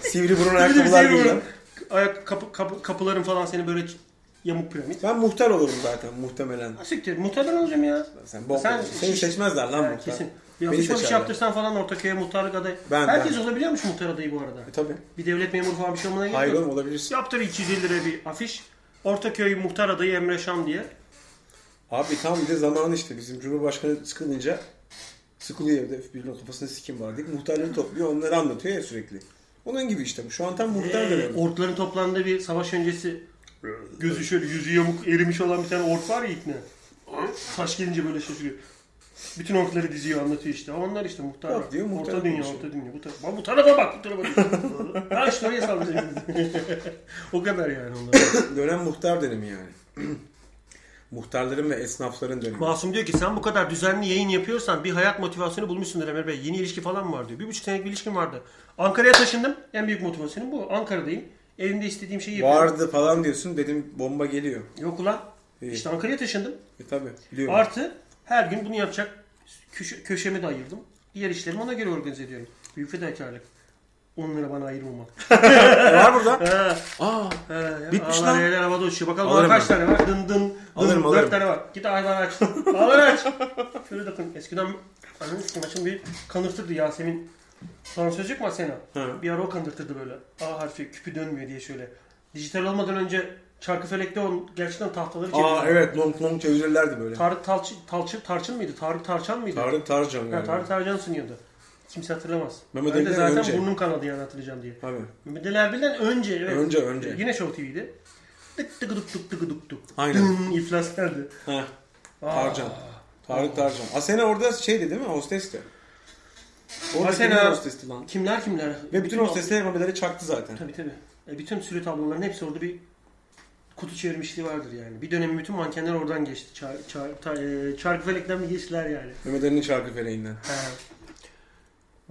Sivri burun
Bir de bir
ayakkabılar
şey
giyeceğim.
var. Ayak kapı, kapı, kapıların falan seni böyle yamuk piramit.
Ben muhtar olurum zaten muhtemelen.
Ha Siktir. Muhtemelen olacağım ya.
Sen bok
Sen-
Sen, Seni seçmezler lan
Ha,
muhtar.
kesin. Bir
Beni
alışveriş
seçerler.
yaptırsan falan Ortaköy'e muhtarlık adayı.
Ben-
Herkes
ben.
olabiliyormuş muhtar adayı bu arada.
E, tabii.
Bir devlet memuru falan bir şey olmana gerek
Hayır
yok.
oğlum olabilirsin.
Yaptır 250 liraya bir afiş. Ortaköy muhtar adayı Emre Şam diye.
Abi tam bir de zaman işte. Bizim Cumhurbaşkanı sıkılınca sıkılıyor evde. Birbirinin kafasını sikim var deyip muhtarları topluyor. Onları anlatıyor ya sürekli. Onun gibi işte. bu. Şu an tam muhtar
Ee,
dönemi.
orkların toplandığı bir savaş öncesi gözü şöyle yüzü yamuk erimiş olan bir tane ork var ya ikne. Taş gelince böyle şaşırıyor. Bütün orkları diziyor anlatıyor işte. Onlar işte muhtar.
Yok
var.
diyor, muhtar
orta dünya,
konuşuyor.
orta dünya. Bu, tarafa, bu tarafa bak, bu tarafa bak. ha işte oraya sallayacağım. o kadar yani onlar.
Dönem muhtar dönemi yani.
Muhtarların ve esnafların dönemi.
Masum diyor ki sen bu kadar düzenli yayın yapıyorsan bir hayat motivasyonu bulmuşsundur Emre Bey. Yeni ilişki falan var diyor. Bir buçuk senelik bir ilişkim vardı. Ankara'ya taşındım. En büyük motivasyonum bu. Ankara'dayım. Evimde istediğim şeyi yapıyorum.
Vardı falan diyorsun dedim bomba geliyor.
Yok ulan. İşte Ankara'ya taşındım.
E tabi biliyorum.
Artı her gün bunu yapacak köşe- köşemi de ayırdım. Diğer işlerimi ona göre organize ediyorum. Büyük fedakarlık. 10 lira bana ayırmamak.
E, var burada.
Ha,
Aa
ha, ya.
Bitmiş
Ağlar
lan.
eller havada uçuyor. Bakalım
Alırım
bana kaç
ben.
tane var? Dın dın. dın
Alırım,
dört
alırım.
tane var. Git hayvan aç. Hayvan aç. Şöyle bakın. Eskiden annem eski maçın bir kanırtırdı Yasemin. Son sözcük mü Asena? Bir ara o kanırtırdı böyle. A harfi küpü dönmüyor diye şöyle. Dijital olmadan önce çarkı felekte on, gerçekten tahtaları
Aa
çeviriyordu.
evet long long çevirirlerdi böyle.
Tarık Talçı, Talçı, Tarçın mıydı? Tarık Tarçan mıydı?
Tarık Tarcan
Ha,
galiba.
Tarık Tarcan sunuyordu. Kimse hatırlamaz.
Mehmet
ben de
Ali'den
zaten
önce.
burnum kanadı yani hatırlayacağım diye.
Tabii.
Mehmet Ali Erbil'den önce evet.
Önce, önce.
Yine Show TV'de. Tık tık tık tık tık tık tık.
Aynen.
Dın, iflas geldi.
Heh,
Aa,
Tarcan. Tarık Tarcan. Asena orada şeydi değil mi? Hostesti. Orada
Asena-
kimler hostesti lan.
Kimler kimler?
Ve bütün hostesler Mehmet'e çaktı zaten.
Tabii tabii. E, bütün sürü tabloların hepsi orada bir kutu çevirmişliği vardır yani. Bir dönem bütün mankenler oradan geçti. Çar, çar, ta, e, çarkı felekten mi geçtiler yani?
Mehmet Ali'nin şarkı feleğinden.
Ha.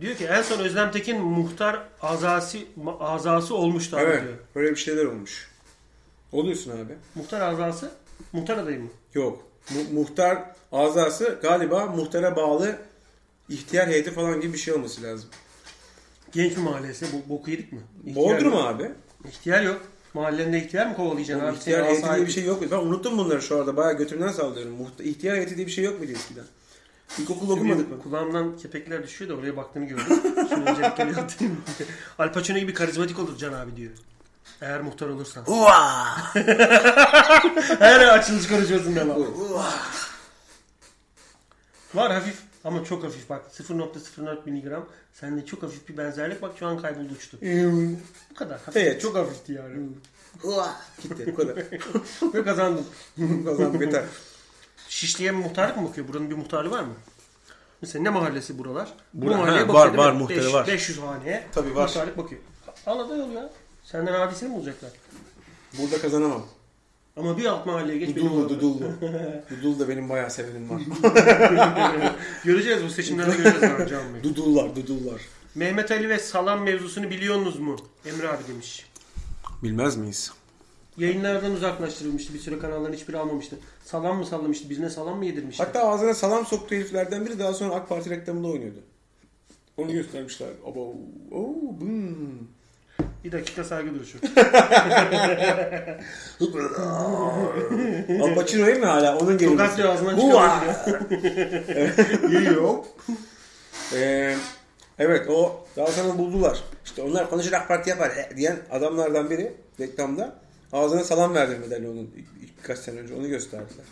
Diyor ki en son Özlem Tekin muhtar azası, ma- azası olmuştu abi
Evet.
diyor.
Böyle bir şeyler olmuş. Oluyorsun abi.
Muhtar azası? Muhtar adayı mı?
Yok. Mu- muhtar azası galiba muhtara bağlı ihtiyar heyeti falan gibi bir şey olması lazım.
Genç bir mahallesi. Bo- boku yedik mi?
Bodrum
yok.
abi.
İhtiyar yok. Mahallende ihtiyar mı kovalayacaksın abi?
İhtiyar
Seni
heyeti
asa-
diye bir şey yok mu? Ben unuttum bunları şu anda. Bayağı götümden sallıyorum. Muht- ihtiyar heyeti diye bir şey yok muydu eskiden? İlkokul okumadık mı?
Kulağımdan kepekler düşüyor da oraya baktığını gördüm. Şunu öncelikle bir atayım. Al Pacino gibi karizmatik olur Can abi diyor. Eğer muhtar olursan.
Uva!
Her açılış konuşmasında var. var hafif ama çok hafif bak 0.04 miligram. Sende çok hafif bir benzerlik bak şu an kayboldu uçtu. Bu kadar hafif.
Evet.
Çok hafifti yani.
Uva!
Gitti. Bu kadar.
Ve kazandım.
o zaman beter.
Şişli'ye mi muhtarlık mı bakıyor? Buranın bir muhtarı var mı? Mesela ne mahallesi buralar? Bu
Bura-
mahalleye
ha,
bakıyor
var,
değil mi?
var, muhtarı var.
500 haneye
Tabii var.
muhtarlık bakıyor. Al aday ol ya. Senden hadisini mi bulacaklar?
Burada kazanamam.
Ama bir alt mahalleye geç benim
Dudullu,
oralara.
Dudullu. Dudullu da benim bayağı sevenim var.
Göreceğiz bu seçimlerde göreceğiz abi Can Bey.
Dudullar, Dudullar.
Mehmet Ali ve salam mevzusunu biliyorsunuz mu? Emre abi demiş.
Bilmez miyiz?
Yayınlardan uzaklaştırılmıştı. Bir süre kanalların hiçbiri almamıştı. Salam mı sallamıştı? Birine salam mı yedirmişti?
Hatta ağzına salam soktuğu heriflerden biri daha sonra AK Parti reklamında oynuyordu. Onu göstermişler. Aba, oo, bım.
Bir dakika saygı duruşu.
Al Pacino değil mi hala? Onun gibi.
Tokat diyor ağzından
Hua!
çıkan.
Yok. Ee, evet o daha sonra buldular. İşte onlar konuşur AK Parti yapar eh, diyen adamlardan biri reklamda ağzına salam verdirmedi Ali onun ilk- birkaç sene önce onu gösterdiler.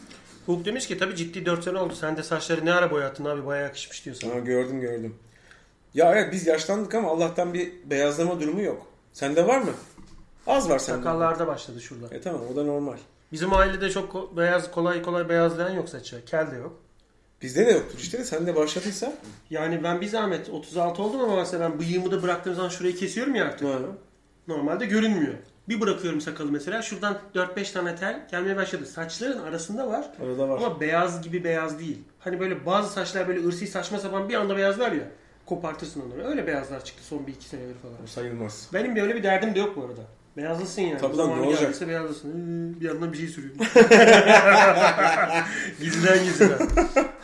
Hulk demiş ki tabii ciddi 4 sene oldu. Sen de saçları ne ara boyattın abi bayağı yakışmış diyor sana.
Ha, gördüm gördüm. Ya evet biz yaşlandık ama Allah'tan bir beyazlama durumu yok. Sende var mı? Az var sende.
Sakallarda başladı şurada.
E tamam o da normal.
Bizim ailede çok ko- beyaz kolay kolay beyazlayan yok saçı. Kel de yok.
Bizde de yoktur işte de sen de başladıysa.
Yani ben bir zahmet 36 oldum ama mesela ben bıyığımı da bıraktığım zaman şurayı kesiyorum ya artık.
Ha.
Normalde görünmüyor. Bir bırakıyorum sakalı mesela şuradan 4-5 tane tel gelmeye başladı. Saçların arasında var.
Arada var.
Ama beyaz gibi beyaz değil. Hani böyle bazı saçlar böyle ırsi saçma sapan bir anda beyazlar ya. Kopartırsın onları. Öyle beyazlar çıktı son 1-2 senedir falan.
O sayılmaz.
Benim böyle bir derdim de yok bu arada. Beyazlısın yani.
Tabii lan,
Zamanı
ne olacak?
geldiyse beyazlısın. Ee, bir yandan bir şey sürüyorum. gizliden gizliden.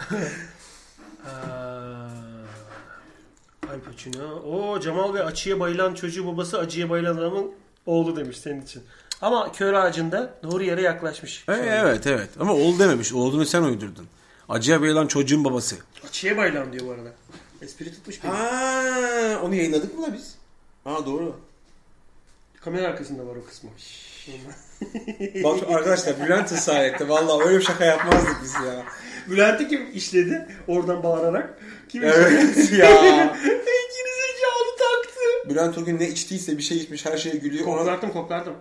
Aa, Al Pacino. Oo Cemal Bey açıya bayılan çocuğu babası acıya bayılan adamın oğlu demiş senin için. Ama kör ağacında doğru yere yaklaşmış.
E, evet evet ama oldu dememiş. Olduğunu sen uydurdun. Acıya bayılan çocuğun babası.
Açıya bayılan diyor bu arada. Espri tutmuş beni.
Aa, onu yayınladık mı da biz? Ha doğru.
Kamera arkasında var o kısmı.
Bak arkadaşlar Bülent ısrarette valla öyle bir şaka yapmazdık biz ya.
Bülent'i kim işledi? Oradan bağırarak. Kim
Evet ya.
Geri zekalı taktı.
Bülent o gün ne içtiyse bir şey içmiş her şeye gülüyor. Ona,
Koklardım koklardım.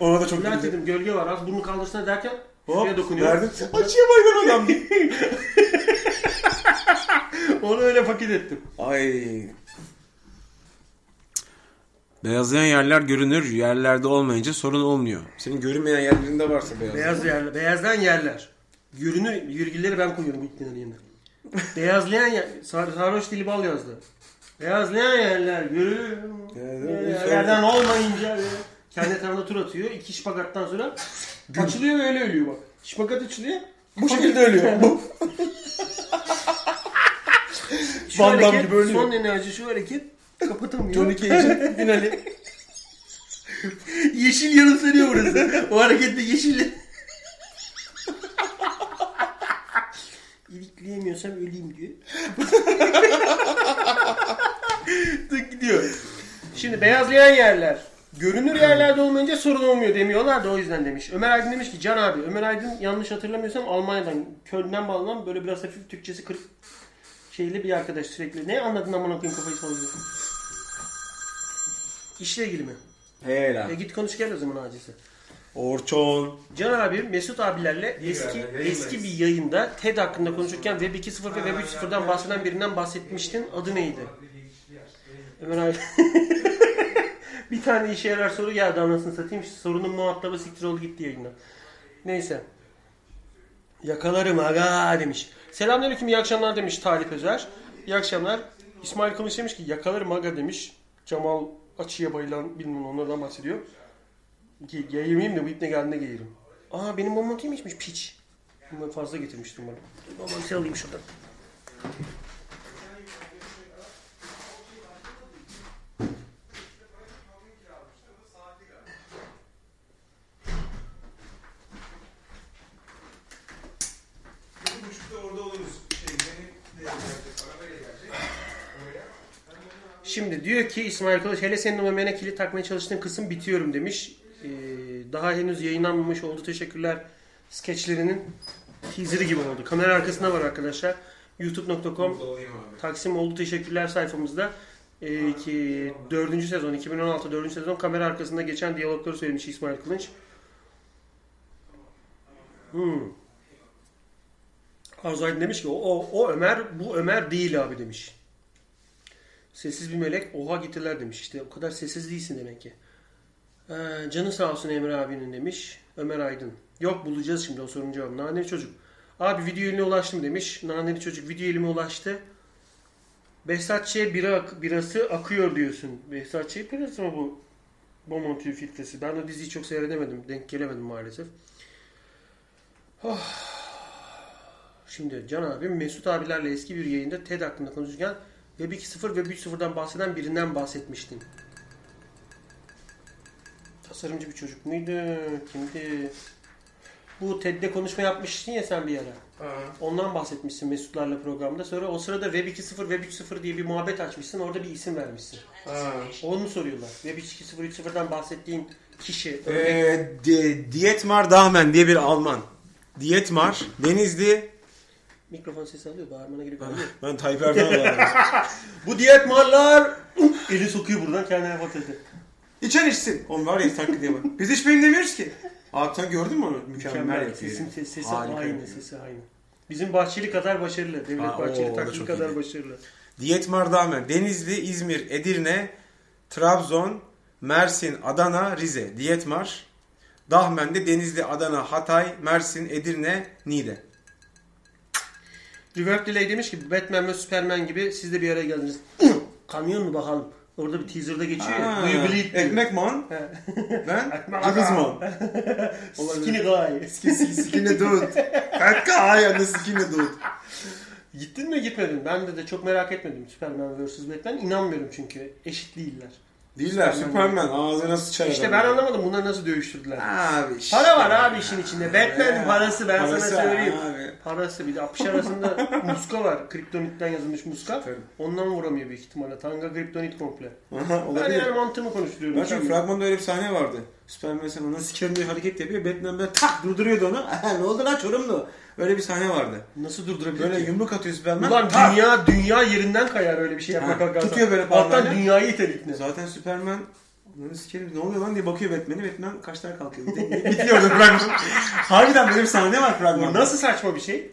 ona da çok
Bülent
güldü.
dedim gölge var az burnu kaldırsana derken şuraya
Hop
dokunuyor.
verdim. Açıya bayılan adam.
Onu öyle paket ettim.
Ay. Beyazlayan yerler görünür, yerlerde olmayınca sorun olmuyor.
Senin görünmeyen yerlerinde varsa beyaz.
Beyaz yerler, beyazdan yerler. Yürünü, yürgülleri ben koyuyorum İknar'ın yerine. Beyazlayan yer, Sar, Sarhoş Dili Bal yazdı. Beyazlayan yerler, yürü, yerlerden olmayınca kendi tarafına tur atıyor. İki şpagattan sonra açılıyor ve öyle ölüyor bak. Şpagat açılıyor.
Bu şekilde ölüyor. Bu-
Şu
Van Damme
hareket,
gibi ölüyor.
son enerji şu hareket kapatamıyor.
Johnny Cage'in finali.
Yeşil yanımsanıyor burası. o harekette yeşil. İlikleyemiyorsam öleyim diyor. Tık gidiyor. Şimdi beyazlayan yerler. Görünür yerlerde olmayınca sorun olmuyor demiyorlar da o yüzden demiş. Ömer Aydın demiş ki Can abi Ömer Aydın yanlış hatırlamıyorsam Almanya'dan Köln'den bağlanan böyle biraz hafif Türkçesi kırık şeyli bir arkadaş sürekli. Ne anladın amına koyayım kafayı sallıyor. İşle ilgili mi?
Helal.
E git konuş gel o zaman acilse.
Orçon.
Can abi Mesut abilerle eski eski bir yayında TED hakkında konuşurken Web 2.0 ve Web 3.0'dan bahseden birinden bahsetmiştin. Adı neydi? Ömer abi. bir tane işe yarar soru geldi anasını satayım. Sorunun muhatabı siktir oldu gitti yayından. Neyse. Yakalarım aga demiş. Selamünaleyküm iyi akşamlar demiş Talip Özer. İyi akşamlar. İsmail Kılıç demiş ki yakalarım aga demiş. Cemal Açı'ya bayılan bilmem onlardan bahsediyor. Ki Yayılmayayım da bu ipne geldiğinde gelirim. Aa benim bombantayım içmiş piç. Bunu fazla getirmiştim bana. Dur, Bombantayı alayım şuradan. Şimdi diyor ki İsmail Kılıç hele senin o memene kilit takmaya çalıştığın kısım bitiyorum demiş. Ee, daha henüz yayınlanmamış oldu teşekkürler. Skeçlerinin teaserı gibi oldu. Kamera arkasında var arkadaşlar. youtube.com Taksim oldu teşekkürler sayfamızda. Ee, ki 4. sezon 2016 4. sezon kamera arkasında geçen diyalogları söylemiş İsmail Kılıç. Hmm. Arzu Aydın demiş ki o, o, o Ömer bu Ömer değil abi demiş. Sessiz bir melek oha getirler demiş. İşte o kadar sessiz değilsin demek ki. Ee, canı sağ olsun Emre abinin demiş. Ömer Aydın. Yok bulacağız şimdi o sorunun cevabını. Naneli çocuk. Abi video eline ulaştım demiş. Naneli çocuk video elime ulaştı. Behzatçı'ya bira, ak- birası akıyor diyorsun. Behzatçı'ya birası mı bu? Bomonti filtresi. Ben o diziyi çok seyredemedim. Denk gelemedim maalesef. Oh. Şimdi Can abi Mesut abilerle eski bir yayında TED hakkında konuşurken Web 2.0 ve 3.0'dan bahseden birinden bahsetmiştin. Tasarımcı bir çocuk muydu? Kimdi? Bu TED'de konuşma yapmıştın ya sen bir ara. Ondan bahsetmişsin Mesutlarla programda. Sonra o sırada Web 2.0, Web 3.0 diye bir muhabbet açmışsın. Orada bir isim vermişsin. Onu soruyorlar. Web 2.0, 3.0'dan bahsettiğin kişi. örnek-
Ee, di- Dietmar Dahmen diye bir Alman. Dietmar, Denizli.
Mikrofon sesi alıyor. Bağırmana gerek yok.
Ben Tayyip Erdoğan'la
Bu diyet mallar eli sokuyor buradan kendine patladı.
İçen içsin. Oğlum var ya taklit diye bak. Biz hiçbirini demiyoruz ki. Abi sen gördün mü onu? Mükemmel,
Mükemmel.
yapıyor.
Sesin, ses- sesi
Harika
aynı,
yapıyor.
sesi aynı. Bizim Bahçeli kadar başarılı. Devlet
Aa,
Bahçeli
o, o da
taklit
çok
kadar
iyiydi.
başarılı.
Dietmar Dahmen, Denizli, İzmir, Edirne, Trabzon, Mersin, Adana, Rize. Dietmar, Dahmen de Denizli, Adana, Hatay, Mersin, Edirne, Niğde.
Reverb Delay demiş ki Batman ve Superman gibi siz de bir araya geldiniz. Kamyon mu bakalım? Orada bir teaser'da geçiyor ya. Do you believe diyor.
Ekmek man.
He.
Ben
Ekmek
Cılız
man.
man.
Skinny guy.
Sikine dut. Kanka ay anne sikine dut.
Gittin mi gitmedin? Ben de, de çok merak etmedim Superman vs. Batman. İnanmıyorum çünkü. Eşit değiller.
Değiller Superman ağzına sıçar
İşte ben
adam.
anlamadım bunları nasıl dövüştürdüler.
Abi işte.
Para var abi işin içinde. Batman'in
Ya.
parası ben
Ee, Parası
sana söyleyeyim.
abi.
Parası bir de apış arasında muska var. Kriptonitten yazılmış muska.
Tabii.
Ondan vuramıyor büyük ihtimalle. Tanga kriptonit komple.
Aha
Ben
olabilir.
yani mantığımı konuşturuyorum.
Ben çünkü
Sen-
fragmanda öyle bir sahne vardı. Superman sen ona sikerim diye hareket yapıyor. Batman böyle tak durduruyordu onu. Aha, ne oldu lan çorumlu? Öyle bir sahne vardı.
Nasıl durdurabilir
Böyle
ki?
yumruk atıyor Superman.
Ulan
tak!
dünya, dünya yerinden kayar öyle bir şey yapmak
Ha,
kalkarsan.
tutuyor böyle
Alttan
parmağıyla.
dünyayı itelikle.
Zaten Superman Lan sikerim ne oluyor lan diye bakıyor Batman'e. Batman kaçtan kalkıyor. Bitiyor orada fragman. Harbiden böyle bir sahne var
Bu
fragmanda.
nasıl saçma bir şey?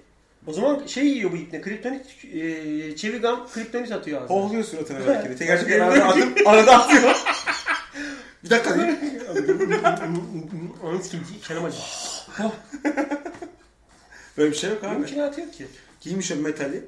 O zaman şey yiyor bu ipne. Kriptonit, e, çevigam kriptonit atıyor ağzına.
Pohluyor suratına belki de. Gerçekten arada, atıp, arada atıyor.
Bir dakika değil.
Onun için Kerem Hacı.
Böyle bir şey yok abi.
İmkanatı yok ki.
Giymiş o metali.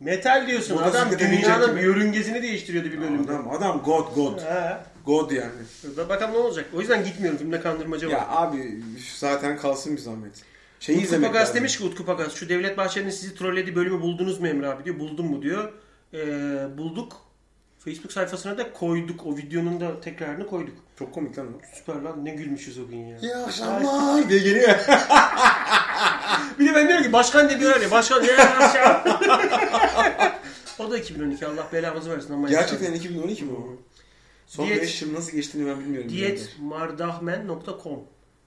Metal diyorsun.
Burada
adam
zıkkı deneyecek
dünyanın
gibi.
yörüngesini değiştiriyordu bir bölümde.
Adam, adam god god.
Ha.
God yani.
Bakalım ne olacak. O yüzden gitmiyorum. Filmde kandırmaca var.
Ya abi üf, zaten kalsın bir zahmet. Şeyi
Utku
izlemek
Pagas
lazım.
demiş ki Utku Pagas şu Devlet Bahçeli'nin sizi trollediği bölümü buldunuz mu Emre abi diyor. Buldum mu diyor. Ee, bulduk. Facebook sayfasına da koyduk. O videonun da tekrarını koyduk.
Çok komik lan o.
Süper lan ne gülmüşüz o gün ya.
İyi akşamlar diye geliyor.
Bir de ben diyorum ki başkan diye diyorlar ya. Başkan ya aşağı. o da 2012 Allah belamızı versin. Ama
Gerçekten 2012 mi o? Son
Diyet-
5 yıl nasıl geçtiğini ben bilmiyorum.
Diyetmardahmen.com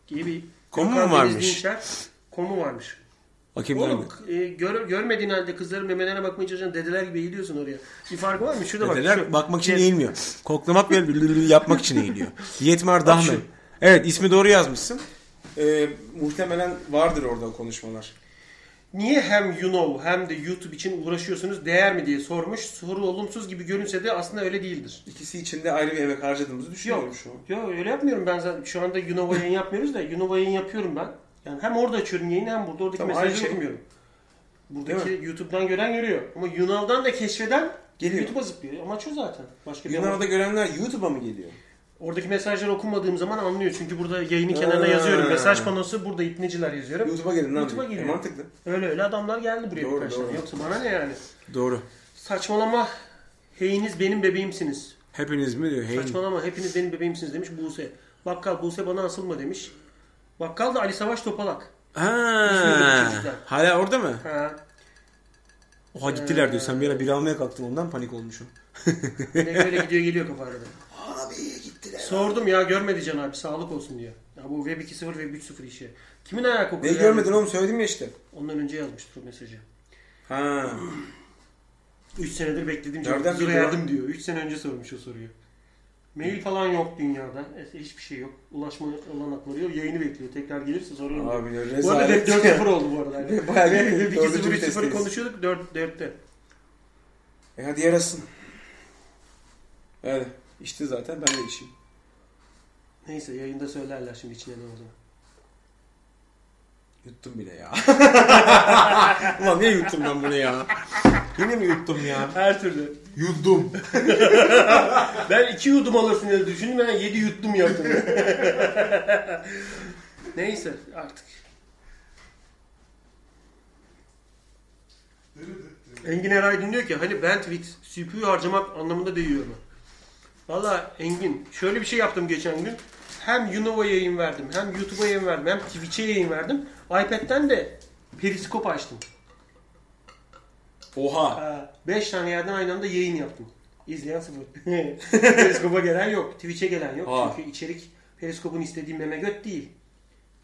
diye bir
Komu mu
Karadenizli
varmış?
inşaat Komu varmış.
Bakayım
Oğlum e, gör- görmediğin halde kızların memelerine bakmaya çalışan dedeler gibi eğiliyorsun oraya. Bir farkı var mı? Şurada bak.
Dedeler
şu-
bakmak için
Diyet-
eğilmiyor. Koklamak ve lülülü yapmak için eğiliyor. Yetmar Dahmen. Evet ismi doğru yazmışsın.
Ee, muhtemelen vardır orada o konuşmalar.
Niye hem you know hem de YouTube için uğraşıyorsunuz değer mi diye sormuş. Soru olumsuz gibi görünse de aslında öyle değildir.
İkisi içinde ayrı bir emek harcadığımızı düşünüyorum şu an.
Yok öyle yapmıyorum ben zaten. Şu anda you know yayın yapmıyoruz da you know yayın yapıyorum ben. Yani hem orada açıyorum yayını hem burada oradaki
Tamam,
mesajları
aynı şey.
okumuyorum. Buradaki YouTube'dan gören görüyor. Ama you know'dan da keşfeden
Geliyor.
YouTube'a zıplıyor. Amaç o zaten. Başka bir amaç-
Yunan'da görenler YouTube'a mı geliyor?
Oradaki mesajları okumadığım zaman anlıyor. Çünkü burada yayının kenarına
Ha.
yazıyorum. Mesaj panosu burada itneciler yazıyorum.
YouTube'a gelin lan.
YouTube'a
diyor.
geliyor.
E, mantıklı.
Öyle öyle adamlar geldi buraya
Doğru,
birkaç tane.
doğru.
Yoksa bana ne yani?
Doğru.
Saçmalama. Heyiniz benim bebeğimsiniz.
Hepiniz mi diyor? Hey.
Saçmalama hepiniz benim bebeğimsiniz demiş Buse. Bakkal Buse bana asılma demiş. Bakkal da Ali Savaş Topalak. İzmir'deki
Ha.
çocuklar.
Hala orada mı?
Ha,
Oha gittiler diyor. Sen bir ara bir almaya kalktın ondan panik olmuşum.
ne böyle gidiyor geliyor kafada. da.
Abi gittiler.
Sordum ya görmedi Can abi sağlık olsun diyor. Ya bu Web 2.0 Web 3.0 işi. Kimin ayağı kokuyor?
Neyi
ya?
görmedin oğlum söyledim ya işte.
Ondan önce yazmıştır o mesajı.
Ha.
3 senedir beklediğim
Nereden
cevap
biliyor?
yardım diyor. 3 sene önce sormuş o soruyu. Mail falan yok dünyada. E, Hiçbir şey yok. Ulaşma olanakları yok. Yayını bekliyor. Tekrar gelirse sorarım. diyor.
Abi ne
bu arada
rezalet.
Web 4.0 oldu bu arada. Yani.
Bayağı bir
Web 2.0
dördüncü
3.0
vitesteyiz.
konuşuyorduk 4, 4'te.
E hadi yarasın. Evet. İşte zaten ben de işim.
Neyse yayında söylerler şimdi içine ne oldu.
Yuttum bile ya. Ulan niye yuttum ben bunu ya? Yine mi yuttum ya?
Her türlü.
Yuttum.
Ben 2 yudum alırsın diye düşündüm. Ben 7 yuttum yaptım. Neyse artık. Engin Eraydın diyor ki hani bandwidth CPU harcamak anlamında değiyor mu? Valla Engin şöyle bir şey yaptım geçen gün. Hem Yunova'ya yayın verdim, hem YouTube'a yayın verdim, hem Twitch'e yayın verdim. iPad'den de periskop açtım.
Oha.
5 Ee, tane yerden aynı anda yayın yaptım. İzleyen sıfır. Periskop'a gelen yok. Twitch'e gelen yok.
Aa.
Çünkü içerik Periskop'un istediği meme göt değil.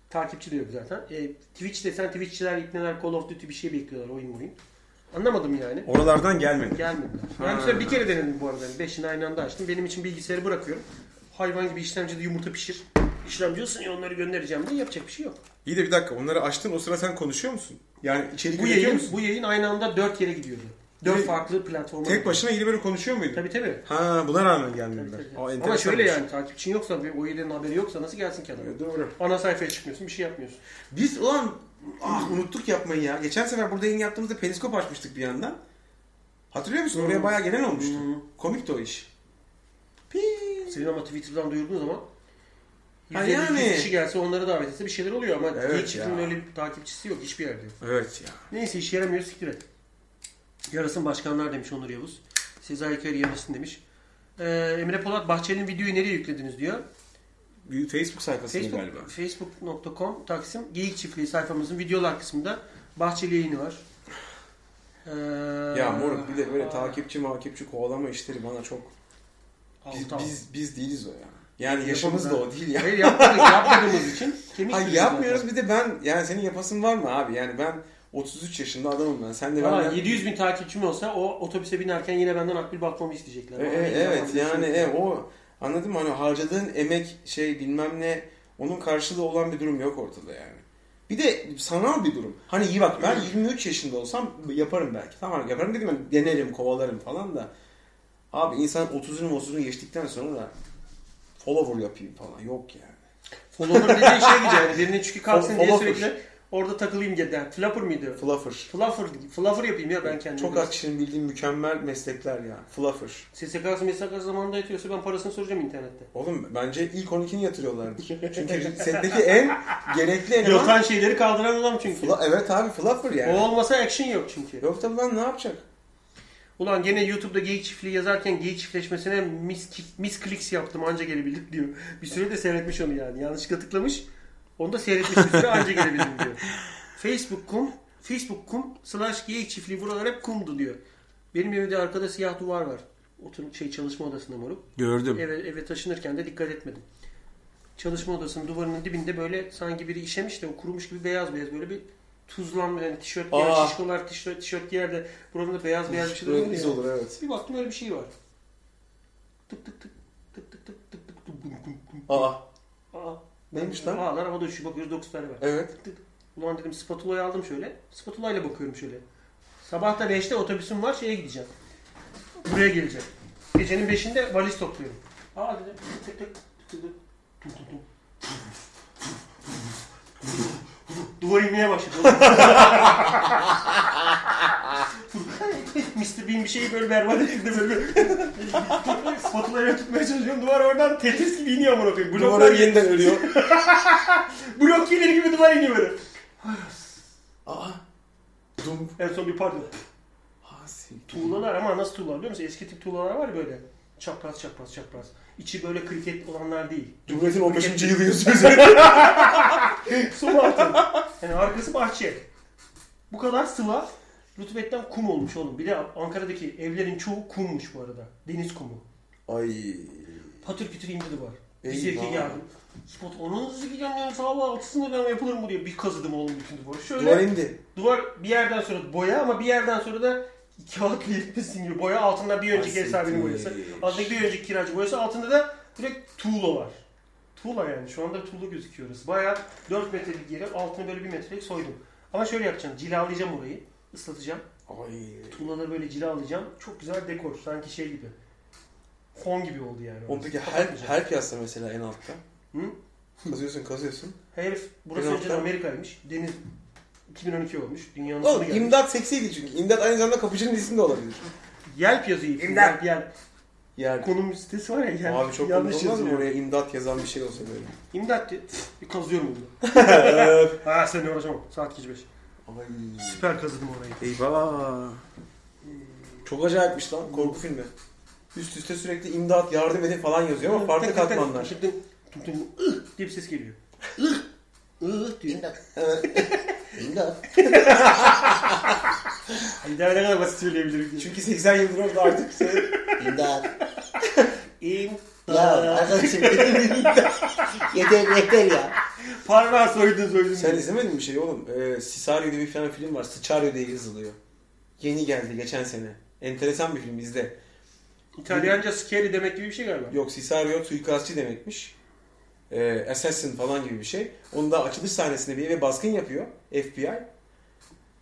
Takipçi de yok zaten. E, Twitch desen Twitch'çiler ipneler Call of Duty bir şey bekliyorlar oyun oyun. Anlamadım yani.
Oralardan gelmedi.
Gelmediler. Ben bir sefer bir kere denedim bu arada. Yani Beşini aynı anda açtım. Benim için bilgisayarı bırakıyorum. Hayvan gibi işlemcide yumurta pişir. İşlemci ısınıyor onları göndereceğim diye yapacak bir şey yok.
İyi de bir dakika onları açtın o sıra sen konuşuyor musun? Yani içerik
Bu
üretiyor
yayın,
musun?
bu yayın aynı anda dört yere gidiyordu. Dört
Bir-
farklı platforma.
Tek başına gidip böyle konuşuyor muydun?
Tabii tabii.
Ha buna rağmen gelmediler.
Tabii, tabii.
Aa,
Ama
enteresanmış.
şöyle yani takipçin yoksa ve o yediğin haberi yoksa nasıl gelsin ki adam?
Evet, Doğru.
Ana sayfaya çıkmıyorsun bir şey yapmıyorsun.
Biz ulan ah unuttuk yapmayı ya. Geçen sefer burada yayın yaptığımızda periskop açmıştık bir yandan. Hatırlıyor musun? Oraya bayağı gelen olmuştu. Komikti o iş. Pi.
Senin ama Twitter'dan duyurduğun zaman
Ha
150
yani.
kişi gelse onları davet etse bir şeyler oluyor ama
Evet
evet Twitter'ın
ya.
öyle bir takipçisi yok hiçbir yerde. yok.
Evet ya.
Neyse işe yaramıyor siktir et. Yarasın başkanlar demiş Onur Yavuz. Sezai Kari yarasın demiş. Ee, Emre Polat Bahçeli'nin videoyu nereye yüklediniz diyor.
Bir Facebook sayfasında
Facebook,
galiba.
Facebook.com Taksim Geyik Çiftliği sayfamızın videolar kısmında Bahçeli yayını var. Ee,
Ya moruk bir de böyle takipçi makipçi kovalama işleri bana çok... Biz,
Altı al.
biz, biz değiliz o ya. Yani yaşımız da o değil ya.
Hayır yapmadık, yapmadığımız için kemik
Hayır
kırıcı
yapmıyoruz bir de ben yani senin yapasın var mı abi? Yani ben 33 yaşında adamım ben. Sen de
zaten. Valla
benden...
700 bin takipçim olsa o otobüse binerken yine benden akbil bakmamı isteyecekler.
E,
Vallahi
e, evet
inanamıyorum.
yani e, o anladın mı? Hani harcadığın emek şey bilmem ne onun karşılığı olan bir durum yok ortada yani. Bir de sanal bir durum. Hani iyi bak ben 23 yaşında olsam yaparım belki. Tamam yaparım dedim ben denerim kovalarım falan da. Abi insan 30'unu 30'unu geçtikten sonra da follower yapayım falan. Yok yani.
Follower dediğin şey gibi yani birinin çünkü kalksın diye
Follower.
sürekli orada takılayım diye. Yani flapper mıydı?
Fluffer.
Fluffer, fluffer yapayım ya ben kendime.
Çok az kişinin bildiğim mükemmel meslekler ya. Fluffer.
SSK'sı MSK zamanında yatıyorsa ben parasını soracağım internette.
Oğlum bence ilk 12'ni yatırıyorlardır. Çünkü setteki en gerekli eleman...
Yatan şeyleri kaldıran adam çünkü.
Fla- evet abi fluffer
O
yani.
olmasa action yok çünkü.
Yok tabii lan ne yapacak?
Ulan gene YouTube'da geyik çiftliği yazarken geyik çiftleşmesine mis, mis clicks yaptım anca gelebildim diyor. Bir süre de seyretmiş onu yani. Yanlışlıkla tıklamış. Onu da seyretmiş bir süre anca gelebildim diyor. Facebook.com Facebook.com slash geyik çiftliği buralar hep kumdu diyor. Benim evde arkada siyah duvar var. Oturup şey çalışma odasında moruk.
Gördüm.
Eve, eve taşınırken de dikkat etmedim. Çalışma odasının duvarının dibinde böyle sanki biri işemiş de o kurumuş gibi beyaz beyaz böyle bir tuzlanma yani tişört giyer,
Aa.
şişkolar tişört, tişört giyer de buranın da beyaz beyaz bir şey
Böyle
oluyor
biz
ya.
olur evet.
Bir baktım öyle bir şey var. Tık tık tık tık tık tık tık tık tık tık tık tık.
Aa
Aa.
neymiş lan?
Aa lan havada uçuyor bakıyoruz 9 tane var.
Evet.
Ulan dedim spatulayı aldım şöyle. Spatulayla bakıyorum şöyle. Sabah da 5'te otobüsüm var şeye gideceğim. Buraya geleceğim. Gecenin 5'inde valiz topluyorum. Aa dedim tık tık tık tık tık tık tık tık tık. Duvar inmeye başladı. Mr. Bean bir şeyi böyle berbat edildi böyle. bir- Spatulayla tutmaya çalışıyorum. Duvar oradan tetris gibi iniyor amına koyayım.
Duvara
Bloklar,
yeniden örüyor.
blok gelir gibi duvar iniyor böyle.
Aa. Dum.
En son bir pardon.
Ha, siktir.
Tuğlalar ama nasıl tuğlalar biliyor musun? Eski tip tuğlalar var ya böyle. Çapraz çapraz çapraz. İçi böyle kriket olanlar değil.
Cumhuriyet'in 15. yılı yazıyor.
Su altı. Yani arkası bahçe. Bu kadar sıva rutubetten kum olmuş oğlum. Bir de Ankara'daki evlerin çoğu kummuş bu arada. Deniz kumu.
Ay.
Patır pütür indi duvar. Biz
Eyvah.
erkeği geldim. Spot onun zeki gelmiyor sabah altısında ben yapılır mı diye bir kazıdım oğlum bütün duvarı. Şöyle
Duvar
duvar,
indi.
bir yerden sonra boya ama bir yerden sonra da kağıtla yapıyorsun gibi boya altında bir önceki
Ay,
ev sahibinin
siktir.
boyası. Altındaki bir önceki kiracı boyası altında da direkt tuğla var. Tuğla yani şu anda tuğla gözüküyor orası. Bayağı 4 metrelik yere altını böyle 1 metrelik soydum. Ama şöyle yapacağım cilalayacağım orayı ıslatacağım.
Ay.
Tuğlaları böyle cilalayacağım. Çok güzel dekor sanki şey gibi. Fon gibi oldu yani. orası.
Ondaki
Çok
help,
güzel.
help yazsa mesela en altta.
Hı?
Kazıyorsun kazıyorsun.
Herif burası
Biraz
önceden
daha-
Amerika'ymış. Deniz 2012 olmuş. Dünyanın sonu
Oğlum
gelmiş.
imdat seksiydi çünkü. İmdat aynı zamanda kapıcının ismi de olabilir.
Yelp yazıyor.
İmdat.
Yelp, Yelp.
Yani.
Konum sitesi var ya. Yelp.
Abi çok
Yanlış
komik olmaz mı
yazıyor.
oraya imdat yazan bir şey olsa böyle.
İmdat diye. Bir kazıyorum bunu. ha sen uğraşamam. Saat gece 5.
Ay.
Süper kazıdım orayı.
Eyvah.
Çok acayipmiş lan korku filmi. Üst üste sürekli imdat yardım edin falan yazıyor ama farklı katmanlar.
Tık tık tık tık ıh diye bir ses geliyor. Ih. Ih diyor.
İmdat.
Hayda ne kadar basit söyleyebilirim diye.
Çünkü 80 yıldır orada artık sen...
İmdat. Ya
İmdat.
arkadaşım dedim imdat. Yeter yeter ya.
Parmağı soydun soydun.
Sen izlemedin mi şey oğlum? Ee, Sisario diye bir falan film var. Sicario diye yazılıyor. Yeni geldi geçen sene. Enteresan bir film izle.
İtalyanca scary demek gibi bir şey galiba.
Yok Sisario suikastçı demekmiş. Ee, assassin falan gibi bir şey. Onu da açılış sahnesinde bir eve baskın yapıyor FBI.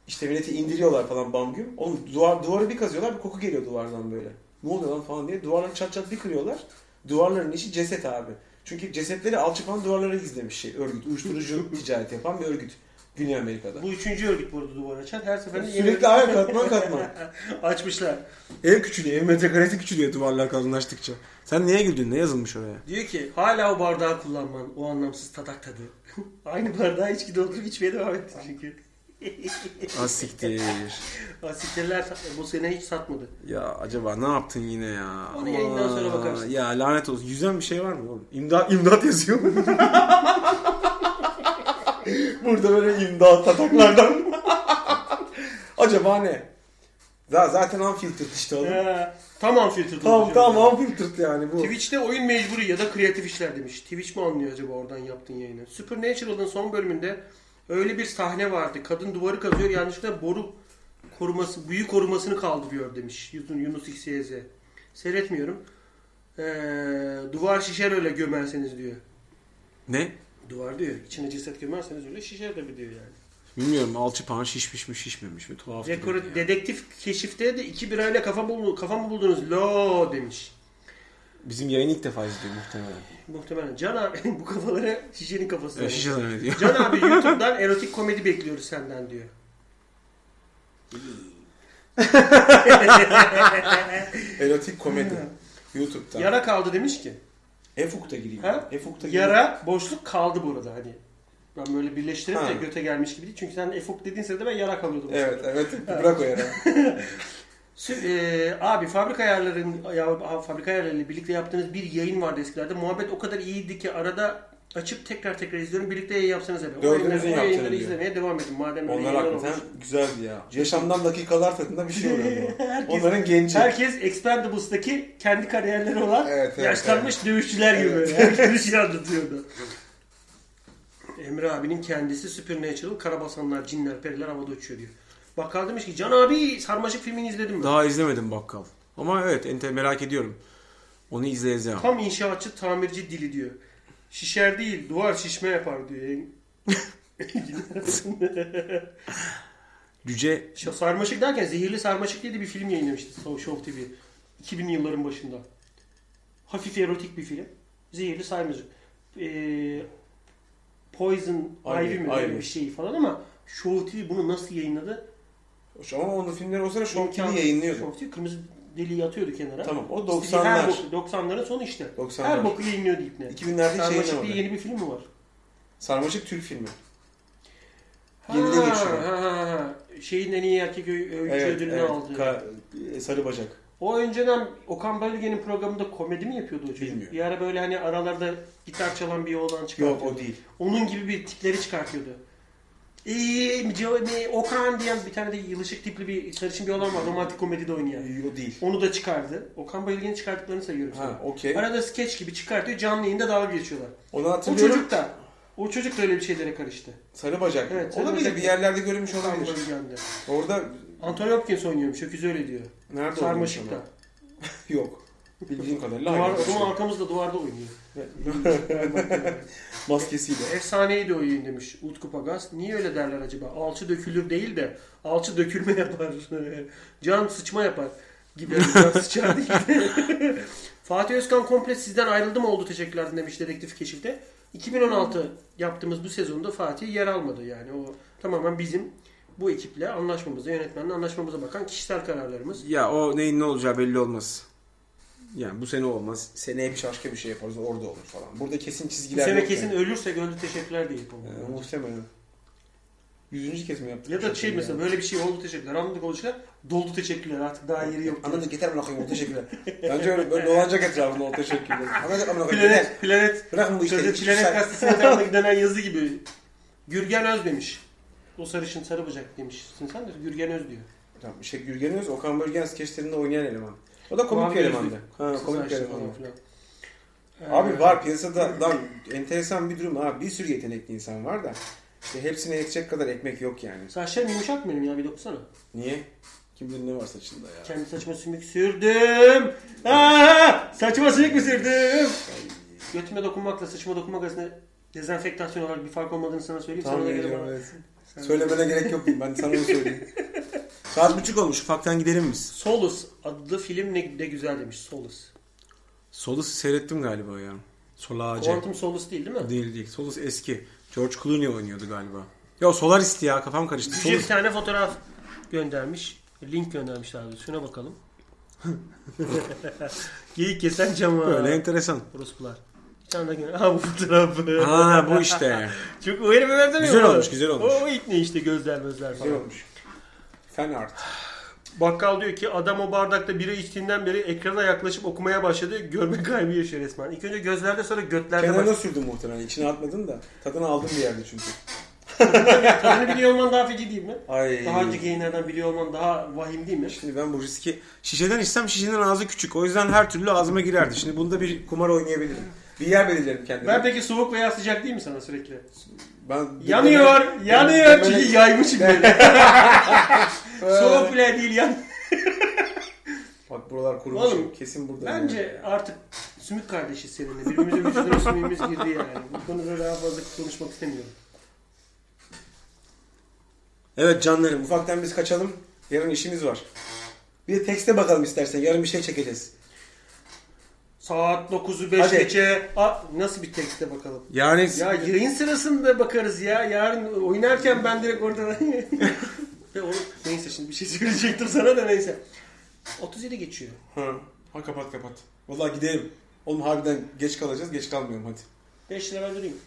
İşte milleti indiriyorlar falan bam güm. Oğlum duvar, duvarı bir kazıyorlar bir koku geliyor duvardan böyle. Ne oluyor lan falan diye. Duvarları çat çat bir kırıyorlar. Duvarların içi ceset abi. Çünkü cesetleri alçıpan duvarlara gizlemiş şey örgüt. Uyuşturucu ticaret yapan bir örgüt. Güney Amerika'da.
Bu üçüncü örgüt burada duvar açan. Her seferinde yeni örgüt-
Sürekli ayağa katman katman.
Açmışlar.
Ev küçülüyor, ev metrekaresi küçülüyor duvarlar kalınlaştıkça. Sen niye güldün? Ne yazılmış oraya?
Diyor ki hala o bardağı kullanman o anlamsız tadak tadı. Aynı bardağı içki doldurup içmeye devam etti çünkü.
Asiktir.
Asitlerler bu sene hiç satmadı.
ya acaba ne yaptın yine ya?
Onu yayından sonra
Aman,
bakarsın.
Ya lanet olsun. Yüzen bir şey var mı oğlum? İmdat, imdat yazıyor mu?
Burada böyle imdat tataklardan. Acaba ne? Za- Zaten unfiltered işte oğlum.
Ee, tam unfiltered
Tamam
olacak.
tamam unfiltered yani bu.
Twitch'te oyun mecburi ya da kreatif işler demiş. Twitch mi anlıyor acaba oradan yaptığın yayını? Supernatural'ın son bölümünde öyle bir sahne vardı. Kadın duvarı kazıyor yanlışlıkla boru koruması, büyü korumasını kaldırıyor demiş Yunus, Yunus XYZ. Seyretmiyorum. Ee, duvar şişer öyle gömerseniz diyor.
ne?
Duvar diyor. İçine ceset gömerseniz öyle şişer de bir diyor yani.
Bilmiyorum alçıpan şişmiş mi şişmemiş mi tuhaf.
Dekor, dedektif keşifte de iki birayla kafa buldu, kafa mı buldunuz? Lo demiş.
Bizim yayını ilk defa izliyor muhtemelen.
Muhtemelen. Can abi bu kafalara şişenin kafası.
Evet. Şişe şey zannediyor.
Can abi YouTube'dan erotik komedi bekliyoruz senden diyor.
Erotik komedi. YouTube'da.
Yara kaldı demiş ki.
Efuk'ta gireyim.
Ha?
Efuk'ta gireyim.
Yara boşluk kaldı burada hani. Ben böyle birleştirip
Ha.
de göte gelmiş gibi değil. Çünkü sen efuk dediğin sırada ben yara kalıyordum.
Evet evet. Bırak o yara.
Sü- e, abi fabrika ayarların ya, ha, fabrika ayarlarıyla birlikte yaptığınız bir yayın vardı eskilerde. Muhabbet o kadar iyiydi ki arada açıp tekrar tekrar izliyorum. Birlikte yayın yapsanız abi. O
Dördümüzün
yayınları- o
yaptığını
yayınları
biliyorum.
izlemeye devam edin. Madem öyle
Onlar
yayınlar
hakikaten
olmuş.
güzeldi ya. Yaşamdan dakikalar tadında bir şey oluyor bu.
Herkes-
Onların genci.
Herkes Expendables'daki kendi kariyerleri olan
Evet, evet,
yaşlanmış dövüşçüler gibi. böyle. Herkes bir şey anlatıyordu. Emre abinin kendisi Supernatural, karabasanlar, cinler, periler havada uçuyor diyor. Bakkal demiş ki Can abi Sarmaşık filmini izledim mi?
Daha izlemedim bakkal. Ama evet ente merak ediyorum. Onu izleyeceğim.
Tam inşaatçı tamirci dili diyor. Şişer değil duvar şişme yapar diyor.
Cüce
Şu sarmaşık derken Zehirli Sarmaşık diye de bir film yayınlamıştı Show, Show TV. 2000'li yılların başında. Hafif erotik bir film. Zehirli Sarmaşık. Ee, Poison
Ivy,
Ivy mi öyle
Ivy.
bir şey falan ama Show TV bunu nasıl yayınladı?
Ama onun filmleri o sene Show
İmkan-
TV yayınlıyordu.
Show TV kırmızı deliği atıyordu kenara.
Tamam o
İstediği her
90'lar.
boku- 90'ların sonu işte.
90'lar.
Her boku yayınlıyordu ipne.
2000'lerde hiç
Sarmaşık diye
yayınlamadı.
yeni bir film mi var?
Sarmaşık Türk filmi.
Ha,
Yenide geçiyor.
ha, ha, ha. Şeyin en iyi erkek öy- oyuncu
Evet,
ödülünü
evet.
aldı.
Ka- e, sarı bacak.
O önceden Okan Bölge'nin programında komedi mi yapıyordu o çocuk?
Bilmiyorum.
Bir ara böyle hani aralarda gitar çalan bir oğlan çıkartıyordu.
Yok o değil.
Onun gibi bir tipleri çıkartıyordu. Eee ne, Okan diyen bir tane de yılışık tipli bir sarışın bir oğlan var romantik komedide oynayan.
E, O değil.
Onu da çıkardı. Okan Bayülgen'in çıkarttıklarını sayıyorum
Ha
sana.
okey.
Arada skeç gibi çıkartıyor canlı yayında dalga geçiyorlar.
Onu
O
hatırlıyorum.
çocuk da o çocuk da öyle bir şeylere karıştı.
Sarı bacak.
Evet, sarı
olabilir
bacak.
bir yerlerde görmüş
Okan
olabilir.
Bayülgen'de.
Orada
Anthony Hopkins oynuyormuş. Öküz öyle diyor.
nerede oynamış
Sarmaşık'ta.
ama? Yok. Bildiğim kadarıyla
Duvar,
aynı. şey.
onun arkamızda duvarda oynuyor.
Maskesiyle.
Efsaneydi o yayın demiş Utku Pagas. Niye öyle derler acaba? Alçı dökülür değil de alçı dökülme yapar. Can sıçma yapar gibi. Can sıçar değil de. Fatih Özkan komple sizden ayrıldı mı oldu teşekkürler demiş dedektif keşifte. 2016 yaptığımız bu sezonda Fatih yer almadı yani o tamamen bizim bu ekiple anlaşmamıza, yönetmenle anlaşmamıza bakan kişisel kararlarımız.
ya o neyin ne olacağı belli olmaz. Yani bu sene olmaz.
Seneye bir başka bir şey yaparız orada olur falan. Burada kesin
Bu
çizgiler
sene
yok
kesin
yani.
ölürsek öldü teşekkürler diye yapalım.
Ee, muhtemelen. Yüzüncü kez mi yaptık?
Ya da şey mesela böyle bir şey oldu teşekkürler. Anladık olacak. Doldu teşekkürler. Artık daha yeri yok.
Anladık yeter amına koyayım o teşekkürler. Bence öyle böyle dolanacak etrafında o teşekkürler. Anladık amına koyayım yeter.
Planet, planet,
Bırakın bu işleri.
planet,
Hiçbir
planet
şey-
gazetesinin etrafında giden yazı gibi. Gürgen Öz demiş. O sarışın sarı bacak demişsin sen de Gürgen Öz diyor.
Tamam, şey Gürgen Öz, Okan Bölgen skeçlerinde oynayan eleman. O da komik
Mavi
bir elemandı.
gözlü.
Ha,
Kısa
komik bir
saçlı
elemandı.
falan filan. Ee,
Abi var piyasada lan enteresan bir durum ha. Bir sürü yetenekli insan var da işte hepsine yetecek kadar ekmek yok yani.
Saçlarım yumuşak mı benim ya bir dokusana.
Niye? Kim bilir ne var saçında ya.
Kendi saçıma sümük sürdüm. Aa, saçıma sümük mü sürdüm? Götüme dokunmakla saçıma dokunmak arasında dezenfektasyon olarak bir fark olmadığını sana söyleyeyim.
Tamam
sana da
veriyorum,
gelin bana.
evet. Söylemene gerek yok ben sana onu söyleyeyim. Saat buçuk olmuş.
Ufaktan gidelim biz.
Solus adlı film ne, ne güzel demiş. Solus.
Solus'u seyrettim galiba ya. Solacı.
Quantum Solus değil değil mi?
Değil değil. Solus eski. George Clooney oynuyordu galiba. Ya Solaris ya kafam karıştı.
Yüce bir
şey-
Solus.
tane fotoğraf göndermiş. Link göndermiş daha doğrusu. Şuna bakalım. Geyik kesen cama.
Böyle enteresan.
Orospular. Bir tane daha gönder. Ha bu fotoğrafı.
Ha bu işte.
Çok o herifi benzemiyor
Güzel
mu?
olmuş, güzel olmuş.
O ilk ne işte gözler gözler
Güzel
falan.
Şey olmuş. Fen art.
Bakkal diyor ki adam o bardakta bira içtiğinden beri ekrana yaklaşıp okumaya başladı. Görme kaybı yaşıyor resmen. İlk önce gözlerde sonra götlerde
Kenarına
başladı.
sürdün muhtemelen. İçine atmadın da. Tadını aldın bir yerde çünkü.
Tadını biliyor olman daha feci değil mi?
Ay.
Daha önceki yayınlardan biliyor olman daha vahim değil mi?
Şimdi ben bu riski
Şişeden içsem şişenin ağzı küçük. O yüzden her türlü ağzıma girerdi. Şimdi bunda bir
kumar oynayabilirim. Bir yer belirlerim kendime.
Ben peki soğuk veya sıcak değil mi sana sürekli?
Ben-
Yanıyor, yanıyor
Demek-
çünkü yaymışım böyle. Soğuk bile değil yan.
Bak buralar kurumuş.
Oğlum,
Kesin burada.
Bence artık sümük kardeşiz seninle. Birbirimizin vücuduna sümüğümüz girdi yani. Bu konuda daha fazla konuşmak istemiyorum.
Evet canlarım ufaktan biz kaçalım. Yarın işimiz var. Bir de tekste bakalım istersen. Yarın bir şey çekeceğiz.
Saat 9'u 5
Hadi.
geçe. Aa, nasıl bir tekste bakalım.
Yani
Ya yayın sırasında bakarız ya. Yarın oynarken ben direkt orada... Ve oğlum, neyse şimdi bir şey söyleyecektim sana da neyse. 37 geçiyor.
Ha. ha kapat kapat. Vallahi gidelim. Oğlum harbiden geç kalacağız. Geç kalmıyorum hadi.
5 lira ben durayım.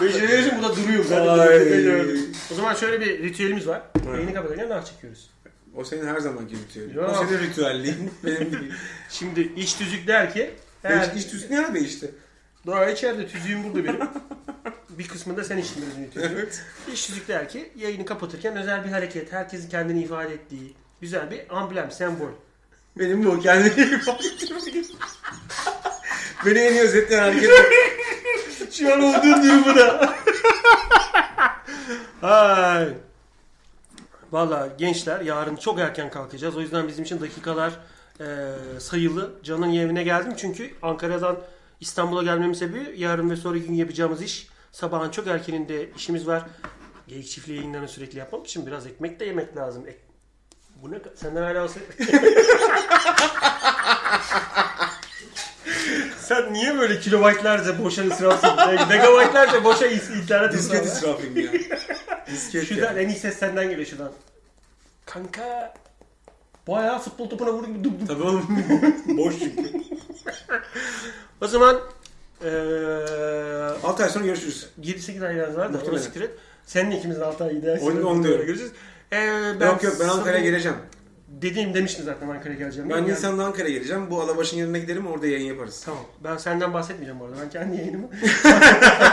5 lira veriyorsun burada duruyorum zaten.
Ay.
Beş lira verdim. O zaman şöyle bir ritüelimiz var. Yayını kapatırken daha çekiyoruz.
O senin her zamanki ritüelin.
Yok.
O senin ritüelliğin. Benim değil.
Şimdi iş tüzük der ki
Ben
eğer
iş düzgün ya be işte.
Doğa içeride tüzüğüm burada benim. bir kısmını da sen içtin bizim tüzüğü. İş tüzük der ki yayını kapatırken özel bir hareket, herkesin kendini ifade ettiği güzel bir amblem, sembol.
Benim de o kendini ifade ettirmek. Beni en iyi özetleyen hareket o.
Şu an olduğun durumu da. Ay. Valla gençler yarın çok erken kalkacağız. O yüzden bizim için dakikalar e, sayılı. Can'ın evine geldim. Çünkü Ankara'dan İstanbul'a gelmemin sebebi yarın ve sonraki gün yapacağımız iş. Sabahın çok erkeninde işimiz var. Geyik çiftliği yayınlarını sürekli yapmam için biraz ekmek de yemek lazım. Ek- Bu ne? ka- Senden hala olsa... Sen niye böyle kilobaytlarca boşa israfsın? Megabaytlarca boşa is- internet
Disket
israfı.
israfıyım ya. Disket
Şuradan
ya.
en iyi ses senden geliyor şuradan. Kanka bayağı futbol topuna vurdu gibi dup dup.
Tabii oğlum. Boş çünkü.
O zaman eee
6 ay sonra görüşürüz.
7-8 aylarınız var da
Muhtemelen.
onu siktir et. Senin ikimizin 6 ay ideal.
Onu- onu diyorum.
göreceğiz. Eee ben
yok yok ben Ankara'ya
sabah-
geleceğim.
Dediğim demiştim zaten Ankara'ya geleceğim.
Ben
Yani-
Nisan'da Ankara'ya geleceğim. Bu Alabaş'ın yanına gidelim orada yayın yaparız.
Tamam. Ben senden bahsetmeyeceğim bu arada. Ben kendi yayınımı.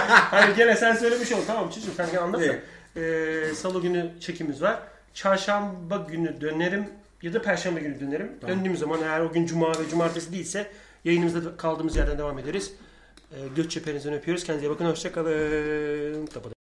Hayır gene sen söylemiş ol. Tamam çocuğum sen gene anlat da.
Evet.
Ee, Salı günü çekimimiz var. Çarşamba günü dönerim ya da perşembe günü dönerim. Döndüğüm zaman eğer o gün cuma ve cumartesi değilse yayınımızda da- kaldığımız yerden devam ederiz. Ee, göç çepenizden öpüyoruz. Kendinize iyi bakın. Hoşçakalın.